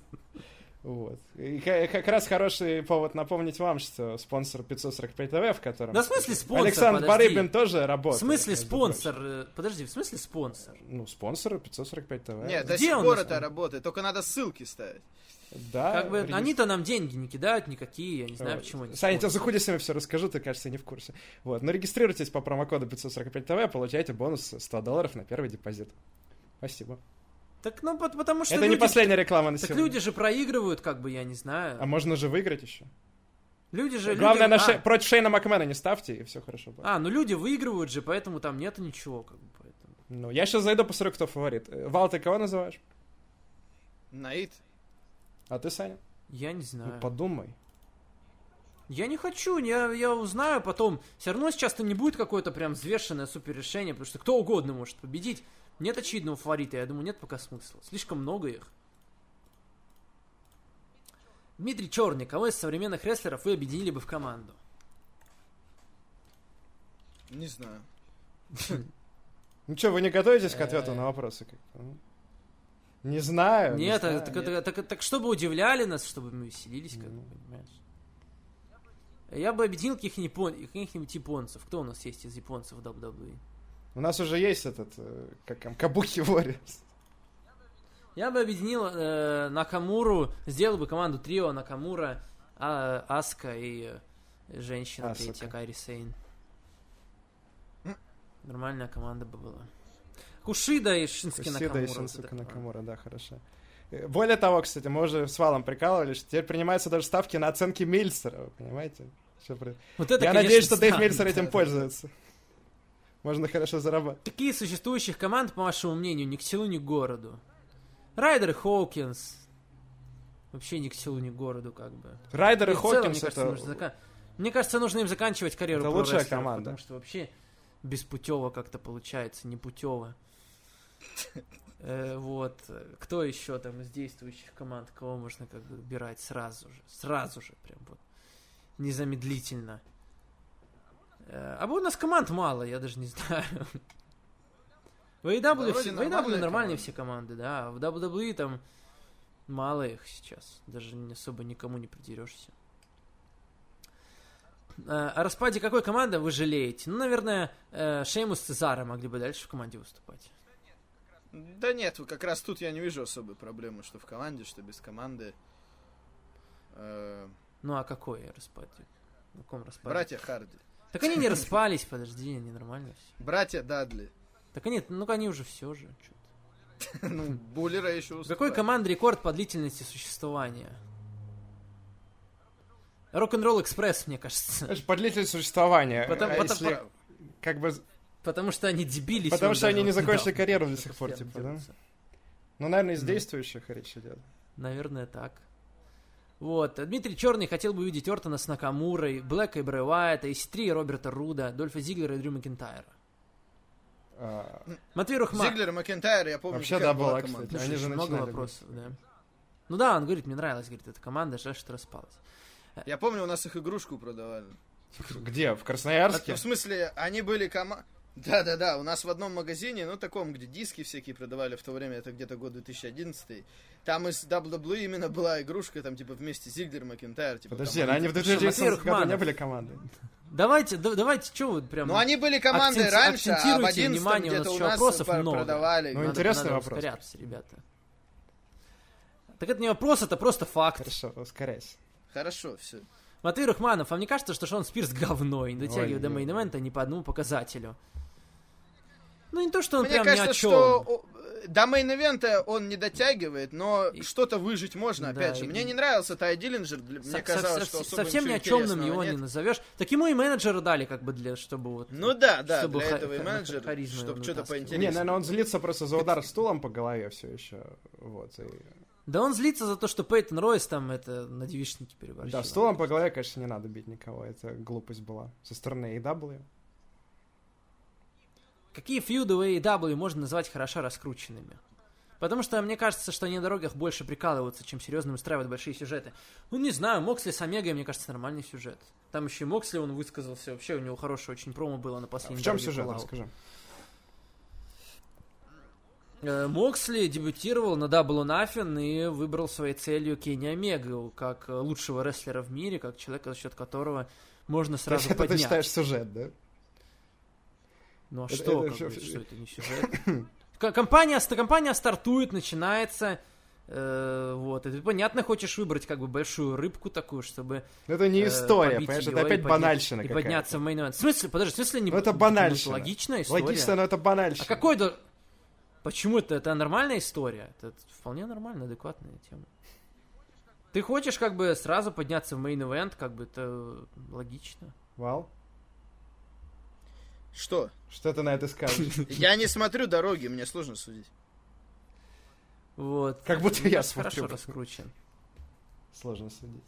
Вот. И ка- как раз хороший повод напомнить вам, что спонсор 545 ТВ, в котором...
Да в смысле спонсор,
Александр
подожди.
Барыбин тоже
В
работает.
смысле
между прочим.
спонсор? э, Подожди, в смысле спонсор?
Ну, спонсор 545 ТВ.
Нет, до
Где
сих
он
пор
на
это
самом-
работает, только надо ссылки ставить.
Да.
Как бы
регистр-
они-то нам деньги не кидают никакие, я не знаю,
Вот.
почему они
Саня, я тебе
спонсоры.
за кулисами все расскажу, ты, кажется, не в курсе. Вот, но регистрируйтесь по промокоду 545 ТВ, получаете бонус 100 долларов на первый депозит. Спасибо.
Так ну пот- потому что
Это
люди,
не последняя реклама на
так
сегодня.
люди же проигрывают, как бы я не
А
знаю.
можно же выиграть еще.
Люди же
Главное,
люди-
на Ше-
а,
против Шейна Макмена не ставьте, и все хорошо будет.
а, ну люди выигрывают же, поэтому там нету ничего, как бы поэтому.
Ну, я сейчас зайду, посмотрю, кто фаворит. Э, Вал, ты кого называешь?
Наид.
А ты, Саня?
Я не
Ну,
знаю.
подумай.
Я не хочу, я, я узнаю потом. Все равно сейчас-то не будет какое-то прям взвешенное супер решение, потому что кто угодно может победить. Нет очевидного фаворита, я думаю, нет пока смысла. Слишком много их. Дмитрий Черный, кого из современных рестлеров вы объединили бы в команду?
Не знаю.
Ну что, вы не готовитесь к
Э.
ответу на вопросы? как-то, ну? Не знаю. не
Нет,
знаю.
а- так, это- так- так чтобы удивляли нас, чтобы мы веселились, как
Ну.
бы, понимаешь? Я бы объединил каких-нибудь, япон- каких-нибудь японцев. Кто у нас есть из японцев в WWE?
У нас уже есть этот, э, как там, Кабуки Warriors.
Я бы объединил э, Накамуру, сделал бы команду трио Накамура, а, Аска и э, женщина
Асака.
третья Кайри Сейн. Нормальная команда бы была. Кушида и Шински
Сида
Накамура.
и
вот
Сенсука
это. а.
Накамура, да, хорошо. Э, Более того, кстати, мы уже с Валом прикалывались, что теперь принимаются даже ставки на оценки Мильсера, вы понимаете? Что про-
Вот это,
Я
конечно,
надеюсь, что Дэйв
да,
Мильсер
да,
этим
да.
пользуется. Можно хорошо зарабатывать.
Какие из существующих команд, по вашему мнению, ни к селу, ни к городу? Райдер и Хоукинс. Вообще ни к селу, ни к городу, как бы.
Райдер и
И Ну, в целом,
Хокинс
мне, кажется, нужно
это...
зака- мне кажется, нужно им заканчивать карьеру.
Это лучшая
про-рестлеров,
команда.
Потому что вообще беспутево как-то получается, не путево. Вот. Кто еще там из действующих команд, кого можно как бы убирать сразу же? Сразу же, прям вот. Незамедлительно. Э, А вот у нас команд мало, я даже не знаю. В AEW,
Да,
все,
вроде
в AEW
нормальная
нормальные
команда.
все команды, да. а В WWE там мало их сейчас. Даже не особо никому не придерешься. Э, О распаде какой команды вы жалеете? Ну, наверное, э, Шеймус с Цезаро могли бы дальше в команде выступать.
Да нет, как раз тут я не вижу особой проблемы, что в команде, что без команды. Э,
Ну, а какой распад? На каком распаде?
братья Харди.
Так они не распались, подожди, они нормально все.
Братья Дадли.
Так они, ну-ка они уже все же. чё ты.
Ну, Буллера еще
У Хм. какой
уступает.
команды рекорд по длительности существования? Рок-н-ролл экспресс, мне кажется.
Знаешь, По длительности существования.
Потом-
а
потом-
если как бы-
Потому что они дебились.
Потому
вот
что
даже
они не
вот
закончили
недавно.
карьеру до сих пор,
Постоянно
типа, да?
дерутся.
Ну, наверное, из
Ну.
действующих речь идет.
Наверное, так. Вот. Дмитрий Черный хотел бы увидеть Ортона с Накамурой, Блэка и Брэй Уайта, Ис-3 и Роберта Руда, Дольфа Зиглера и Дрю Макентайра.
А,
Матвей Рухман.
Зиглер и Макентайр, я помню,
Вообще,
какая
да, была,
команда.
кстати.
Слушай,
Они же
очень много
начинали
вопросов, да. Ну да, он говорит, мне нравилась, говорит, эта команда, жаль, что распалась.
Я помню, у нас их игрушку продавали.
Где? В
Ну,
А
Красноярске?
в смысле, они были кома... Да-да-да, у нас в одном магазине, ну, таком, где диски всякие продавали в то время, это где-то год 2011, там из WWE именно была игрушка, там, типа, вместе Зиглер, Макентайр, типа,
Подожди,
там
они в
Слушай,
2017 году не
Матвей
были командой.
Давайте, да- давайте, что вы прям...
Ну, они были командой
Акценти-
раньше, а в
акцентируйте
11
внимание, у нас
где-то у
еще
нас
вопросов
пар-
много.
продавали.
Ну,
Надо-
интересный
надо
вопрос.
ускоряться, ребята. Так это не вопрос, это просто факт.
Хорошо, ускоряйся.
Хорошо, все.
Матвей Рахманов, вам не кажется, что Шон Спирс говно и не дотягивает до
Ой-ой-ой.
мейн-эвента ни по одному показателю? Ну, не то, что он
Мне
прям ни
кажется,
о чем.
что о, э, до мейн-эвента он не дотягивает, но
И-
что-то выжить можно,
Да,
опять же.
и-
Мне не нравился Тай Диллинджер, для-
Со-
мне
со-
казалось,
со-
что особо
совсем ни
ничего
о чемном
интересного
его
нет.
не назовешь. Так ему и менеджера дали, как бы, для, чтобы вот...
Ну да, да,
чтобы
для
ха-
этого и
ха-
менеджер,
харизмой
чтобы
он
что-то
вытаскивал.
Не, ну,
поинтереснее.
наверное, он злится просто за удар стулом по голове все еще. Вот. и-
Да он злится за то, что Пейтон Ройс там это на девичнике переборщил.
Да, стулом по голове, конечно, не надо бить никого. Это глупость была. Со стороны AW.
Какие фьюды в AEW можно назвать хорошо раскрученными? Потому что мне кажется, что они на дорогах больше прикалываются, чем серьезно устраивают большие сюжеты. Ну, не знаю, Моксли с Омегой, мне кажется, нормальный сюжет. Там еще и Моксли, он высказался, вообще у него хорошее очень промо было на последнем.
В чем
дороге
сюжет,
Fallout.
расскажи.
Э, Моксли дебютировал на Double or Nothing и выбрал своей целью Кенни Омегу как э, лучшего рестлера в мире, как человека, за счет которого можно
То
сразу
есть это ты
поднять.
считаешь сюжет, да?
Ну а
Это-
что,
это
как
же-
бы, что это не сюжет? К- Компания, ст- компания стартует, начинается, э, вот, и ты, понятно, хочешь выбрать как бы большую рыбку такую, чтобы
Ну, Это не
э,
история,
побить
понимаешь,
её
это
и
опять
подня-
банальщина
И
какая-то.
подняться в мейн В смысле, подожди, в смысле не...
Ну, это
ну,
банальщина.
Логичная история.
Логично, но это
А
банальщина.
какой то Почему это? Это нормальная история. Это вполне нормальная, адекватная тема. Ты хочешь как бы сразу подняться в мейн-эвент, как бы это э, логично.
Вал,
Что?
что ты на это скажешь?
Я не смотрю дороги, мне сложно судить.
Вот.
Как будто
Мне
я
кажется, Хорошо
смотрю.
раскручен.
Сложно судить.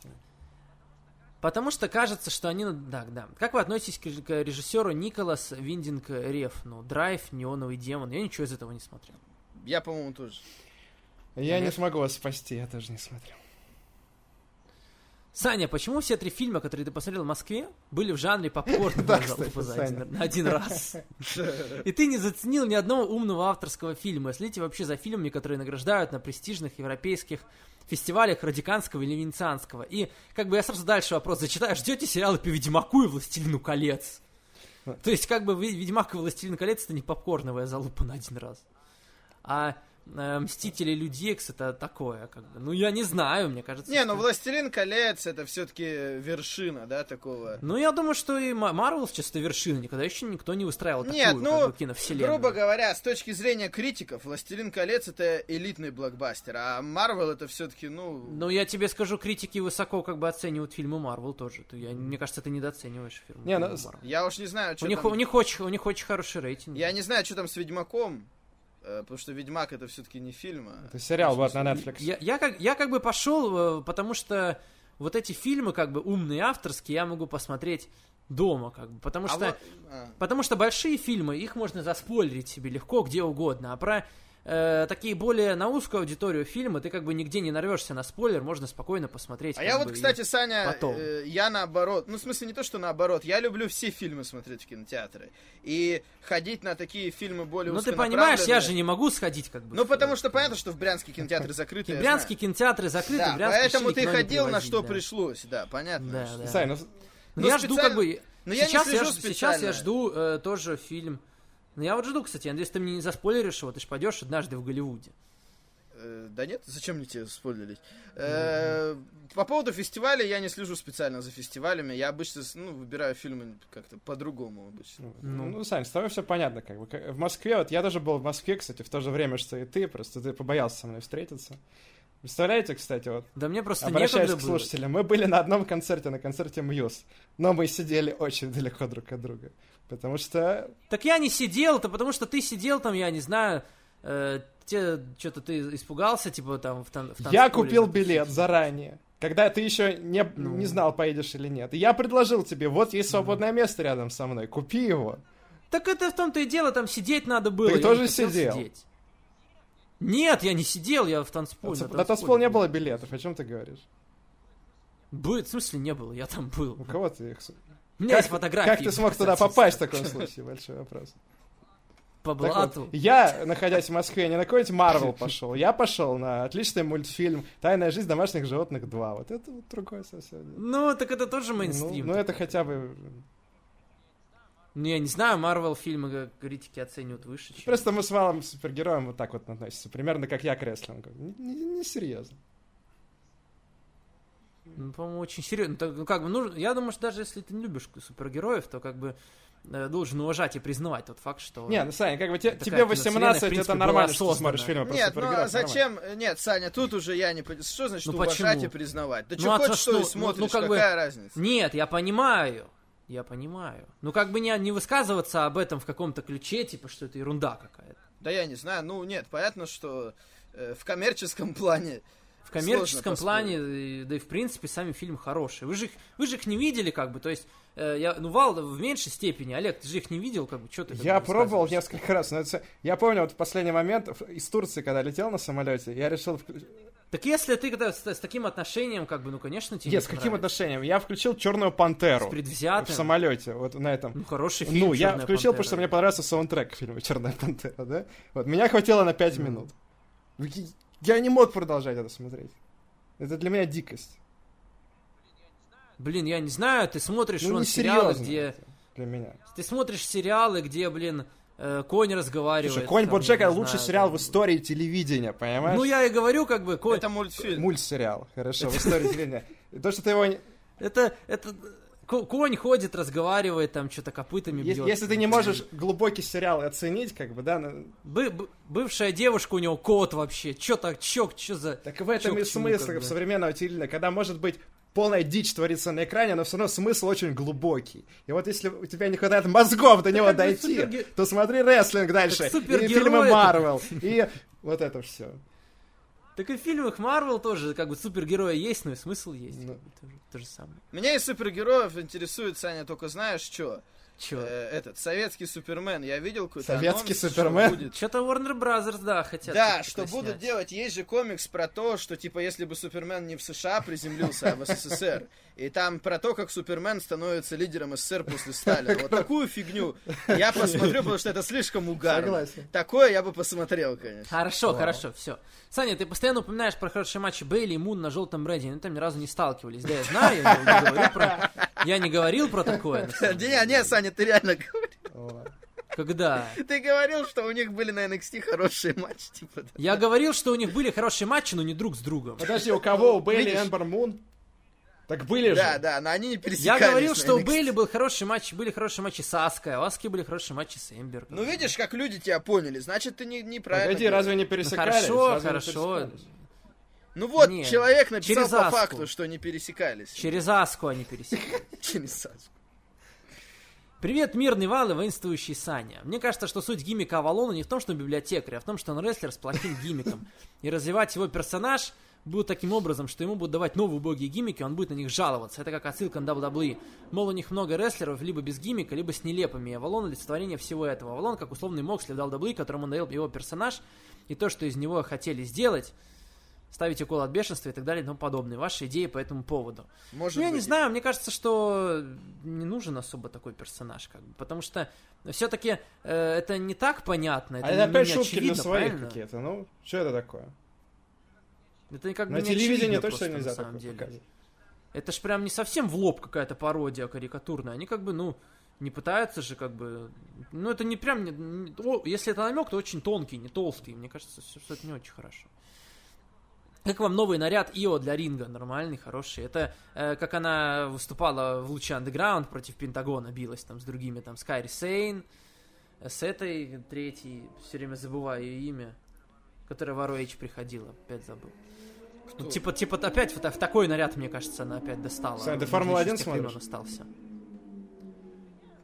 Потому что кажется, что они... Да, да. Как вы относитесь к реж- к режиссеру Николас Виндинг Реф? Ну, Драйв, Неоновый демон. Я ничего из этого не смотрел.
Я, по-моему, тоже.
Я не смогу вас спасти, я тоже не смотрел.
Саня, почему все три фильма, которые ты посмотрел в Москве, были в жанре попкорн
Да,
пожалуй,
кстати,
за один-
Саня.
на один раз? И ты не заценил ни одного умного авторского фильма. Следите вообще за фильмами, которые награждают на престижных европейских фестивалях радиканского или венецианского. И как бы я сразу дальше вопрос зачитаю. Ждете сериалы по Ведьмаку и Властелину колец? То есть как бы «Ве- Ведьмак и Властелин колец это не попкорновая залупа на один раз. А э, Мстители и Люди Икс это такое, как бы. Ну, я не знаю, мне кажется.
Не, ну
что-
«Властелин колец» это все-таки вершина, да, такого.
Ну, я думаю, что и Ма- Марвел сейчас это вершина. Никогда еще никто не выстраивал такую
Нет, ну,
как бы, киновселенную.
Грубо говоря, с точки зрения критиков, «Властелин колец» это элитный блокбастер, а «Марвел» это все-таки, ну...
Ну, я тебе скажу, критики высоко как бы оценивают фильмы Марвел тоже. Ты- я- мне кажется, ты недооцениваешь фильмы
Не, ну,
Марвел.
с-
Я уж не знаю,
У
что
них, у, них очень, у них очень хороший рейтинг.
Я не знаю, что там с «Ведьмаком», э, потому что «Ведьмак» это все-таки не фильм, а...
Это сериал вот на Netflix.
Я, я как, я как бы пошел, э, потому что вот эти фильмы как бы умные, авторские, я могу посмотреть дома как бы. Потому
А
что...
вот- а.
Потому что большие фильмы, их можно заспойлерить себе легко, где угодно. А про э, такие более на узкую аудиторию фильмы ты как бы нигде не нарвешься на спойлер, можно спокойно посмотреть.
А
как
я
бы,
вот,
и-
кстати, Саня,
потом.
э, я наоборот, ну, в смысле, не то, что наоборот, я люблю все фильмы смотреть в кинотеатре. И ходить на такие фильмы более
Ну ты понимаешь, я же
узконаправленные-
не могу сходить как бы.
Ну,
в-
потому что понятно, что в Брянске кинотеатры закрыты. я
Брянские кинотеатры
знаю.
закрыты,
Да,
в Брянске
поэтому
решили
ты
кино не
ходил, на
привозить,
что
да.
пришлось, да, понятно.
Да,
что-
да.
Сань, ну,
Ну,
Ну,
я жду
специально-
как бы...
Но я не
сейчас, я,
слежу
ж- сейчас я
специально.
жду э, тоже фильм... Ну я вот жду, кстати, надеюсь, ты мне не заспойлеришь его, ты же пойдешь однажды в Голливуде.
Э, Да нет, зачем мне тебе спойлерить? Э, По поводу фестиваля я не слежу специально за фестивалями. Я обычно с- ну, выбираю фильмы как-то по-другому обычно.
Ну, ну, Сань, с тобой все понятно, как бы. К- В Москве, вот я даже был в Москве, кстати, в то же время, что и ты, просто ты побоялся со мной встретиться. Представляете, кстати, вот,
Да мне просто
обращаюсь
некогда
к
было.
слушателям, мы были на одном концерте, на концерте Мьюз, но мы сидели очень далеко друг от друга, потому что...
Так я не сидел-то, потому что ты сидел там, я не знаю, э, те, что-то ты испугался, типа там в, тан- в
я
танцполе.
купил билет заранее, когда ты еще не,
Ну.
не знал, поедешь или нет. И я предложил тебе, вот есть свободное место рядом со мной, купи его.
Так это в том-то и дело, там сидеть надо было.
Ты
я не
тоже
хотел
сидел?
сидеть. Нет, я не сидел, я в танцполе.
На танцпол не было билетов, о чем ты говоришь?
Бы- в смысле, не было, я там был.
У кого ты их... с-
У меня есть фотографии.
Ну, Как ты смог туда
кстати,
попасть в таком случае? Большой вопрос.
По
Так вот,
блату.
я, находясь в Москве, не на какой-нибудь Марвел пошел. Я пошел на отличный мультфильм «Тайная жизнь домашних животных 2». Вот это вот другое совсем.
Ну, так это тоже
Ну,
мейнстрим.
ну, это хотя бы...
Ну, я не знаю, Марвел фильмы э, критики оценивают выше, чем...
Просто мы с малым супергероем вот так вот относимся. Примерно как я к рестлингу. Несерьезно.
Ну, по-моему, очень серьезно. Так, ну, как бы, нужно... Я думаю, что даже если ты не любишь супергероев, то как бы э, должен уважать и признавать тот факт, что...
Не, ну, Саня, как бы те-
Такая
тебе
киновселенная, в
18,
принципе,
это
была
нормально, что ты
создана.
смотришь фильмы про
Нет, ну а
супергероев, нормально.
зачем? Нет, Саня, тут уже я не... пон- Что значит
Ну
уважать
почему?
и признавать? Да
Ну
что
а то
хочешь, что и
что? Ну- ну
смотришь,
как бы-
какая
ну,
разница?
Нет, я понимаю. Я понимаю. Ну, как бы не, не высказываться об этом в каком-то ключе, типа, что это ерунда какая-то.
Да я не знаю, ну нет, понятно, что э, в коммерческом плане...
В в коммерческом
Сложно
плане, и- да и в принципе сами фильмы хорошие. Вы же их, вы же их не видели, как бы, то есть, э, я, ну, Вал в меньшей степени, Олег, ты же их не видел, как бы, что ты... как
Я
бы,
пробовал
рассказываешь?
несколько раз, но это... я помню вот в последний момент в- из Турции, когда летел на самолете, я решил... вклю-
Так если ты когда с, с таким отношением, как бы, ну, конечно, тебе не
Нет, с каким
понравится.
отношением? Я включил «Черную пантеру»
С предвзятым.
в самолете, вот на этом.
Ну, хороший фильм.
Ну, я
«Черная
включил, потому
пантера».
что мне понравился саундтрек к фильму «Черная пантера», да? Вот, меня хватило на 5 минут. Я- Я не мог продолжать это смотреть. Это для меня дикость. Ну,
Блин, я не знаю, ты смотришь
Ну,
вон
не
сериалы,
серьезно
где...
для меня.
Ты смотришь сериалы, где, блин, э, конь разговаривает.
Слушай, «Конь
там, я
Боджека»
не
лучший
знаю,
сериал
там.
в истории телевидения, понимаешь?
Ну, я и говорю, как бы, конь...
Это мультфильм.
Мультсериал, хорошо, в истории телевидения. И То, что ты его... не-
Это, это... ко- Конь ходит, разговаривает, там, что-то копытами
Е-
бьет.
Если ты не можешь глубокий сериал оценить, как бы, да, ну,
Бы- бы- бывшая девушка у него кот вообще. Чё так, чё, чё за...
так в этом
чё
и
к чему,
смысл
как бы.
современного телевидения, когда, может быть, полная дичь творится на экране, но все равно смысл очень глубокий. И вот если у тебя не хватает мозгов до него
как бы
дойти,
суперге-
то смотри рестлинг дальше,
супергерои
и фильмы
это-
Марвел, и вот это все.
Так и в фильмах Марвел тоже, как бы, супергероя есть, но и смысл есть.
Ну.
То, же, то же самое.
Меня из супергероев интересует, Саня, только знаешь что?
Чё?
этот, советский Супермен. Я видел какой-то
Советский
анонс, что
Супермен?
будет.
Чё-то Warner Brothers, да, хотят.
Да,
что-то
что
снять.
будут делать, есть же комикс про то, что типа если бы Супермен не в США приземлился, а в СССР. И там про то, как Супермен становится лидером СССР после Сталина. Вот такую фигню я посмотрю, потому что это слишком угарно.
Согласен.
Такое я бы посмотрел, конечно.
Хорошо, хорошо, все. Саня, ты постоянно упоминаешь про хорошие матчи Бейли и Мун на желтом бреде, но там ни разу не сталкивались. Да, я знаю, я не говорю про, я не говорил про такое. на самом деле.
Не, не, Саня, ты реально говорил.
Вот.
Когда?
Ты говорил, что у них были на NXT хорошие матчи, типа. да.
Я говорил, что у них были хорошие матчи, но не друг с другом.
Подожди, у кого? У Бейли
Видишь?
Эмбер Мун? Так были же.
Да, да, но они не
Я
пересекались.
говорил,
на
что у
NXT.
Бейли был хороший матч, были хорошие матчи с Аской, а у Аски были хорошие матчи с Эмбер.
Ну видишь, как люди тебя поняли, значит ты не, неправильно.
Погоди,
говоришь.
разве не
Ну,
пересекались?
хорошо,
Разве не
хорошо.
пересекались?
Ну вот,
Не,
человек написал
через
по
Аску.
факту, что не пересекались.
Через Аску они пересекли.
Через Аску.
Привет, мирный вал и воинствующий Саня. Мне кажется, что суть гиммика Авалона не в том, что он библиотекарь, а в том, что он рестлер с плохим гиммиком. И развивать его персонаж будет таким образом, что ему будут давать новые убогие гиммики, он будет на них жаловаться. Это как отсылка на WWE. Мол, у них много рестлеров, либо без гиммика, либо с нелепыми. И Авалон — олицетворение всего этого. Авалон, как условный Моксли в WWE, которому надоел его персонаж, и то, что из него хотели сделать, ставить укол от бешенства и так далее и тому подобное. Ваши идеи по этому поводу.
Может
Ну, я не
быть.
знаю, мне кажется, что не нужен особо такой персонаж, как бы, потому что все-таки это не так понятно, это,
А
не,
это опять
не
шутки
очевидно,
для своих
правильно?
какие-то, ну, что это такое?
Это как бы
На
не
телевидении
очевидно
точно
просто,
нельзя
на самом
такое
деле.
показывать.
Это ж прям не совсем в лоб какая-то пародия карикатурная, они как бы, ну, не пытаются же как бы... Ну, это не прям... не- не- о, если это намек, то очень тонкий, не толстый, мне кажется, всё- что это не очень хорошо. Как вам новый наряд Ио для ринга? Нормальный, хороший. Это э, как она выступала в луче андеграунд против Пентагона, билась там с другими, там, с Кайри Сейн, э, с этой третьей, все время забываю ее имя, которая в ROH приходила, опять забыл. Ну, типа, типа, опять вот в такой наряд, мне кажется, она опять достала.
Саня, ты
Ну,
«Формулу-1»
с тех времен
смотришь?
остался.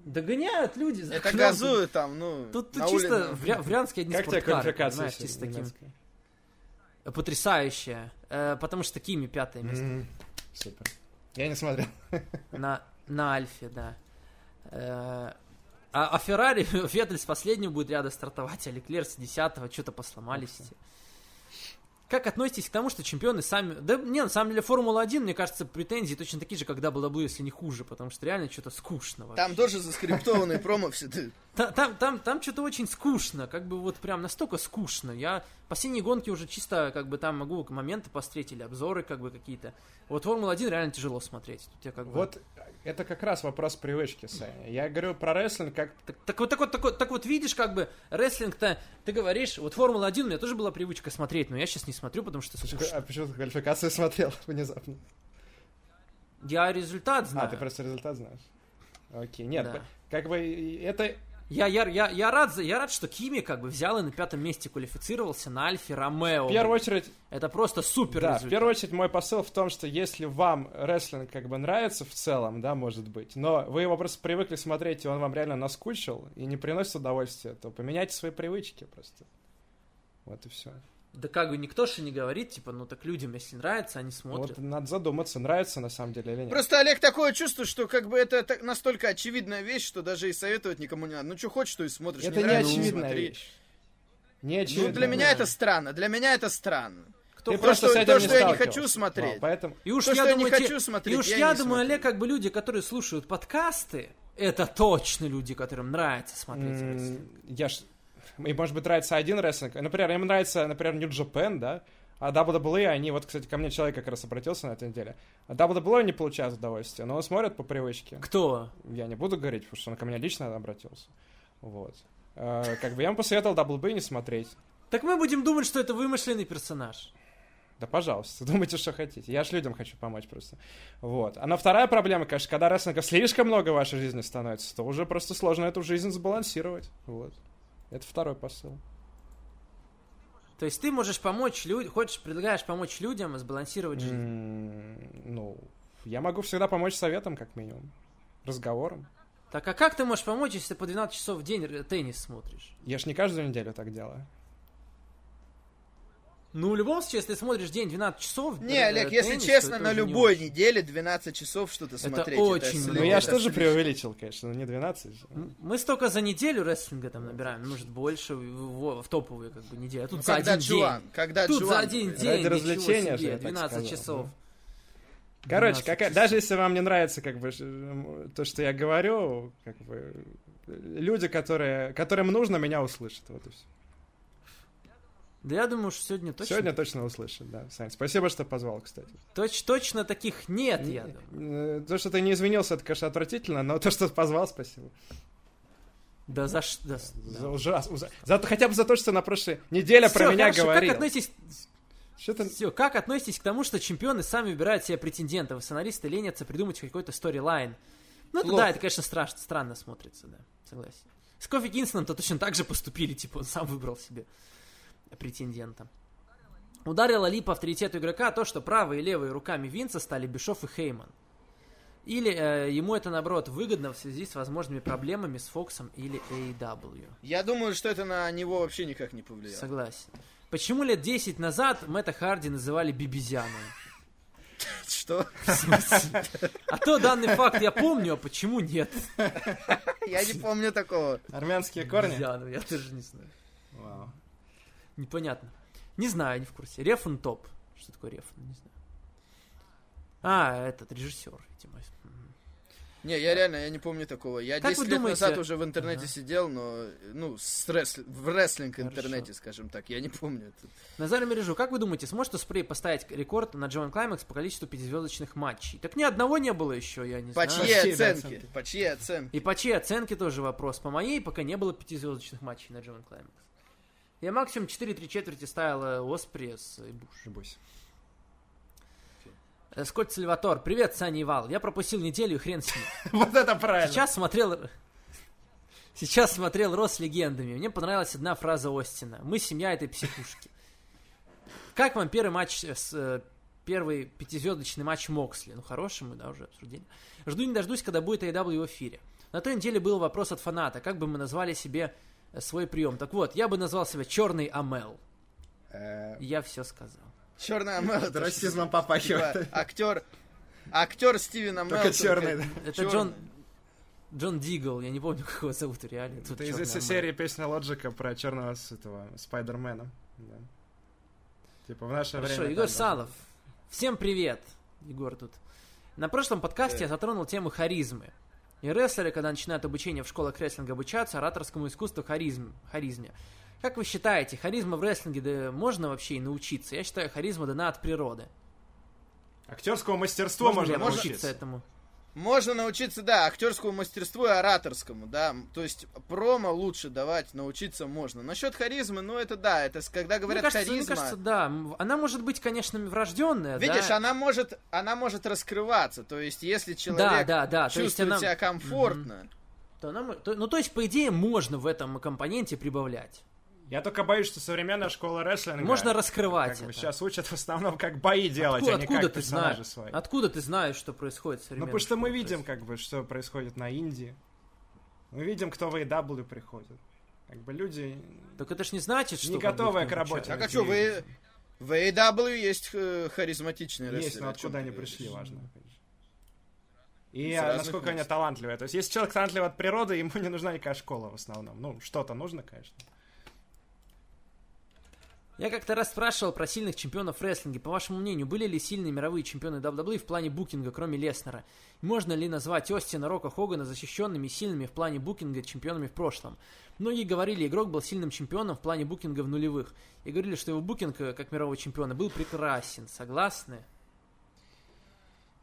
Догоняют люди. за
Это
окном.
газуют там, ну,
Тут, тут
на
чисто
улице.
в, Ря- в Рянске одни
Как тебе
спорткары,
квалификация
понимаешь, чисто
сегодня
таким.
немецкая?
Потрясающая. Э, потому что Кими пятое место.
М, Супер. Я не смотрел.
На, на Альфе, да. Э, А, а Феррари, Феттель с последнего будет рядом стартовать, а Леклер с 10 что-то посломались. все. Как относитесь к тому, что чемпионы сами... Да не, на самом деле Формула-1, мне кажется, претензии точно такие же, как WWE, если не хуже, потому что реально что-то скучно. вообще.
Там тоже заскриптованные промо все. ты.
Та- Там, там, там что-то очень скучно, как бы вот прям настолько скучно. Я последние гонки уже чисто, как бы там могу моменты посмотреть или обзоры как бы какие-то. Вот Формула-1 реально тяжело смотреть. Тут я как бы-
Вот это как раз вопрос привычки, Саня. Я говорю про рестлинг как...
Так, так вот, так вот, так вот, так вот, видишь, как бы, рестлинг-то, ты говоришь, вот Формула-1 у меня тоже была привычка смотреть, но я сейчас не смотрю, потому что
А
скучно.
почему ты квалификацию смотрел внезапно?
Я результат знаю.
А, ты просто результат знаешь. Окей, нет,
Да.
как бы и- это...
я, я, я, я, рад, за- я рад, что Кими как бы взял и на пятом месте квалифицировался на Альфе Ромео.
В первую очередь,
Это просто супер
да, в
результат.
первую очередь мой посыл в том, что если вам рестлинг как бы нравится в целом, да, может быть, но вы его просто привыкли смотреть, и он вам реально наскучил, и не приносит удовольствия, то поменяйте свои привычки просто. Вот и все.
Да как бы никто же не говорит, типа, ну так людям, если нравится, они смотрят.
Вот надо задуматься, нравится на самом деле или нет.
Просто, Олег, такое чувство, что как бы это так- настолько очевидная вещь, что даже и советовать никому не надо. Ну, что хочешь, то и смотришь.
это не
нравится,
очевидная
смотри.
вещь. Не
Ну,
очевидная.
для меня это странно. Для меня это странно.
Кто
Ты
хочет.
просто
то,
с этим
то,
не
что я не
сталкивался.
хочу смотреть.
Ну, поэтому...
И уж
То,
я
что я не
думаю,
хочу
те-
смотреть,
и уж
я
я,
не
думаю,
смотрю.
Олег, как бы люди, которые слушают подкасты, это точно люди, которым нравится смотреть
М,
рестлинг.
Я ж... И, может быть, нравится один рестлинг. Например, им нравится, например, New Japan, да? А WWE, они, вот, кстати, ко мне человек как раз обратился на этой неделе. А WWE не получают удовольствия, но смотрят по привычке.
Кто?
Я не буду говорить, потому что он ко мне лично обратился. Вот. Э, Как бы я ему посоветовал WWE не смотреть.
Так мы будем думать, что это вымышленный персонаж.
Да пожалуйста, думайте, что хотите. Я ж людям хочу помочь просто. Вот. А на вторая проблема, конечно, когда рестлинга слишком много в вашей жизни становится, то уже просто сложно эту жизнь сбалансировать. Вот. Это второй посыл.
То есть ты можешь помочь людям, хочешь, предлагаешь помочь людям и сбалансировать жизнь.
М, Ну, я могу всегда помочь советом, как минимум. Разговором.
Так а как ты можешь помочь, если ты по 12 часов в день р- теннис смотришь?
Я ж не каждую неделю так делаю.
Ну, в любом случае, если ты смотришь день 12 часов...
Не,
э,
Олег, если
теннис, то
честно,
это
на
уже не
любой
очень.
неделе 12 часов что-то смотреть.
очень
слишком.
много.
Ну, я
Это
же тоже
слишком.
преувеличил, конечно, но не 12 же.
Мы столько за неделю рестлинга там набираем, ну, может, больше в, в- в топовые как бы недели. А тут
Ну,
за
когда
один
Джуан,
день.
когда
Тут за
Джуан,
один
Ради
день, ничего
развлечения же,
себе,
я так
12
сказал,
часов.
Короче,
12
какая-
часов.
даже если вам не нравится как бы ш- м, то, что я говорю, как бы люди, которые, которым нужно, меня услышат. Вот и всё.
Да я думаю, что сегодня точно,
Сегодня точно услышат, да, Сань. Спасибо, что позвал, кстати.
точ- точно таких нет, я думаю.
Э, То, что ты не извинился, это, конечно, отвратительно, но то, что позвал, спасибо.
Да за что? Да, с-
За ужас, ужас. За то- хотя бы за то, что на прошлой неделе
Всё,
про меня
хорошо,
говорил.
Как относитесь,
Что ты-
всё, как относитесь к тому, что чемпионы сами выбирают себе претендентов, и сценаристы ленятся придумать какой-то сторилайн? Ну, это,
Плохо.
да, это, конечно, страшно, странно смотрится, да, согласен. С Кофи Кингстоном-то точно так же поступили, типа, он сам выбрал себе претендента. Ударило ли по авторитету игрока то, что правые и левые руками Винца стали Бишов и Хейман? Или э, ему это, наоборот, выгодно в связи с возможными проблемами с Фоксом или AEW?
Я думаю, что это на него вообще никак не повлияло.
Согласен. Почему лет 10 назад Мэтта Харди называли бибизяном?
Что?
А то данный факт я помню, а почему нет?
Я не помню такого.
Армянские корни?
Бибизяном, ну, я тоже не знаю.
Вау.
Непонятно. Не знаю, не в курсе. Рефун топ. Что такое рефун? Не знаю. А, этот режиссер, видимо. Мгм.
Не, я реально, я не помню такого. Я
Как
10
вы
лет
думаете-
назад уже в интернете
Ага.
сидел, но, э, ну, с ресл- в рестлинг
Хорошо.
интернете, скажем так, я не помню. это.
Назар Мережу, как вы думаете, сможет Спрей поставить рекорд на Джон Клаймакс по количеству пятизвездочных матчей? Так ни одного не было еще, я не
По
знаю.
чьей
чьей, да,
оценке?
оценке?
По чьей оценке?
И по чьей оценке тоже вопрос. По моей пока не было пятизвездочных матчей на Джон Клаймакс. Я максимум 4-3 четверти ставила Оспри с Буш.
Ошибусь.
Э, Скотт Сальватор. Привет, Саня и Вал. Я пропустил неделю, и хрен с ним.
Вот это правильно.
Сейчас смотрел... Сейчас смотрел Рос с легендами. Мне понравилась одна фраза Остина. Мы семья этой психушки. Как вам первый матч с... э, Первый пятизвездочный матч Моксли. Ну, хороший мы, да, уже обсудили. Жду не дождусь, когда будет AEW в эфире. На той неделе был вопрос от фаната. Как бы мы назвали себе э, свой прием? Так вот, я бы назвал себя Черный Амел.
Э,
И Я все сказал.
Черная
Это расизмом попахивает.
Актер... Актер Стивена Мелтона.
Только черный, да.
Это
Чёрный.
Джон... Джон Дигл, я не помню, как его зовут реально. Тут
Это из
чёрный
этой
Амел.
серии песня Лоджика про черного с этого Спайдермена. Да. Типа в наше
Хорошо,
время.
Егор
так, да.
Салов. Всем привет, Егор тут. На прошлом подкасте я затронул тему харизмы. И рестлеры, когда начинают обучение в школах рестлинга, обучаться ораторскому искусству харизм, харизме. Как вы считаете, харизма в рестлинге да можно вообще и научиться? Я считаю, харизма дана от природы.
Актерского мастерства можно
ли
научиться.
этому?
Можно научиться, да, актерскому мастерству и ораторскому, да. м, То есть промо лучше давать, научиться можно. Насчет харизмы, ну это да, это с- когда
Мне
говорят
кажется, мне
харизма.
кажется, да. М, Она может быть, конечно, врожденная.
Видишь,
да?
она может, она может раскрываться. То есть, если
Да,
человек
да, да. А, То есть
чувствует
она...
себя комфортно,
то она мо- то- Ну, то есть, по идее, можно в этом компоненте прибавлять.
Я только боюсь, что современная школа рестлинга...
Можно раскрывать
как бы
это.
сейчас учат в основном, как бои делать,
Откуда,
а не
откуда
как
ты
персонажи
знаешь?
свои.
Откуда ты знаешь, что происходит в
Ну,
современной
потому что мы
школе?
видим, как бы, что происходит на Индии. Мы видим, кто в AEW приходит.
Как бы люди
Так это ж не значит, что...
не
как бы
готовы к
кто-нибудь
работе.
Так
на
а что,
телевидении.
вы... В AEW есть э, харизматичные
Есть,
рестлеры,
но
о чём
откуда они
ты говоришь?
пришли, важно. опять же. И
Из
а,
разных
насколько они
мест.
талантливые. То есть, если человек талантлив от природы, ему не нужна никакая школа в основном. Ну, что-то нужно, конечно.
Я как-то раз спрашивал про сильных чемпионов в рестлинге. По вашему мнению, были ли сильные мировые чемпионы WWE в плане букинга, кроме Леснера? Можно ли назвать Остина, Рока, Хогана защищенными и сильными в плане букинга чемпионами в прошлом? Многие говорили, игрок был сильным чемпионом в плане букинга в нулевых. И говорили, что его букинг э, как мирового чемпиона был прекрасен. Согласны?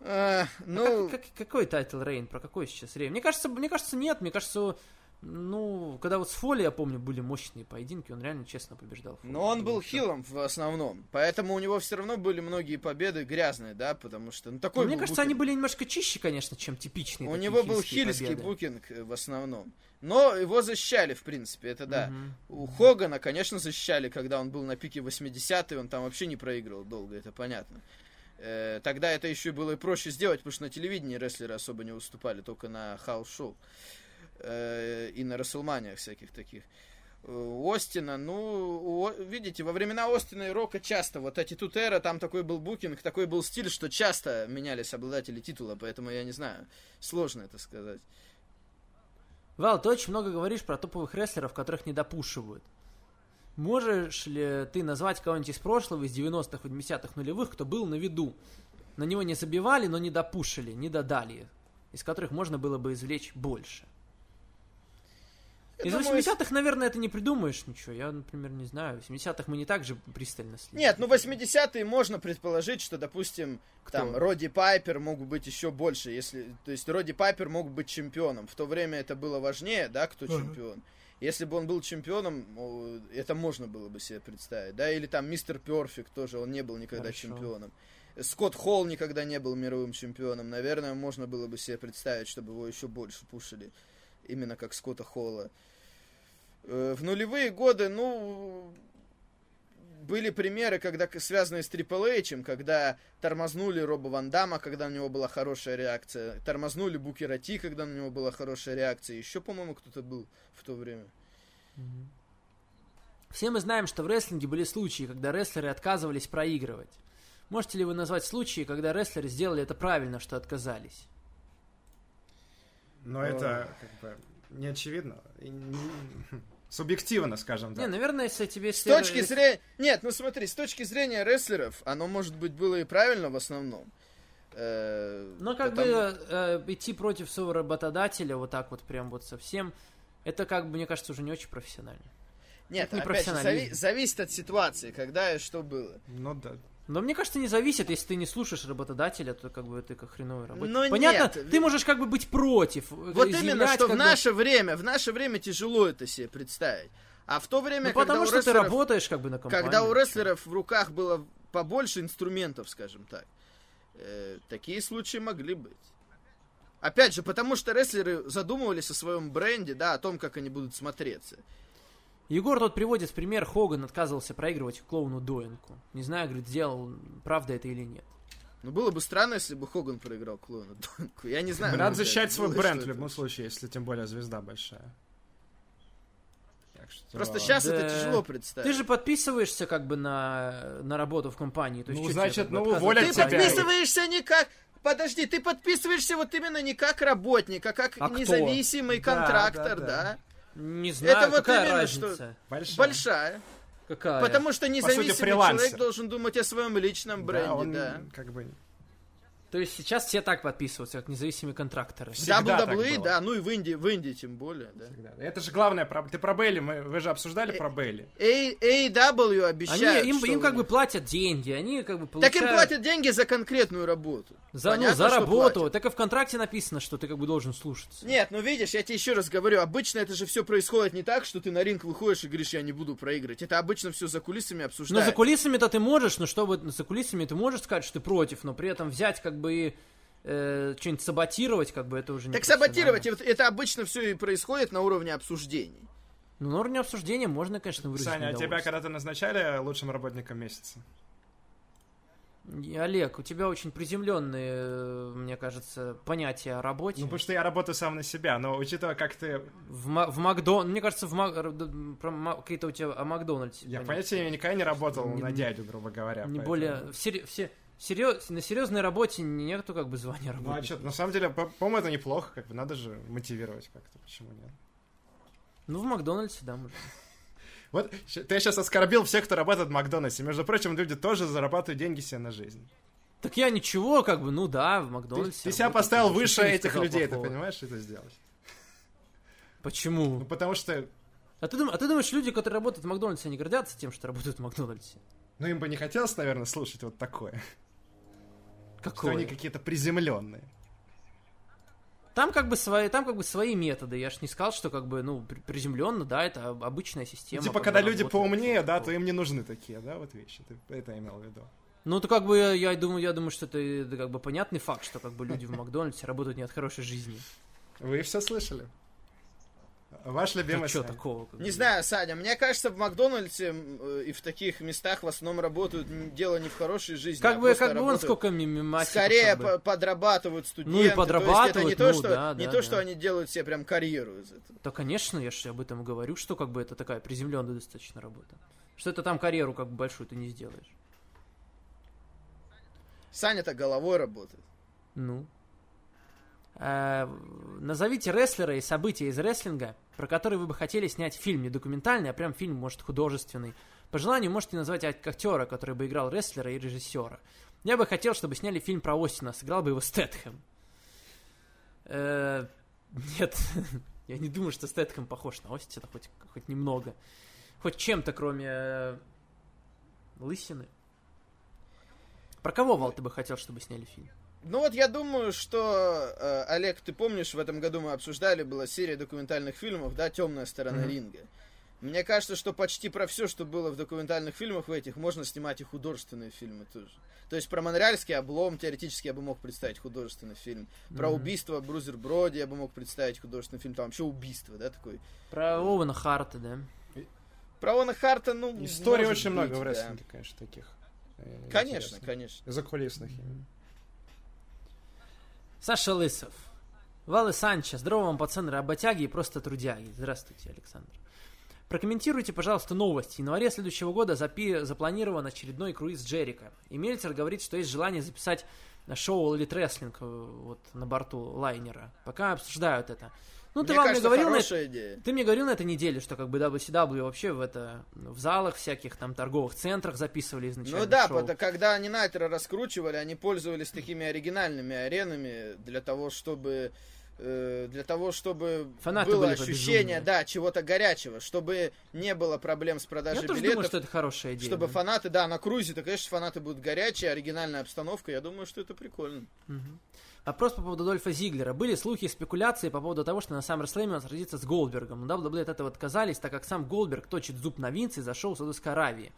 А, ну,
Как, какой тайтл Рейн? Про какой сейчас Рейн? Мне кажется, мне кажется, нет. Мне кажется, ну, когда вот с Фоли, я помню, были мощные поединки, он реально честно побеждал. Фоли.
но он был
Ну, всё.
хилом в основном, поэтому у него все равно были многие победы грязные, да, потому что, ну, такой
Ну, мне
был
кажется, они
букинг.
были немножко чище, конечно, чем типичные.
У
такие
него был
хильские
хильский
победы.
букинг э, в основном, но его защищали, в принципе, это да.
Мгм.
У Хогана, конечно, защищали, когда он был на пике 80-й, он там вообще не проигрывал долго, это понятно. Э, Тогда это еще было и проще сделать, потому что на телевидении рестлеры особо не выступали, только на хаус-шоу э, и на Расселманиях всяких таких. Э, У Остина, ну, у О- видите, во времена Остина и Рока часто, вот Attitude Era, там такой был букинг, такой был стиль, что часто менялись обладатели титула, поэтому я не знаю, сложно это сказать.
Вал, ты очень много говоришь про топовых рестлеров, которых не допушивают. Можешь ли ты назвать кого-нибудь из прошлого, из 90-х, 80-х, нулевых, кто был на виду? На него не забивали, но не допушили, не додали. Из которых можно было бы извлечь больше.
Я
из
думаю,
80-х, наверное, это не придумаешь ничего. Я, например, не знаю. В 70-х мы не так же пристально следили.
Нет, ну 80-е можно предположить, что, допустим,
Кто?
там Роди Пайпер мог быть еще больше, если. То есть Роди Пайпер мог быть чемпионом. В то время это было важнее, да, кто чемпион. Если бы он был чемпионом, о, это можно было бы себе представить, да, или там мистер Перфект тоже, он не был никогда
Хорошо.
чемпионом. Скотт Холл никогда не был мировым чемпионом. Наверное, можно было бы себе представить, чтобы его еще больше пушили. Именно как Скотта Холла. Э, В нулевые годы, ну, были примеры, когда к- связанные с Triple H, когда тормознули Роба Ван Дамма, когда на него была хорошая реакция, тормознули Букера Ти, когда на него была хорошая реакция, еще, по-моему, кто-то был в то время.
Все мы знаем, что в рестлинге были случаи, когда рестлеры отказывались проигрывать. Можете ли вы назвать случаи, когда рестлеры сделали это правильно, что отказались?
Но это как бы не очевидно. И не- Субъективно, скажем
Не, ну,
так.
наверное, если тебе...
С точки зрения... Нет, ну смотри, с точки зрения рестлеров, оно, может быть, было и правильно в основном. Э,
Но как
потому-
бы э, идти против своего работодателя вот так вот прям вот совсем, это как бы, мне кажется, уже не очень профессионально.
Нет,
это не
опять же,
профессионализм.
зави- зависит от ситуации, когда и что было.
Ну да.
Но мне кажется, не зависит, если ты не слушаешь работодателя, то как бы ты как хреновый работник.
Но
Понятно,
нет.
ты можешь как бы быть против. э,
Вот именно,
изъявлять
что в
как бы-
наше время, в наше время тяжело это себе представить. А в то время,
Ну,
когда
потому
у
что ты
рестлеров-
работаешь как бы на компанию.
Когда у рестлеров в руках было побольше инструментов, скажем так, э, такие случаи могли быть. Опять же, потому что рестлеры задумывались о своем бренде, да, о том, как они будут смотреться.
Егор тут приводит в пример, Хоган отказывался проигрывать клоуну Доинку. Не знаю, говорит, сделал, правда это или нет.
Но Ну, было бы странно, если бы Хоган проиграл клоуну Донку. Я не знаю.
Надо
может, ну,
защищать
это
свой
было
бренд в
что-то.
любом случае, если тем более звезда большая. Так что-
Просто сейчас
Да.
это тяжело представить.
Ты же подписываешься как бы на, на работу в компании. То есть
Ну,
чё тебе
значит,
как бы
ну,
отказывать?
уволят
Ты
тебя.
подписываешься не как... Подожди, ты подписываешься вот именно не как работник, а как
А кто?
независимый
Да,
контрактор,
да,
да.
да.
Не знаю,
Это вот
какая
именно,
разница.
Большая.
Большая.
Какая?
Потому что независимый
фрилансер.
человек должен думать о своем личном бренде,
Да,
да.
он как бы...
То есть сейчас все так подписываются, как независимые контракторы.
В
Всегда так
WWE,
было.
да, ну и в Индии, в Индии тем более, да.
всегда. Это же главное. про- Ты про Бейли, мы... вы же
Э,
обсуждали про Бейли.
A-
Они,
AEW обещают,
им,
что
им как
у
бы
них-
платят деньги, они как бы
Так
получают...
им платят деньги за конкретную работу.
За, ну,
Понятно,
за
что
работу.
платят.
Так и в контракте написано, что ты как бы должен слушаться.
Нет, ну видишь, я тебе еще раз говорю, обычно это же все происходит не так, что ты на ринг выходишь и говоришь, я не буду проиграть. Это обычно все за кулисами
Но
обсуждается.
Ну, за кулисами-то ты можешь, но чтобы за кулисами ты можешь сказать, что ты против, но при этом взять как бы и э, что-нибудь саботировать, как бы это уже не
Так саботировать, это- это обычно все и происходит на уровне обсуждений.
Ну, на уровне обсуждения можно, конечно, выразить
Саня, а тебя
недовольство.
Ну, когда-то назначали лучшим работником месяца?
Олег, у тебя очень приземленные, э, мне кажется, понятия о работе.
Ну, потому что я работаю сам на себя, но учитывая, как ты...
В, Ма- в Макдон... Мне кажется, в Мак- р- д- про Ма- какие-то у тебя а о Макдональдсе.
Я,
понятия.
понятия, я никогда не работал
Не-
на дядю, грубо говоря.
Не
поэтому-
более... в сери- все... серьез- На серьезной работе нету как бы звания
Ну, а
работника.
чё, на самом деле, по- по-моему, это неплохо, как бы надо же мотивировать как-то, почему нет.
Ну, в Макдональдсе, да, может.
Вот, щ- ты сейчас оскорбил всех, кто работает в Макдональдсе. Между прочим, люди тоже зарабатывают деньги себе на жизнь.
Так я ничего, как бы, ну да, в
Ты,
Макдональдсе.
ты себя
работаю,
поставил
ничего
выше
не
этих
сказал
людей,
плохого.
ты понимаешь, это сделать? Ну,
Почему?
потому что,
А ты, дум- а ты думаешь, люди, которые работают в Макдональдсе, они гордятся тем, что работают в Макдональдсе?
ну, им бы не хотелось, наверное, слушать вот такое. Что
Какое?
они какие-то Ну, приземленные.
Там как бы свои, там как бы свои методы. Я ж не сказал, что как бы, ну, приземленно, да, это об- обычная система.
типа,
как бы
когда люди
работает.
поумнее, да, то им не нужны такие, да, вот вещи. Ты это имел в виду.
Ну, то как бы я, я думаю, я думаю, что это, это как бы понятный факт, что как бы люди в Макдональдсе работают не от хорошей жизни.
Вы все слышали? Ваш любимый
что
сайт.
такого? как бы?
Не знаю, Саня, мне кажется, в Макдональдсе м, э, и в таких местах в основном работают н- дело не в хорошей жизни, а
Как бы,
просто
как бы он
работают.
сколько мимасиков.
Скорее
как бы. Ну,
по- подрабатывают студенты. то есть это не
подрабатывают,
то,
ну
что,
да,
не
да,
то,
да.
что они делают себе прям карьеру из этого.
Да, конечно, я же об этом и говорю, что как бы это такая приземленная достаточно работа. Что это там карьеру как бы большую ты не сделаешь.
Саня-то головой работает.
Ну. Э, назовите рестлера и события из рестлинга, про которые вы бы хотели снять фильм. Не документальный, а прям фильм, может, художественный. По желанию можете назвать ак- актера, который бы играл рестлера и режиссера. Я бы хотел, чтобы сняли фильм про Остина. Сыграл бы его Стэтхэм. Э, нет. Я не думаю, что Стэтхэм похож на Остина хоть, хоть немного. Хоть чем-то, кроме э, лысины. Про кого, Вал, ты бы хотел, чтобы сняли фильм?
Ну вот я думаю, что, э, Олег, ты помнишь, в этом году мы обсуждали, была серия документальных фильмов, да, «Темная сторона
Мгм.
ринга». Мне кажется, что почти про все, что было в документальных фильмах в этих, можно снимать и художественные фильмы тоже. То есть про Монреальский облом теоретически я бы мог представить художественный фильм. Про
Мгм.
убийство Брузер Броди я бы мог представить художественный фильм. Там вообще убийство, да, такой.
Про Оуэна Харта, да.
Про Она Харта, ну,
Историй
может
очень
быть,
много в
да.
рестлинге, конечно, таких. э,
Конечно,
интересных.
конечно.
Закулисных.
Саша Лысов. Валы Санчес. Здорово вам, пацаны, работяги и просто трудяги. Здравствуйте, Александр. Прокомментируйте, пожалуйста, новость. В январе следующего года запи- запланирован очередной круиз Джерика. И Мельцер говорит, что есть желание записать шоу Elite Wrestling э, вот, на борту лайнера. Пока обсуждают это. Ну, ты
мне
вам
кажется,
не говорил на
хорошая идея.
Ты мне говорил на этой неделе, что как бы WCW вообще в это в залах всяких там торговых центрах записывали изначально.
Ну да,
шоу.
пота- когда они Найтера раскручивали, они пользовались такими оригинальными аренами для того, чтобы э, для того, чтобы
Фанаты
было
были бы
ощущение,
безумные.
да, чего-то горячего, чтобы не было проблем с
Я
продажей
тоже
билетов,
думаю, что это хорошая идея.
чтобы
да.
фанаты, да, на круизе, то, конечно, фанаты будут горячие, оригинальная обстановка, я думаю, что это прикольно.
Мгм. Вопрос по поводу Дольфа Зиглера. Были слухи и спекуляции по поводу того, что на SummerSlam он сразится с Голдбергом. Но WWE от этого отказались, так как сам Голдберг точит зуб на Винце и зашел в Саудовской Аравии.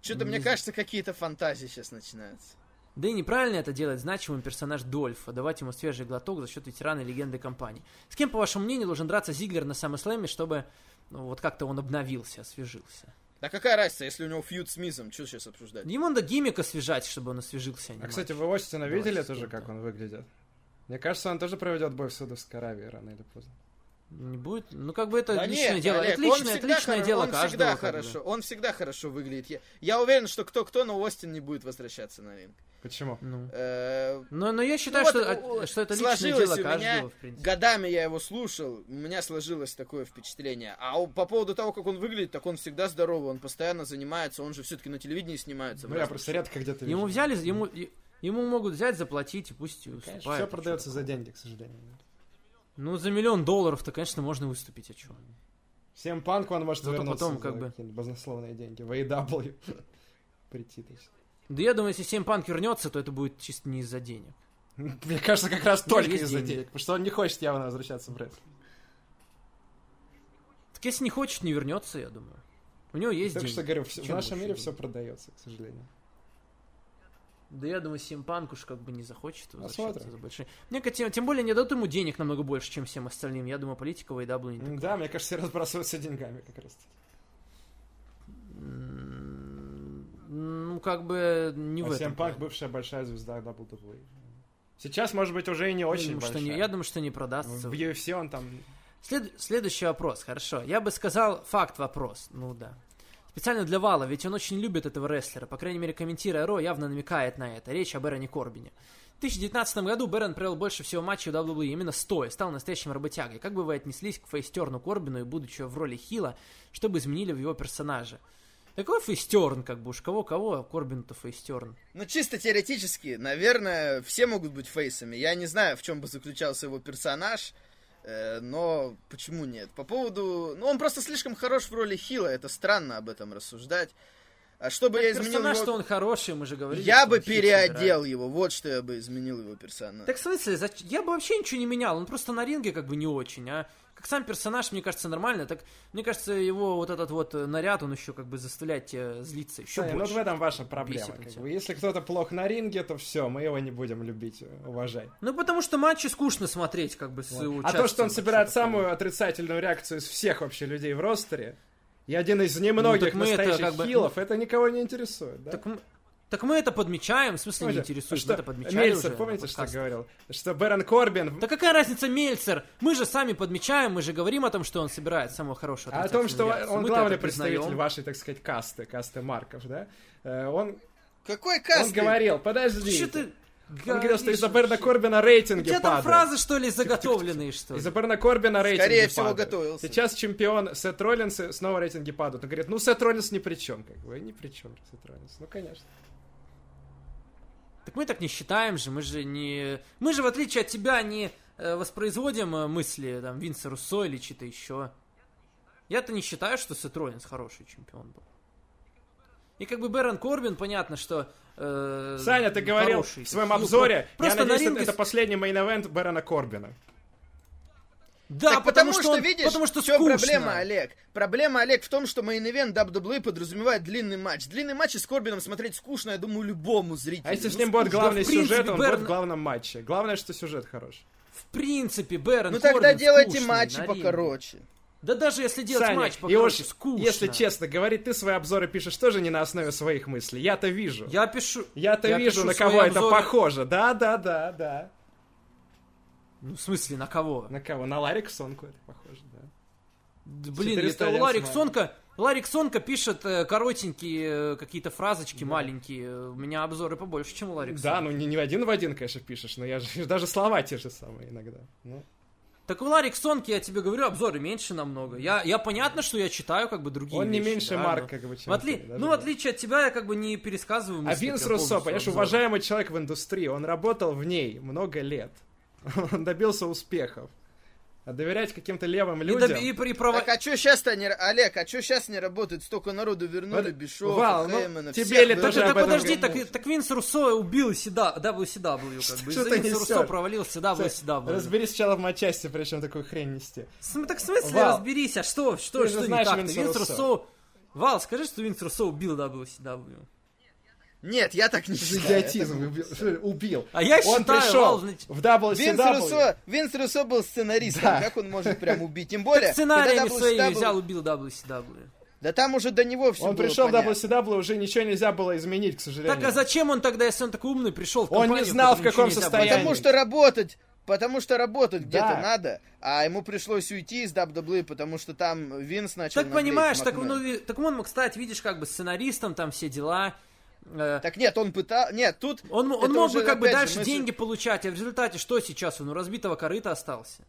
Что-то
Ну, Не
мне
знаю.
кажется, какие-то фантазии сейчас начинаются.
Да и неправильно это делать значимым персонаж Дольфа, давать ему свежий глоток за счет ветерана и легенды компании. С кем, по вашему мнению, должен драться Зиглер на SummerSlam, чтобы ну, вот как-то он обновился, освежился?
Да А какая разница, если у него фьюд с Мизом, что сейчас обсуждать?
Ему надо гиммик освежать, чтобы он освежился. а не
А, кстати,
мать.
вы Остина видели
Давайте с
тоже,
кем-то.
как он выглядит? Мне кажется, он тоже проведет бой в Саудовской Аравии рано или поздно.
Не будет? Ну, как бы это
Да
личное
нет,
дело.
Олег,
это
он
личное, это
всегда
личное
хоро-
дело
он
каждого.
Всегда
как бы.
хорошо, он всегда хорошо выглядит. Я, я уверен, что кто-кто, но Остин не будет возвращаться на ринг.
Почему?
Ну.
Э,
Но, но я считаю,
вот,
Ну
что,
о,
э,
а,
о,
что это личное
сложилось
дело
у меня
каждого, в принципе.
годами я его слушал, у меня сложилось такое впечатление. А у- по поводу того, как он выглядит, так он всегда здоровый, он постоянно занимается, он же все-таки на телевидении снимается. в
Ну, я
разных
просто редко где-то
Ему
вижу.
взяли, ему, и- ему могут взять, заплатить, и пусть и выступает. а
Все
чё
продается за
такого?
деньги, к сожалению.
Ну, за миллион долларов-то, конечно, можно выступить, а чего?
Всем панку он может
Зато
вернуться
потом
за
как бы-
какие-нибудь баснословные деньги. В AEW прийти, то есть.
Да я думаю, если Сейм Панк вернется, то это будет чисто не из-за денег.
Мне кажется, как раз
Ну,
только
есть
из-за
деньги.
денег, потому что он не хочет явно возвращаться в рестлинг.
Так если не хочет, не вернется, я думаю. У него есть
Только
деньги.
что говорю, всё- в нашем
Чем больше
мире
денег?
все продается, к сожалению.
Да я думаю, Сейм Панк уж как бы не захочет возвращаться
Посмотрим.
за большие. Мне кажется, тем, тем более не дадут ему денег намного больше, чем всем остальным. Я думаю, политика в AEW не такая.
Да, мне кажется, все разбрасываются деньгами как раз.
М, Ну, как бы не
а
в этом.
CM Punk бывшая большая звезда WWE. Сейчас, может быть, уже и не
Я
очень
думаю, что
большая.
не- E я думаю, что не продастся.
В UFC он там...
След- Следующий вопрос, хорошо. Я бы сказал факт-вопрос. Ну да. Специально для Вала, ведь он очень любит этого рестлера. По крайней мере, комментируя Ро, явно намекает на это. Речь о Бэроне Корбине. В 2019 году Бэрон провел больше всего матчей в WWE именно стоя, стал настоящим работягой. Как бы вы отнеслись к фейстерну Корбину и будучи в роли Хила, что бы изменили в его персонаже? Такой фейстерн, как бы уж кого-кого, а Корбин-то фейстерн.
Ну, чисто теоретически, наверное, все могут быть фейсами. Я не знаю, в чем бы заключался его персонаж, э, но почему нет? По поводу... Ну, он просто слишком хорош в роли Хила, это странно об этом рассуждать. А что бы я изменил
Персонаж,
его-
что он хороший, мы же говорили. что
Я
он
бы
хит собирает.
переодел его, вот что я бы изменил его персонаж.
Так в смысле, зач- я бы вообще ничего не менял, он просто на ринге как бы не очень, а как сам персонаж, мне кажется, нормально, так мне кажется, его вот этот вот э, наряд, он еще как бы заставляет тебя злиться еще
Саня, ну вот
больше.
в этом ваша проблема.
Бесит
как
меня.
бы. Если кто-то плох на ринге, то все, мы его не будем любить, уважать.
Ну потому что матчи скучно смотреть, как бы с
Вот. А
участием
то, что он
вообще
собирает
такого.
самую отрицательную реакцию из всех вообще людей в ростере, и один из
Ну,
немногих
так мы это
настоящих
как бы- ну,
хилов, это никого не интересует, да?
Так, м- так мы это подмечаем, в смысле не
Слушайте,
интересует,
что
мы это подмечали
Мельцер,
уже
помните,
на
что
подкастах.
говорил? Что Бэрон Корбин...
Да какая разница, Мельцер? Мы же сами подмечаем, мы же говорим о том, что он собирает самого хорошего.
А о том, что
отрицательную реакцию.
он
Мы-то
главный
это признаем.
представитель вашей, так сказать, касты, касты Марков, да? Э, Он,
Какой
он
каст?
говорил, подожди,
Что ты
он говорил, что из-за
говоришь
Берна Корбина рейтинги
У тебя там
падают.
фразы, что ли, заготовленные, что ли?
Из-за Берна Корбина рейтинги
Скорее всего,
падают.
готовился.
Сейчас чемпион Сет Роллинс, и снова рейтинги падают. Он говорит, ну Сет Роллинс ни при чем. Как бы, ни при чем Сет Роллинс. Ну, конечно.
Так мы так не считаем же, мы же не... Мы же, в отличие от тебя, не э, воспроизводим э, мысли там, Винса Руссо или чьи-то еще. Я-то не считаю, что Сет Роллинс хороший чемпион был. И как бы Бэрон Корбин, понятно, что... э,
Саня, ты говорил
хороший,
в своем
ну,
обзоре,
про- Просто
я
на
надеюсь,
ринге...
это последний мейн-эвент Бэрона Корбина.
Да,
Так
потому, что, он-
видишь,
потому что
в чем
скучно.
проблема, Олег? Проблема, Олег, в том, что мейн-эвент WWE E подразумевает длинный матч. Длинный матч и с Корбином смотреть скучно, я думаю, любому зрителю.
А если с
Ну,
ним будет
скучно.
главный
В принципе,
сюжет, он
Берн-
будет в главном матче. Главное, что сюжет хорош.
В принципе, Бэрон
Ну
Корбин
тогда делайте
скучный
матчи
на ринге.
покороче.
Да даже если делать
Саня,
матч
и
покороче,
уж,
скучно.
если честно говорить, ты свои обзоры пишешь тоже не на основе своих мыслей. Я-то вижу.
Я пишу...
Я-то
я
вижу,
пишу
на
свои
кого это
обзоры-
похоже. Да-да-да-да.
Ну, в смысле, на кого?
На кого? На Лариксонку это похоже, да.
Да, Блин,
401
это Ларик
смотрит.
Сонка, Ларик Сонка пишет э, коротенькие э, какие-то фразочки маленькие. У меня обзоры побольше, чем у Ларик
Да,
Сонка.
ну не, не один в один, конечно, пишешь, но я же даже слова те же самые иногда. Ну,
Так у Ларик Сонки, я тебе говорю, обзоры меньше намного. Я, я понятно, что я читаю как бы другие
он не
вещи,
меньше
да, но-
Марка, как бы,
В
чем
отли-
ты, даже
Ну, в
нет.
отличие от тебя, я как бы не пересказываю
А
мысли.
Винс
прям
Руссо,
полностью
понимаешь,
обзоры.
уважаемый человек в индустрии, он работал в ней много лет. Он добился успехов. А доверять каким-то левым
И
людям...
доби- и, при- прово-
Так а что сейчас-то не... Олег, а что сейчас не работает? Столько народу вернули,
Вот,
Бишова,
Вал, ну,
Хеймана,
тебе
всех
ли
вернули.
тоже
Э, Так
об этом
подожди, так,
говорил.
так Винс Руссо убил седа, WCW, как бы.
Что
Из-за
ты
Винса Руссо
несешь?
провалился WCW.
Разберись сначала в матчасти, причем такую хрень нести.
См- Так в смысле
Вал,
разберись, а что, что,
ты же
что не
знаешь
так-то?
Винса
Винс
Руссо.
Руссо... Вал, скажи, что Винс Руссо убил WCW.
Нет, я так не
Это же
считаю.
идиотизм, убил. что, убил.
А я
Он
считаю,
пришел
Вал, значит,
в WCW.
Винс Руссо, Винс Руссо был сценаристом, как он может прям убить? Тем более,
Так сценариями
Э, когда
своими
WCW
взял, убил WCW.
Да там уже до него все
Он пришел в WCW, уже ничего нельзя было изменить, к сожалению.
Так а зачем он тогда, если он такой умный, пришел в
Он не
компанию,
знал, в
которая
каком
ничего нельзя
состоянии.
было
Потому что работать, потому что работать
Да.
где-то надо, а ему пришлось уйти из WWE, потому что там Винс начал
Так
наглеть,
понимаешь, так,
Макмен.
ну, ви- так он мог стать, видишь, как бы сценаристом, там все дела. Э,
Так нет, он пытал... Нет, тут...
он м-
это
он мог
уже,
бы как бы
опять же,
дальше
мысль-
деньги получать, а в результате что сейчас? Он у разбитого корыта остался.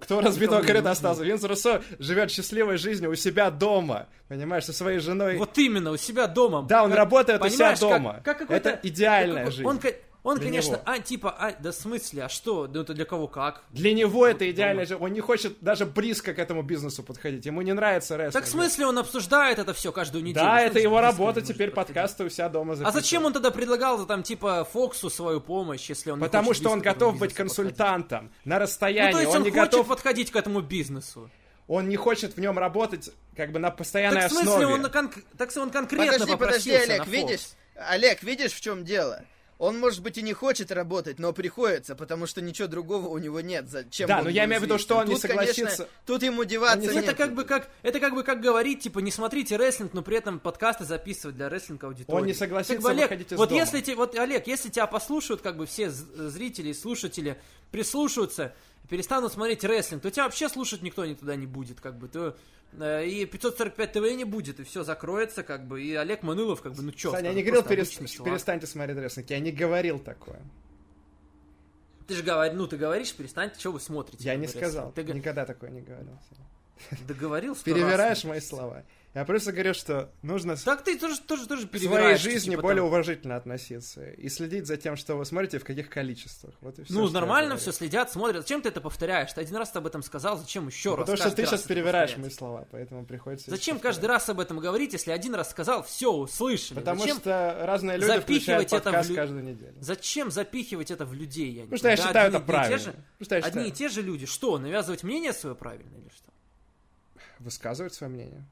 Кто разбитого
не
корыта
нужно.
остался? Винс Руссо живет счастливой жизнью у себя дома. Понимаешь, со своей женой.
Вот именно, у себя дома.
Э, Да, он
Как-
работает у себя
понимаешь, как-
дома.
как какой-то-
Это идеальная
как-
жизнь.
Он, ко- он
для
конечно,
него.
а, типа, а, да в смысле, а что? Ну это для кого как?
Для него это
Вот
идеальная
дома.
жизнь. Он не хочет даже близко к этому бизнесу подходить. Ему не нравится рестлинг.
Так в смысле он обсуждает это все каждую неделю?
Да,
Что
это
ж
его
близко не
работа,
может
теперь
подходить?
подкасты у себя дома
А
записывать.
зачем он тогда предлагал там типа Фоксу свою помощь, если он не
Потому
хочет
что он
близко к этому
готов быть
бизнесу
консультантом на
подходить? Ну,
расстоянии.
то есть
он,
он,
не
хочет
готов,
подходить к этому бизнесу.
он не хочет в нем работать как бы на постоянной
Так в смысле
основе.
он, на кон- так он конкретно
Подожди, подожди,
попросился на
Олег,
Fox.
видишь? Олег, видишь, в чем дело? Он, может быть, и не хочет работать, но приходится, потому что ничего другого у него нет. Зачем
Да,
он
но я
был
имею в виду,
известен.
что он не
Тут, конечно,
согласится.
тут ему деваться
Это
нет.
как бы как, это как бы как говорить, типа, не смотрите рестлинг, но при этом подкасты записывать для рестлинг аудитории.
Он не согласится
как бы, Олег,
выходить из
вот
дома.
если те, вот Олег, если тебя послушают, как бы все з- зрители, и слушатели прислушаются, перестанут смотреть рестлинг, то тебя вообще слушать никто не туда не будет, как бы. То, э, и 545 ТВ не будет, и все закроется, как бы. И Олег Манылов, как бы, ну чё?
Саня, я
скажет,
не говорил,
просто
перес-
обычный чувак.
перестаньте смотреть рестлинг. Я не говорил такое.
Ты же говоришь, ну ты говоришь, перестаньте, что вы смотрите.
Я
как
не
бы,
сказал.
рестлинг. Ты г-
Никогда такое не говорил.
договорил сто раз. ну,
Перевираешь мои слова. Я просто говорю, что нужно с-
Так ты тоже, тоже, тоже
к
перевираешь.
своей
ты,
жизни
типа,
более
там,
уважительно относиться и следить за тем, что вы смотрите, в каких количествах. Вот и всё,
Ну,
что я
нормально
говорю.
все следят, смотрят. Зачем ты это повторяешь? Ты один раз об этом сказал, зачем еще раз?
Ну, Потому что
каждый
ты
раз
сейчас
это
перевираешь
повторять?
мои слова, поэтому приходится...
Зачем
ещё
каждый раз об этом говорить, если один раз сказал, все, услышали?
Потому
зачем,
что разные люди
запихивать
включают
это в
подкаст
лю-
каждую неделю.
зачем запихивать это в людей? Я не
Потому что я
понимаю.
считаю
Одни
это
и те
правильно.
же-
Потому что я
Одни и
считаю...
те же люди. Что, навязывать мнение свое правильное или что?
Высказывать свое мнение.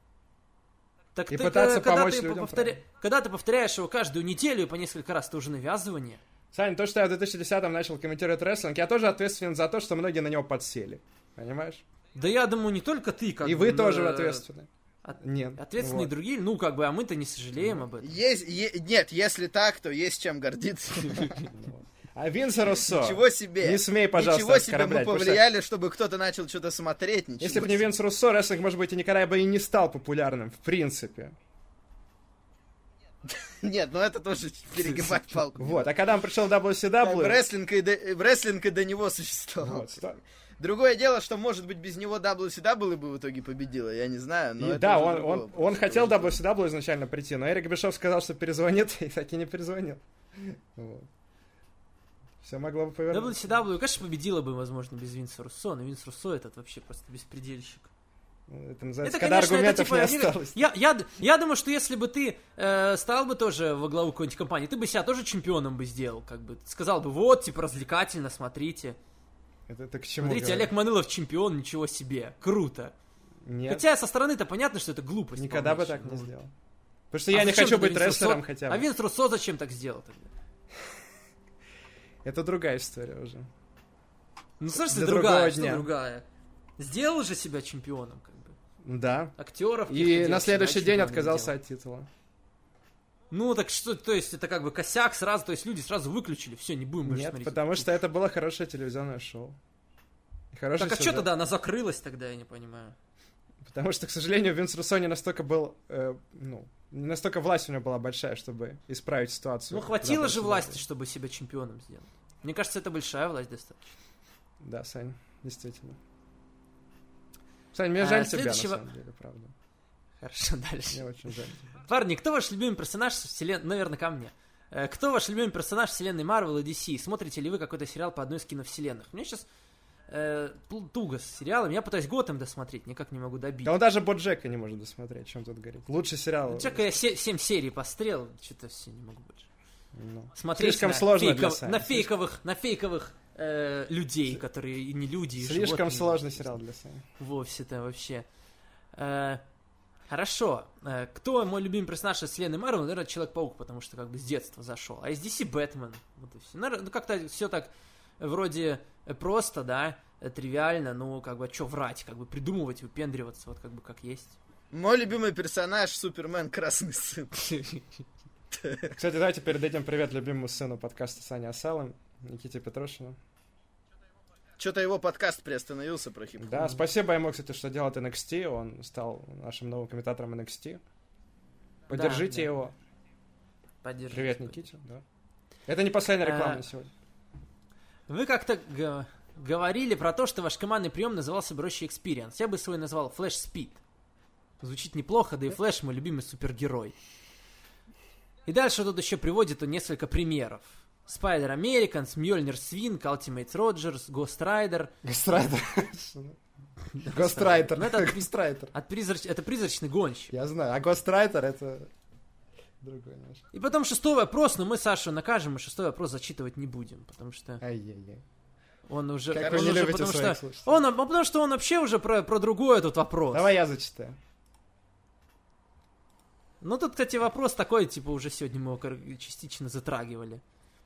Так
И
ты,
пытаться
э, когда
помочь
ты
людям,
повторя-
правильно.
Когда ты повторяешь его каждую неделю и по несколько раз, это уже навязывание.
Саня, то, что я в 2010-м начал комментировать рестлинг, я тоже ответственен за то, что многие на него подсели. Понимаешь?
Да я думаю, не только ты, как
и
бы,
вы
но,
тоже
э,
ответственны.
от-
Нет.
Ответственные
Вот. Ну,
другие, ну как бы, а мы-то не сожалеем об этом.
Есть, е- нет, если так, то есть чем гордиться.
А Винса Руссо.
Ничего себе.
Не смей, пожалуйста,
Ничего себе мы
оскорблять, потому что-
повлияли, чтобы кто-то начал что-то смотреть. Ничего
Если бы не
себе.
Винс Руссо, рестлинг, может быть, и никогда бы и не стал популярным, в принципе.
Нет, ну это тоже перегибать палку.
Вот. А когда он пришел в
Как бы
WCW...
Рестлинг и, до, рестлинг и до него существовал.
вот, сто-
Другое дело, что, может быть, без него WCW бы в итоге победила, я не знаю.
ну,
Но
И
это
да,
уже
он,
другого
он,
вопроса,
он
это
хотел
уже другого.
WCW изначально прийти, но Эрик Бишов сказал, что перезвонит, и так и не перезвонил. Все могло бы повернуться.
WCW, конечно, победила бы, возможно, без Винса Руссо, но Винс Руссо этот вообще просто беспредельщик.
Ну, Это называется, когда аргументов не
один-
осталось.
я, я, д- я думаю, что если бы ты э, стал бы тоже во главу какой-нибудь компании, ты бы себя тоже чемпионом бы сделал, как бы. Сказал бы, вот, типа, развлекательно, смотрите.
Это, это к чему?
Смотрите,
говорю?
Олег Манылов чемпион, ничего себе. Круто.
Нет,
Хотя со стороны-то понятно, что это глупость.
никогда бы
полнейшая.
так не
Ну,
сделал. Потому что
а
я не
зачем
хочу
тогда
быть
Винс Руссо-
рестлером хотя бы.
А Винс Руссо зачем так сделал тогда?
Это другая история уже.
Ну, слушай,
До
другая,
другого
что
дня.
другая. Сделал же себя чемпионом, как бы.
Да.
Актеров.
И на следующий день отказался от титула.
Ну, так что, то есть, это как бы косяк сразу, то есть люди сразу выключили, все, не будем больше
Нет,
смотреть.
потому что это было хорошее телевизионное шоу. И Хороший
Так а что
сюжет.
тогда она закрылась тогда, я не понимаю.
Потому что, к сожалению, Винс Руссо не настолько был, э, ну, не настолько власть у него была большая, чтобы исправить ситуацию.
Ну, хватило
Когда
же
был
власти,
сюда.
чтобы себя чемпионом сделать. Мне кажется, это большая власть достаточно.
Да, Сань, действительно. Сань, мне
А,
жаль тебя,
следующего-
на самом деле, правда.
Хорошо,
Мне
дальше.
очень жаль. тебя.
Парни, кто ваш любимый персонаж вселенной... Наверное, ко мне. Э, Кто ваш любимый персонаж вселенной Марвел и DC? Смотрите ли вы какой-то сериал по одной из киновселенных? Мне сейчас туго с сериалом. Я пытаюсь Готэм досмотреть, никак не могу добить.
Да он даже Боджека не может досмотреть, о чем тут говорить. Лучший сериал.
Ну, Чека я 7 серий пострел, что-то все не могу больше.
Ну.
Смотреть
Слишком
на,
сложно для
фейков-
Сани.
на фейковых, на фейковых э, людей, которые и не люди, и животные.
Слишком сложный сериал для Сани.
Вовсе-то вообще. Э, хорошо. Э, кто мой любимый персонаж из вселенной Марвел? Наверное, Человек-паук, потому что как бы с детства зашел. А из DC Бэтмен. Вот и всё. Наверно, ну как-то все так вроде просто, да, э, тривиально, ну как бы а чё врать, как бы придумывать, выпендриваться, вот как бы как есть.
Мой любимый персонаж Супермен Красный Сын.
Кстати, давайте передадим привет любимому сыну подкаста Саня Асалам, Никите Петрошину.
Что-то его подкаст приостановился про хип
Да, спасибо ему, кстати, что делает NXT. Он стал нашим новым комментатором NXT. Поддержите
да.
его.
Поддерживать.
Привет, Никите. Да. Это не последняя реклама
А,
на сегодня.
Вы как-то г- говорили про то, что ваш командный прием назывался бы Рощи Experience. Я бы свой назвал Flash Speed. Звучит неплохо, да и Флэш мой любимый супергерой. И дальше тут еще приводит он несколько примеров. Spider Americans, Мьёльнир Свинг, Ultimate Rogers, Ghost Rider.
Гострайтер.
Гострайтер. Ну, это от-
Гострайтер.
От призрач- Это призрачный гонщик.
Я знаю. А Гострайтер это... Другой наш.
И потом шестой вопрос, но мы Сашу накажем, и шестой вопрос зачитывать не будем, потому что
Ай-яй-яй.
он уже...
Как
он
вы не
уже-
любите
потому
своих
что
слушателей.
он, а потому что он вообще уже про, про другое тут вопрос.
Давай я зачитаю.
Ну, тут, кстати, вопрос такой, типа, уже сегодня мы его кор- частично затрагивали.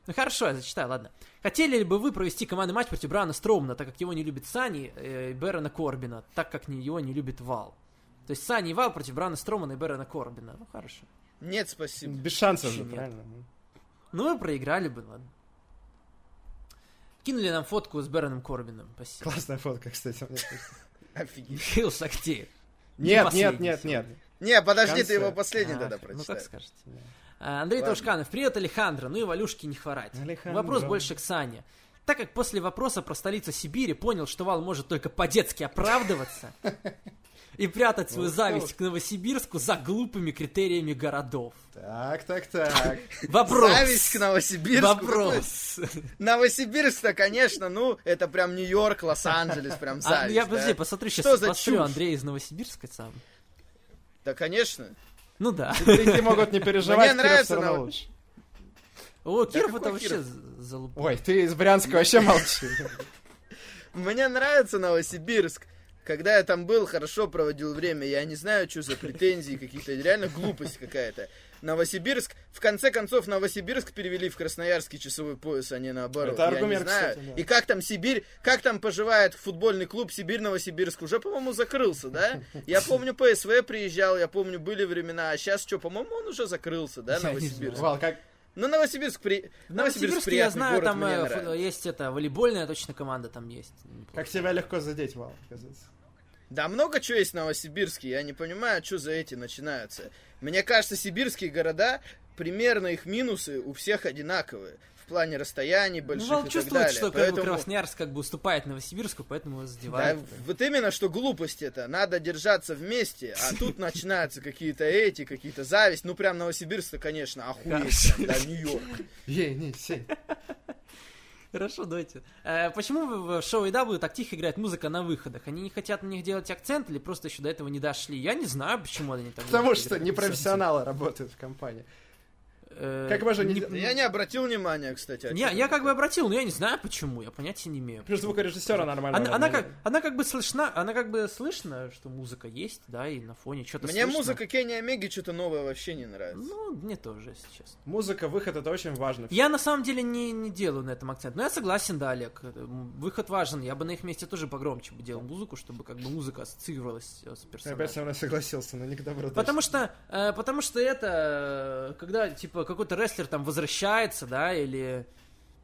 Ну хорошо, я зачитаю, ладно. Хотели ли бы вы провести командный матч против Брана Строумна, так как его не любит Сани э, и Бэрона Корбина, так как не- его не любит Вал? То есть Сани и Вал против Брана Строумана и Бэрона Корбина. Ну хорошо.
Нет, спасибо.
Без шансов
Вообще
же,
нет.
правильно?
Ну, мы проиграли бы, ладно. Кинули нам фотку с Бэроном Корбином. Спасибо.
Классная фотка, кстати. мне кажется.
Офигеть.
Михаил Шахтеев. Не
Нет,
последний
нет, нет,
сегодня.
нет.
Не, подожди, ты
конце.
его последний
А,
тогда
ну так
прочитай.
скажете. А, Андрей
Ладно.
Таушканов. Привет, Алехандро. Ну и Валюшки не хворать.
Алехандро.
Вопрос больше к Сане. Так как после вопроса про столицу Сибири понял, что Вал может только по-детски оправдываться и прятать свою зависть к Новосибирску за глупыми критериями городов.
Так, так, так.
Вопрос.
Зависть к Новосибирску.
Вопрос.
Какой- Новосибирск-то, конечно, ну, это прям Нью-Йорк, Лос-Анджелес, прям
А, ну
зависть.
я,
да?
подожди, посмотрю, сейчас
Что за
посмотрю
чушь?
Андрей из Новосибирска сам.
Да, конечно.
Ну да.
Ты могут не переживать,
Мне
Киров
нравится
все равно
нова-
лучше.
О, Киров это
какой
вообще
Киров?
залуп.
Ой, ты из Брянска вообще молчи.
Мне нравится Новосибирск. Когда я там был, хорошо проводил время. Я не знаю, что за претензии какие-то. Реально глупость какая-то. Новосибирск. В конце концов, Новосибирск перевели в Красноярский часовой пояс, а не наоборот.
Это аргумент,
я не знаю.
кстати, да.
И как там Сибирь, как там поживает футбольный клуб Сибирь-Новосибирск? Уже, по-моему, закрылся, да? Я помню, ПСВ приезжал, я помню, были времена. А сейчас что, по-моему, он уже закрылся, да,
Я не знаю.
Новосибирск?
Вал, как...
Ну, Новосибирск, при...
В
Новосибирск
Новосибирске, я
приятный
знаю,
город,
там
мне
э, фу-
нравится.
есть это, волейбольная точно команда там есть.
Как тебя легко задеть, Вал, оказывается.
Да много чего есть в Новосибирске, я не понимаю, что за эти начинаются. Мне кажется, сибирские города, примерно их минусы у всех одинаковые. В плане расстояний
Ну,
больших
Вал
и так
чувствует,
далее.
что как бы
Поэтому...
Красноярск как бы уступает Новосибирску, поэтому его
Да,
задевает.
вот именно, что глупость это. Надо держаться вместе, а тут начинаются какие-то эти, какие-то зависть. Ну, прям Новосибирск-то, конечно, охуеть. прям, Да, Нью-Йорк.
Ей, не, сей.
Хорошо, давайте. Э, почему в в шоу EW так тихо играет музыка на выходах? Они не хотят на них делать акцент или просто еще до этого не дошли? Я не знаю, почему они так
Потому
громко
что
играют.
непрофессионалы работают в компании.
Э,
Как можно не...
Я не обратил внимания, кстати. а
не,
чё
я
там?
как бы обратил, но я не знаю почему, я понятия не имею.
Плюс звукорежиссера нормально.
Она, она как, она как бы слышна, она как бы слышно, что музыка есть, да, и на фоне что-то
Мне
слышно.
музыка Кенни Омеги что-то новое вообще не нравится.
Ну, мне тоже, если честно.
Музыка, выход, это очень важно.
Я на самом деле не, не делаю на этом акцент. Но я согласен, да, Олег. э, м, Выход важен. Я бы на их месте тоже погромче бы делал музыку, чтобы как бы музыка ассоциировалась э, с
Опять со
персонажем.
мной согласился, но не к добру.
Потому что, э, потому что это, э, когда, типа, какой-то рестлер там возвращается, да, или,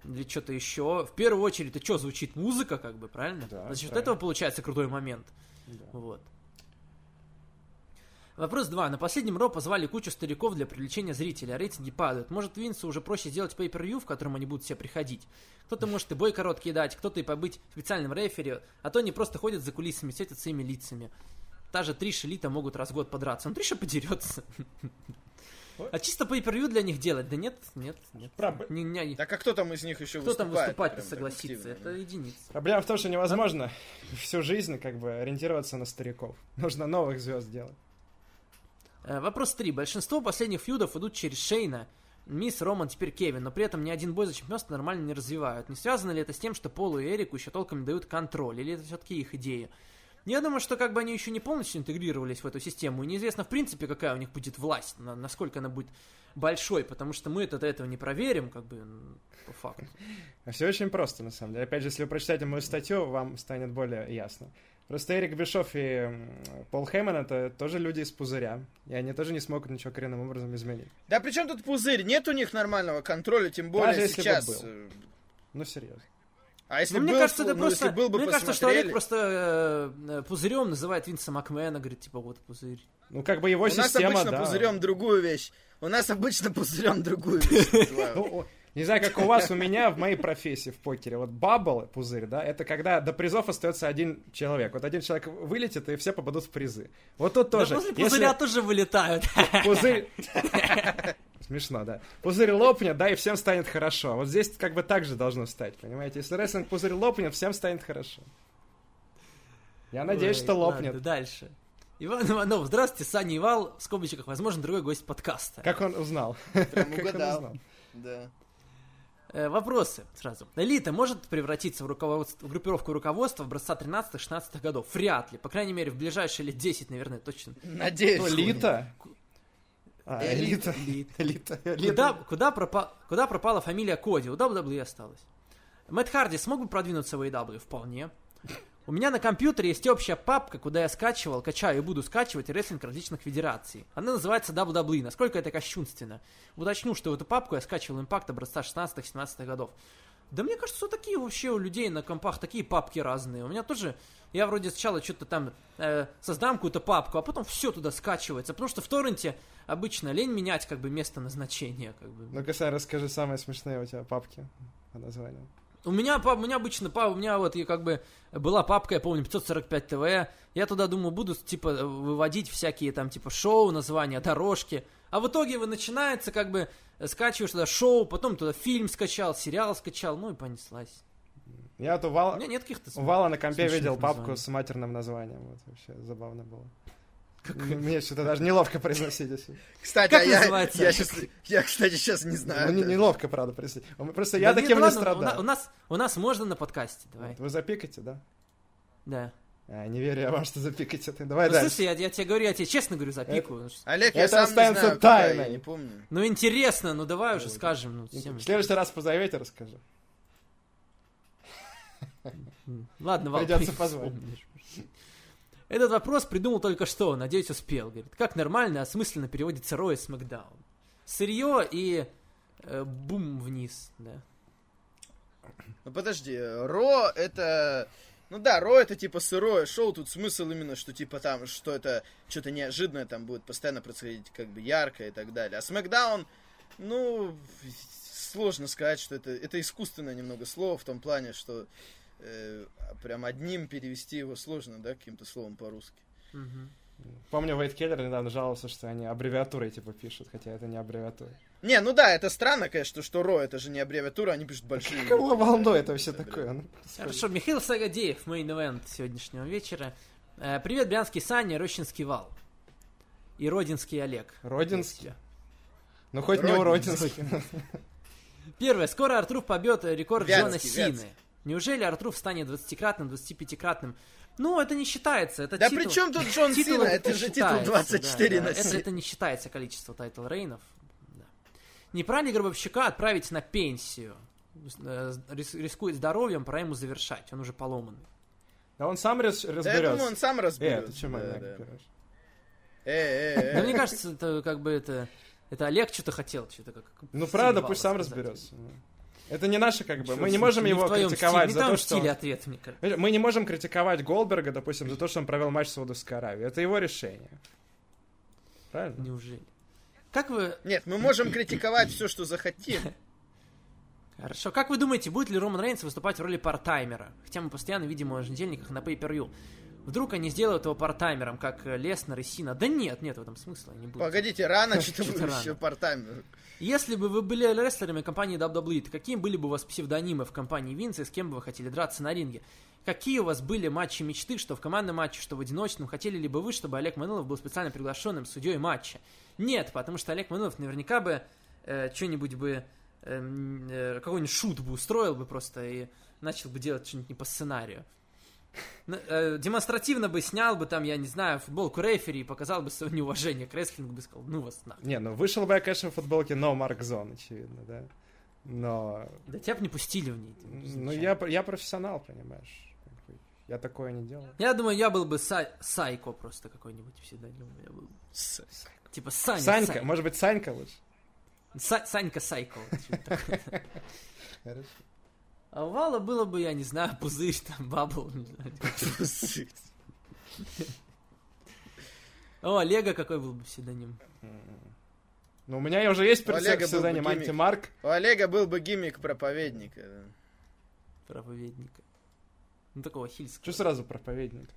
или что-то еще, в первую очередь, это что, звучит музыка, как бы, правильно?
Да,
За счет
правильно.
этого получается крутой момент.
Да.
Вот. Вопрос 2. На последнем Ро позвали кучу стариков для привлечения зрителей, а рейтинги падают. Может, Винсу уже проще сделать pay-per-view, в котором они будут все приходить? Кто-то может и бой короткий дать, кто-то и побыть специальным рефери, а то они просто ходят за кулисами, светят своими лицами. Та же Триш и Лита могут раз в год подраться. Ну, Триша подерется.
Ой.
А чисто pay-per-view для них делать? Да нет, нет, нет.
Проб-
Не- не-
Так а кто там из них еще
Кто
выступает?
там выступать-то
прям так
согласится?
активно?
Это единица.
Проблема в том, что невозможно всю жизнь как бы ориентироваться на стариков. Нужно новых звезд делать.
Э, Вопрос 3. Большинство последних фьюдов идут через Шейна, Мисс, Роман, теперь Кевин, но при этом ни один бой за чемпионство нормально не развивают. Не связано ли это с тем, что Полу и Эрику еще толком не дают контроль, или это все-таки их идея? Я думаю, что как бы они еще не полностью интегрировались в эту систему, и неизвестно в принципе, какая у них будет власть, на- насколько она будет большой, потому что мы это до этого не проверим, как бы, м, по факту.
А Все очень просто, на самом деле. Опять же, если вы прочитаете мою статью, вам станет более ясно. Просто Эрик Бишов и м, Пол Хейман — это тоже люди из пузыря. И они тоже не смогут ничего коренным образом изменить.
Да при чем тут пузырь? Нет у них нормального контроля, тем более
Даже если бы
сейчас.
был.
Э,
Ну, серьезно.
А если
Ну, мне
был,
кажется, это
ну,
просто...
если был бы
мне кажется, что
посмотрели.
Олег просто э, э, пузырем называет Винса Макмена, говорит, типа, вот пузырь.
Ну, как бы его
У нас
система,
обычно
да.
пузырем другую вещь. У нас обычно пузырем другую вещь. называют.
Ну, о, не знаю, как у вас, у меня в моей профессии в покере. Вот бабл, пузырь, да, это когда до призов остается один человек. Вот один человек вылетит, и все попадут в призы. Вот тут
Да
тоже.
после
Если
пузыря тоже вылетают.
пузырь... Смешно, да. Пузырь лопнет, да, и всем станет хорошо. Вот здесь как бы так же должно стать, понимаете? Если рестлинг пузырь лопнет, всем станет хорошо. Я надеюсь,
Ой,
что
ладно,
лопнет.
дальше. Иван Иванов, здравствуйте, Саня и Вал, в скобочках, возможно, другой гость подкаста.
Как он узнал?
Прям
Ну, Как он
угадал.
узнал?
Да.
Э, вопросы сразу. Элита может превратиться в, руководство, в группировку руководства образца 13-16 годов?
Ну,
Вряд ли, по крайней мере, в ближайшие лет 10, наверное, точно.
Надеюсь.
Кто, Лита? А,
Элита.
элита.
Элит.
Элита.
Куда,
Элита.
куда, пропа- куда пропала фамилия Коди? У WWE осталась. Мэтт Харди смог бы продвинуться в AEW? Вполне. У меня на компьютере есть общая папка, куда я скачивал, качаю и буду скачивать рестлинг различных федераций. Она называется WWE. Насколько это кощунственно? Уточню, что в эту папку я скачивал импакт образца 16-17 годов. Да мне кажется, что такие вообще у людей на компах такие папки разные. У меня тоже, я вроде сначала что-то там э, создам какую-то папку, а потом все туда скачивается. Потому что в торренте обычно лень менять как бы место назначения. Как бы.
Ну-ка, Сай, расскажи самые смешные у тебя папки по названию.
У меня, пап- у меня обычно, па- у меня вот и как бы была папка, я помню, 545 ТВ. Я туда, думаю, буду, типа, выводить всякие там, типа, шоу, названия, дорожки. А в итоге вы начинается, как бы, э, скачиваешь туда шоу, потом туда фильм скачал, сериал скачал, ну и понеслась.
Я вот у
У
Вала,
меня нет каких-то...
у Вала на компе
смешных
видел папку
названий.
с матерным названием. Вот вообще забавно было. Мне что-то даже неловко произносить. если-
Кстати,
Как
а я,
называется?
я, щас- я, кстати, сейчас не знаю.
Ну, не-
даже.
неловко, правда, произносить. Просто
Да
я
нет,
таким не
ладно, у на- У,
страдаю.
нас, у нас можно на подкасте, давай.
Вот, Вы запикаете, да?
Да.
А, не верю я вам, что запикаете. Ты Давай
Ну,
дальше.
слушай, я, я тебе говорю, я тебе честно говорю, запикаю.
Олег, я
Это
сам
останется
не знаю, какая,
тайной.
я не помню.
Ну интересно, ну давай уже скажем. Ну, всем-
В следующий раз позовете, расскажу.
Ладно, Вал,
Придется
ты
позвать.
вспомнишь. Этот вопрос придумал только что, надеюсь, успел. Говорит, как нормально, и осмысленно переводится Рой и Смакдаун. Сырье и э, бум вниз, да.
Ну подожди, Ро это... Ну да, Ро это типа сырое шоу, тут смысл именно, что типа там, что это что-то неожиданное там будет постоянно происходить, как бы ярко и так далее. А Смакдаун, ну, сложно сказать, что это, это искусственное немного слово в том плане, что э, прям одним перевести его сложно, да, каким-то словом по-русски.
Мгм.
Помню, Вейт Келлер недавно жаловался, что они аббревиатурой типа пишут, хотя это не аббревиатура.
Не, ну да, это странно, конечно, что Ро это же не аббревиатура, они пишут большие.
Кого
буквы, да,
волнует
они
вообще
пишут
такое? Ну,
Хорошо, Михаил Сагадеев, мейн ивент сегодняшнего вечера. Э, привет, Брянский Саня, Рощинский Вал. И Родинский Олег.
Родинский? Ну хоть не
Родинский.
уродинский.
Первое. Скоро Артруф побьет рекорд
Вятский,
Джона Сины.
Вятский.
Неужели Артруф станет 20-кратным, 25-кратным? Ну, это не считается. Это
Да
титул-
при чем тут Джон
титул
Сина? Это же титул
считается,
24
да,
на
да. Это,
7.
это не считается количество тайтл рейнов. Да. Не пора ли Гробовщика отправить на пенсию? С- э, с- рис- Рискует здоровьем, пора ему завершать. Он уже поломанный.
Да он сам раз-
Да я думаю, он
разберется.
сам
Э,
разберется.
ты че,
да,
маньяк,
да.
короче?
Э, э, э.
Но мне кажется, это как бы это... Это Олег что-то хотел, что-то как...
Ну правда,
стиль
пусть
Вала
сам
сказать.
разберется. Это не наше как бы.
Чё,
Мы
слушай,
не можем
в
его
твоем
критиковать
стиле,
за
не
то,
там в
что...
стиле
он-
ответ, мне кажется.
Мы не можем критиковать Голдберга, допустим, за то, что он провел матч с Саудовской Аравией. Это его решение. Правильно?
Неужели? Как вы
Нет, мы можем критиковать все, что захотим.
Хорошо. Как вы думаете, будет ли Роман Рейнс выступать в роли партаймера? Хотя мы постоянно видим его в еженедельниках на pay per -view. Вдруг они сделают его партаймером, как э, Леснер и Сина. Да нет, нет в этом смысла, не будет.
Погодите, рано что-то
Чё-то
вы
рано.
еще портами.
Если бы вы были рестлерами компании WWE, то какие были бы у вас псевдонимы в компании Винса и с кем бы вы хотели драться на ринге? Какие у вас были матчи мечты, что в командном матче, что в одиночном? Хотели ли бы вы, чтобы Олег Манилов был специально приглашенным судьей матча? Нет, потому что Олег Манилов наверняка бы э, что-нибудь бы, эм, э, какой-нибудь шут бы устроил бы просто и начал бы делать что-нибудь не по сценарию. Ну, э, демонстративно бы снял бы там, я не знаю, футболку рефери и показал бы свое неуважение к рестлингу, бы сказал, ну вас нахуй.
Не, ну вышел бы я, конечно, в футболке No Mark Zone, очевидно, да. Но
Да тебя бы не пустили в ней. ты
Ну,
изначально.
я, про- я профессионал, понимаешь. Как бы Я такое не делал.
Я думаю, я был бы Са- Сайко просто какой-нибудь всегда. думаю, я был. Типа Саня,
Санька,
Сай-
может быть, Санька лучше?
Са- Санька Сайко. вот что-то такое.
Хорошо.
А у Вала было бы, я не знаю, пузырь, там, бабл. не знаю. О, Олега какой был бы псевдоним.
Ну, у меня уже есть
У Олега был
псевдоним
бы гиммик.
Антимарк.
У Олега был бы гиммик проповедника. да.
Проповедника. Ну, такого хильского.
Че сразу проповедник?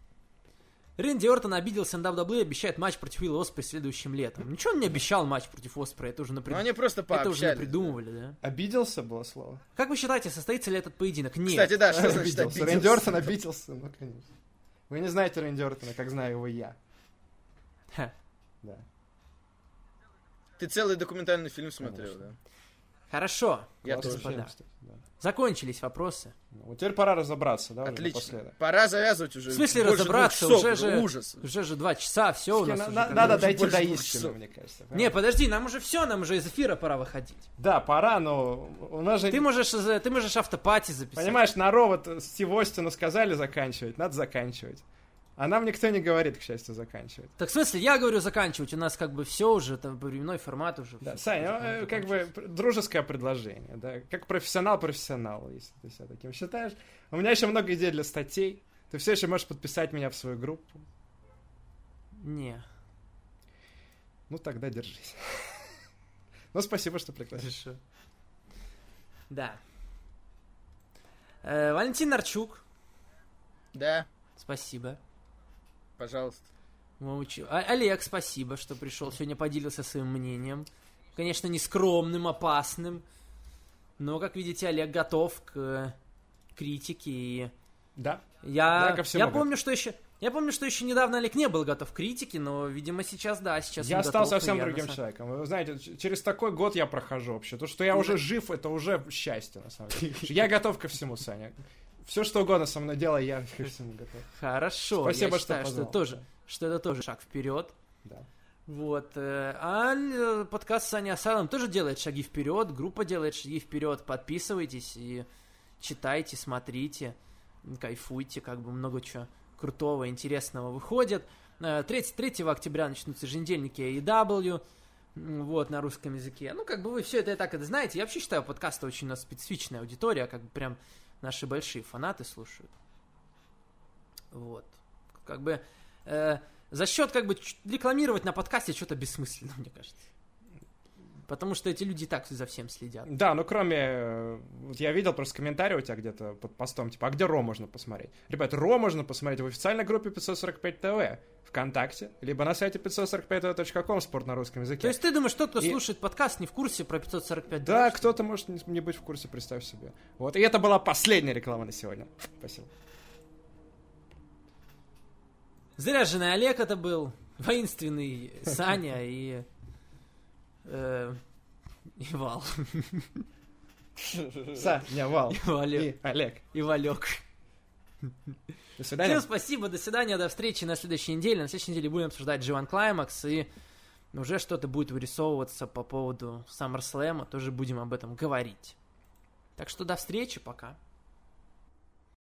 Рэнди Ортон обиделся на WWE и обещает матч против Уилла Оспрей следующим летом. Ничего он не обещал матч против Оспрей, это уже
Но
напридумывали.
они просто
Это уже
пообщались.
напридумывали, да?
Обиделся было слово?
Как вы считаете, состоится ли этот поединок? Нет.
Кстати, да, А что значит
Обиделся. Рэнди
обиделся?
Ортон обиделся, ну, конечно. Вы не знаете Рэнди Ортона, как знаю его я.
Ха.
Да.
Ты целый документальный фильм смотрел,
Конечно.
да?
Хорошо.
Я
Классная
тоже.
тема,
господа.
кстати, да.
Закончились вопросы.
Ну, вот теперь пора разобраться, да, уже
Отлично.
напоследок.
Пора завязывать уже.
В смысле
Больше
разобраться?
двух
Уже
часов
же,
Ужас.
уже же два часа, все у нас
На-
уже
на-
как бы
надо
уже
дойти
больше
до
двух
истины,
часов.
мне кажется.
Не, подожди, нам уже все, нам уже из эфира пора выходить.
Да, пора, но у нас же...
Ты можешь, из- ты можешь автопати записать.
Понимаешь, на ровот Стив Остину сказали заканчивать, надо заканчивать. А нам никто не говорит, к счастью, заканчивать.
Так в смысле, я говорю заканчивать, у нас как бы все уже, там временной формат уже.
Да,
всё,
Саня,
уже
э,
надо
как
кончить.
бы пр- дружеское предложение, да, как профессионал профессионалу, если ты себя таким считаешь. У меня еще много идей для статей. Ты все еще можешь подписать меня в свою группу.
Не,
Ну тогда держись. Ну спасибо, что пригласили.
хорошо. Да. Э, Валентин Нарчук,
Да,
спасибо.
пожалуйста.
Мы учи- А- Олег, спасибо, что пришел сегодня, поделился своим мнением. Конечно, не скромным, опасным. Но, как видите, Олег готов к э, критике и
Да.
Я,
Да, ко всему
я
готов.
помню, что еще. Я помню, что еще недавно Олег не был готов к критике, но, видимо, сейчас да, сейчас
я
он
стал
готов, и
совсем
я на
другим
самом-
человеком. Вы знаете, ч- через такой год я прохожу вообще. То, что я уже жив, это уже счастье, на самом деле. Я готов ко всему, Саня. Все, что угодно со мной делай, я ко всему готов.
Хорошо.
Спасибо,
я
что
считаю, что это
позвал.
тоже, что это тоже шаг вперед.
Да.
Вот. э, А э, подкаст Саня Асаном тоже делает шаги вперед, группа делает шаги вперед. Подписывайтесь и читайте, смотрите, кайфуйте, как бы много чего крутого, интересного выходит. Э, 33 октября начнутся еженедельники AEW, м, вот, на русском языке. Ну, как бы вы все это и так это знаете. Я вообще считаю, подкасты очень у нас специфичная аудитория, как бы прям наши большие фанаты слушают. Вот. Как бы... э, за счет как бы ч- рекламировать на подкасте что-то бессмысленно, мне кажется. Потому что эти люди и так за всем следят.
Да, ну кроме... э, Вот я видел просто комментарий у тебя где-то под постом, типа, а где Ро можно посмотреть? Ребят, Ро можно посмотреть в официальной группе 545 ТВ ВКонтакте, либо на сайте 545tv.com, спорт на русском языке.
То есть ты думаешь, тот, кто
И-
слушает подкаст, не в курсе про 545
Да,
долларов, что ли?
кто-то может не не быть в курсе, представь себе. Вот, и это была последняя реклама на сегодня. Спасибо.
Заряженный Олег это был, воинственный Саня и... э, и Вал.
Саня, Вал
И Валек.
и Олег.
И Валек.
До
Всем
свидания.
спасибо, до свидания, до встречи на следующей неделе. На следующей неделе будем обсуждать Дживан Клаймакс и уже что-то будет вырисовываться а по поводу SummerSlam, тоже будем об этом говорить. Так что до встречи, пока.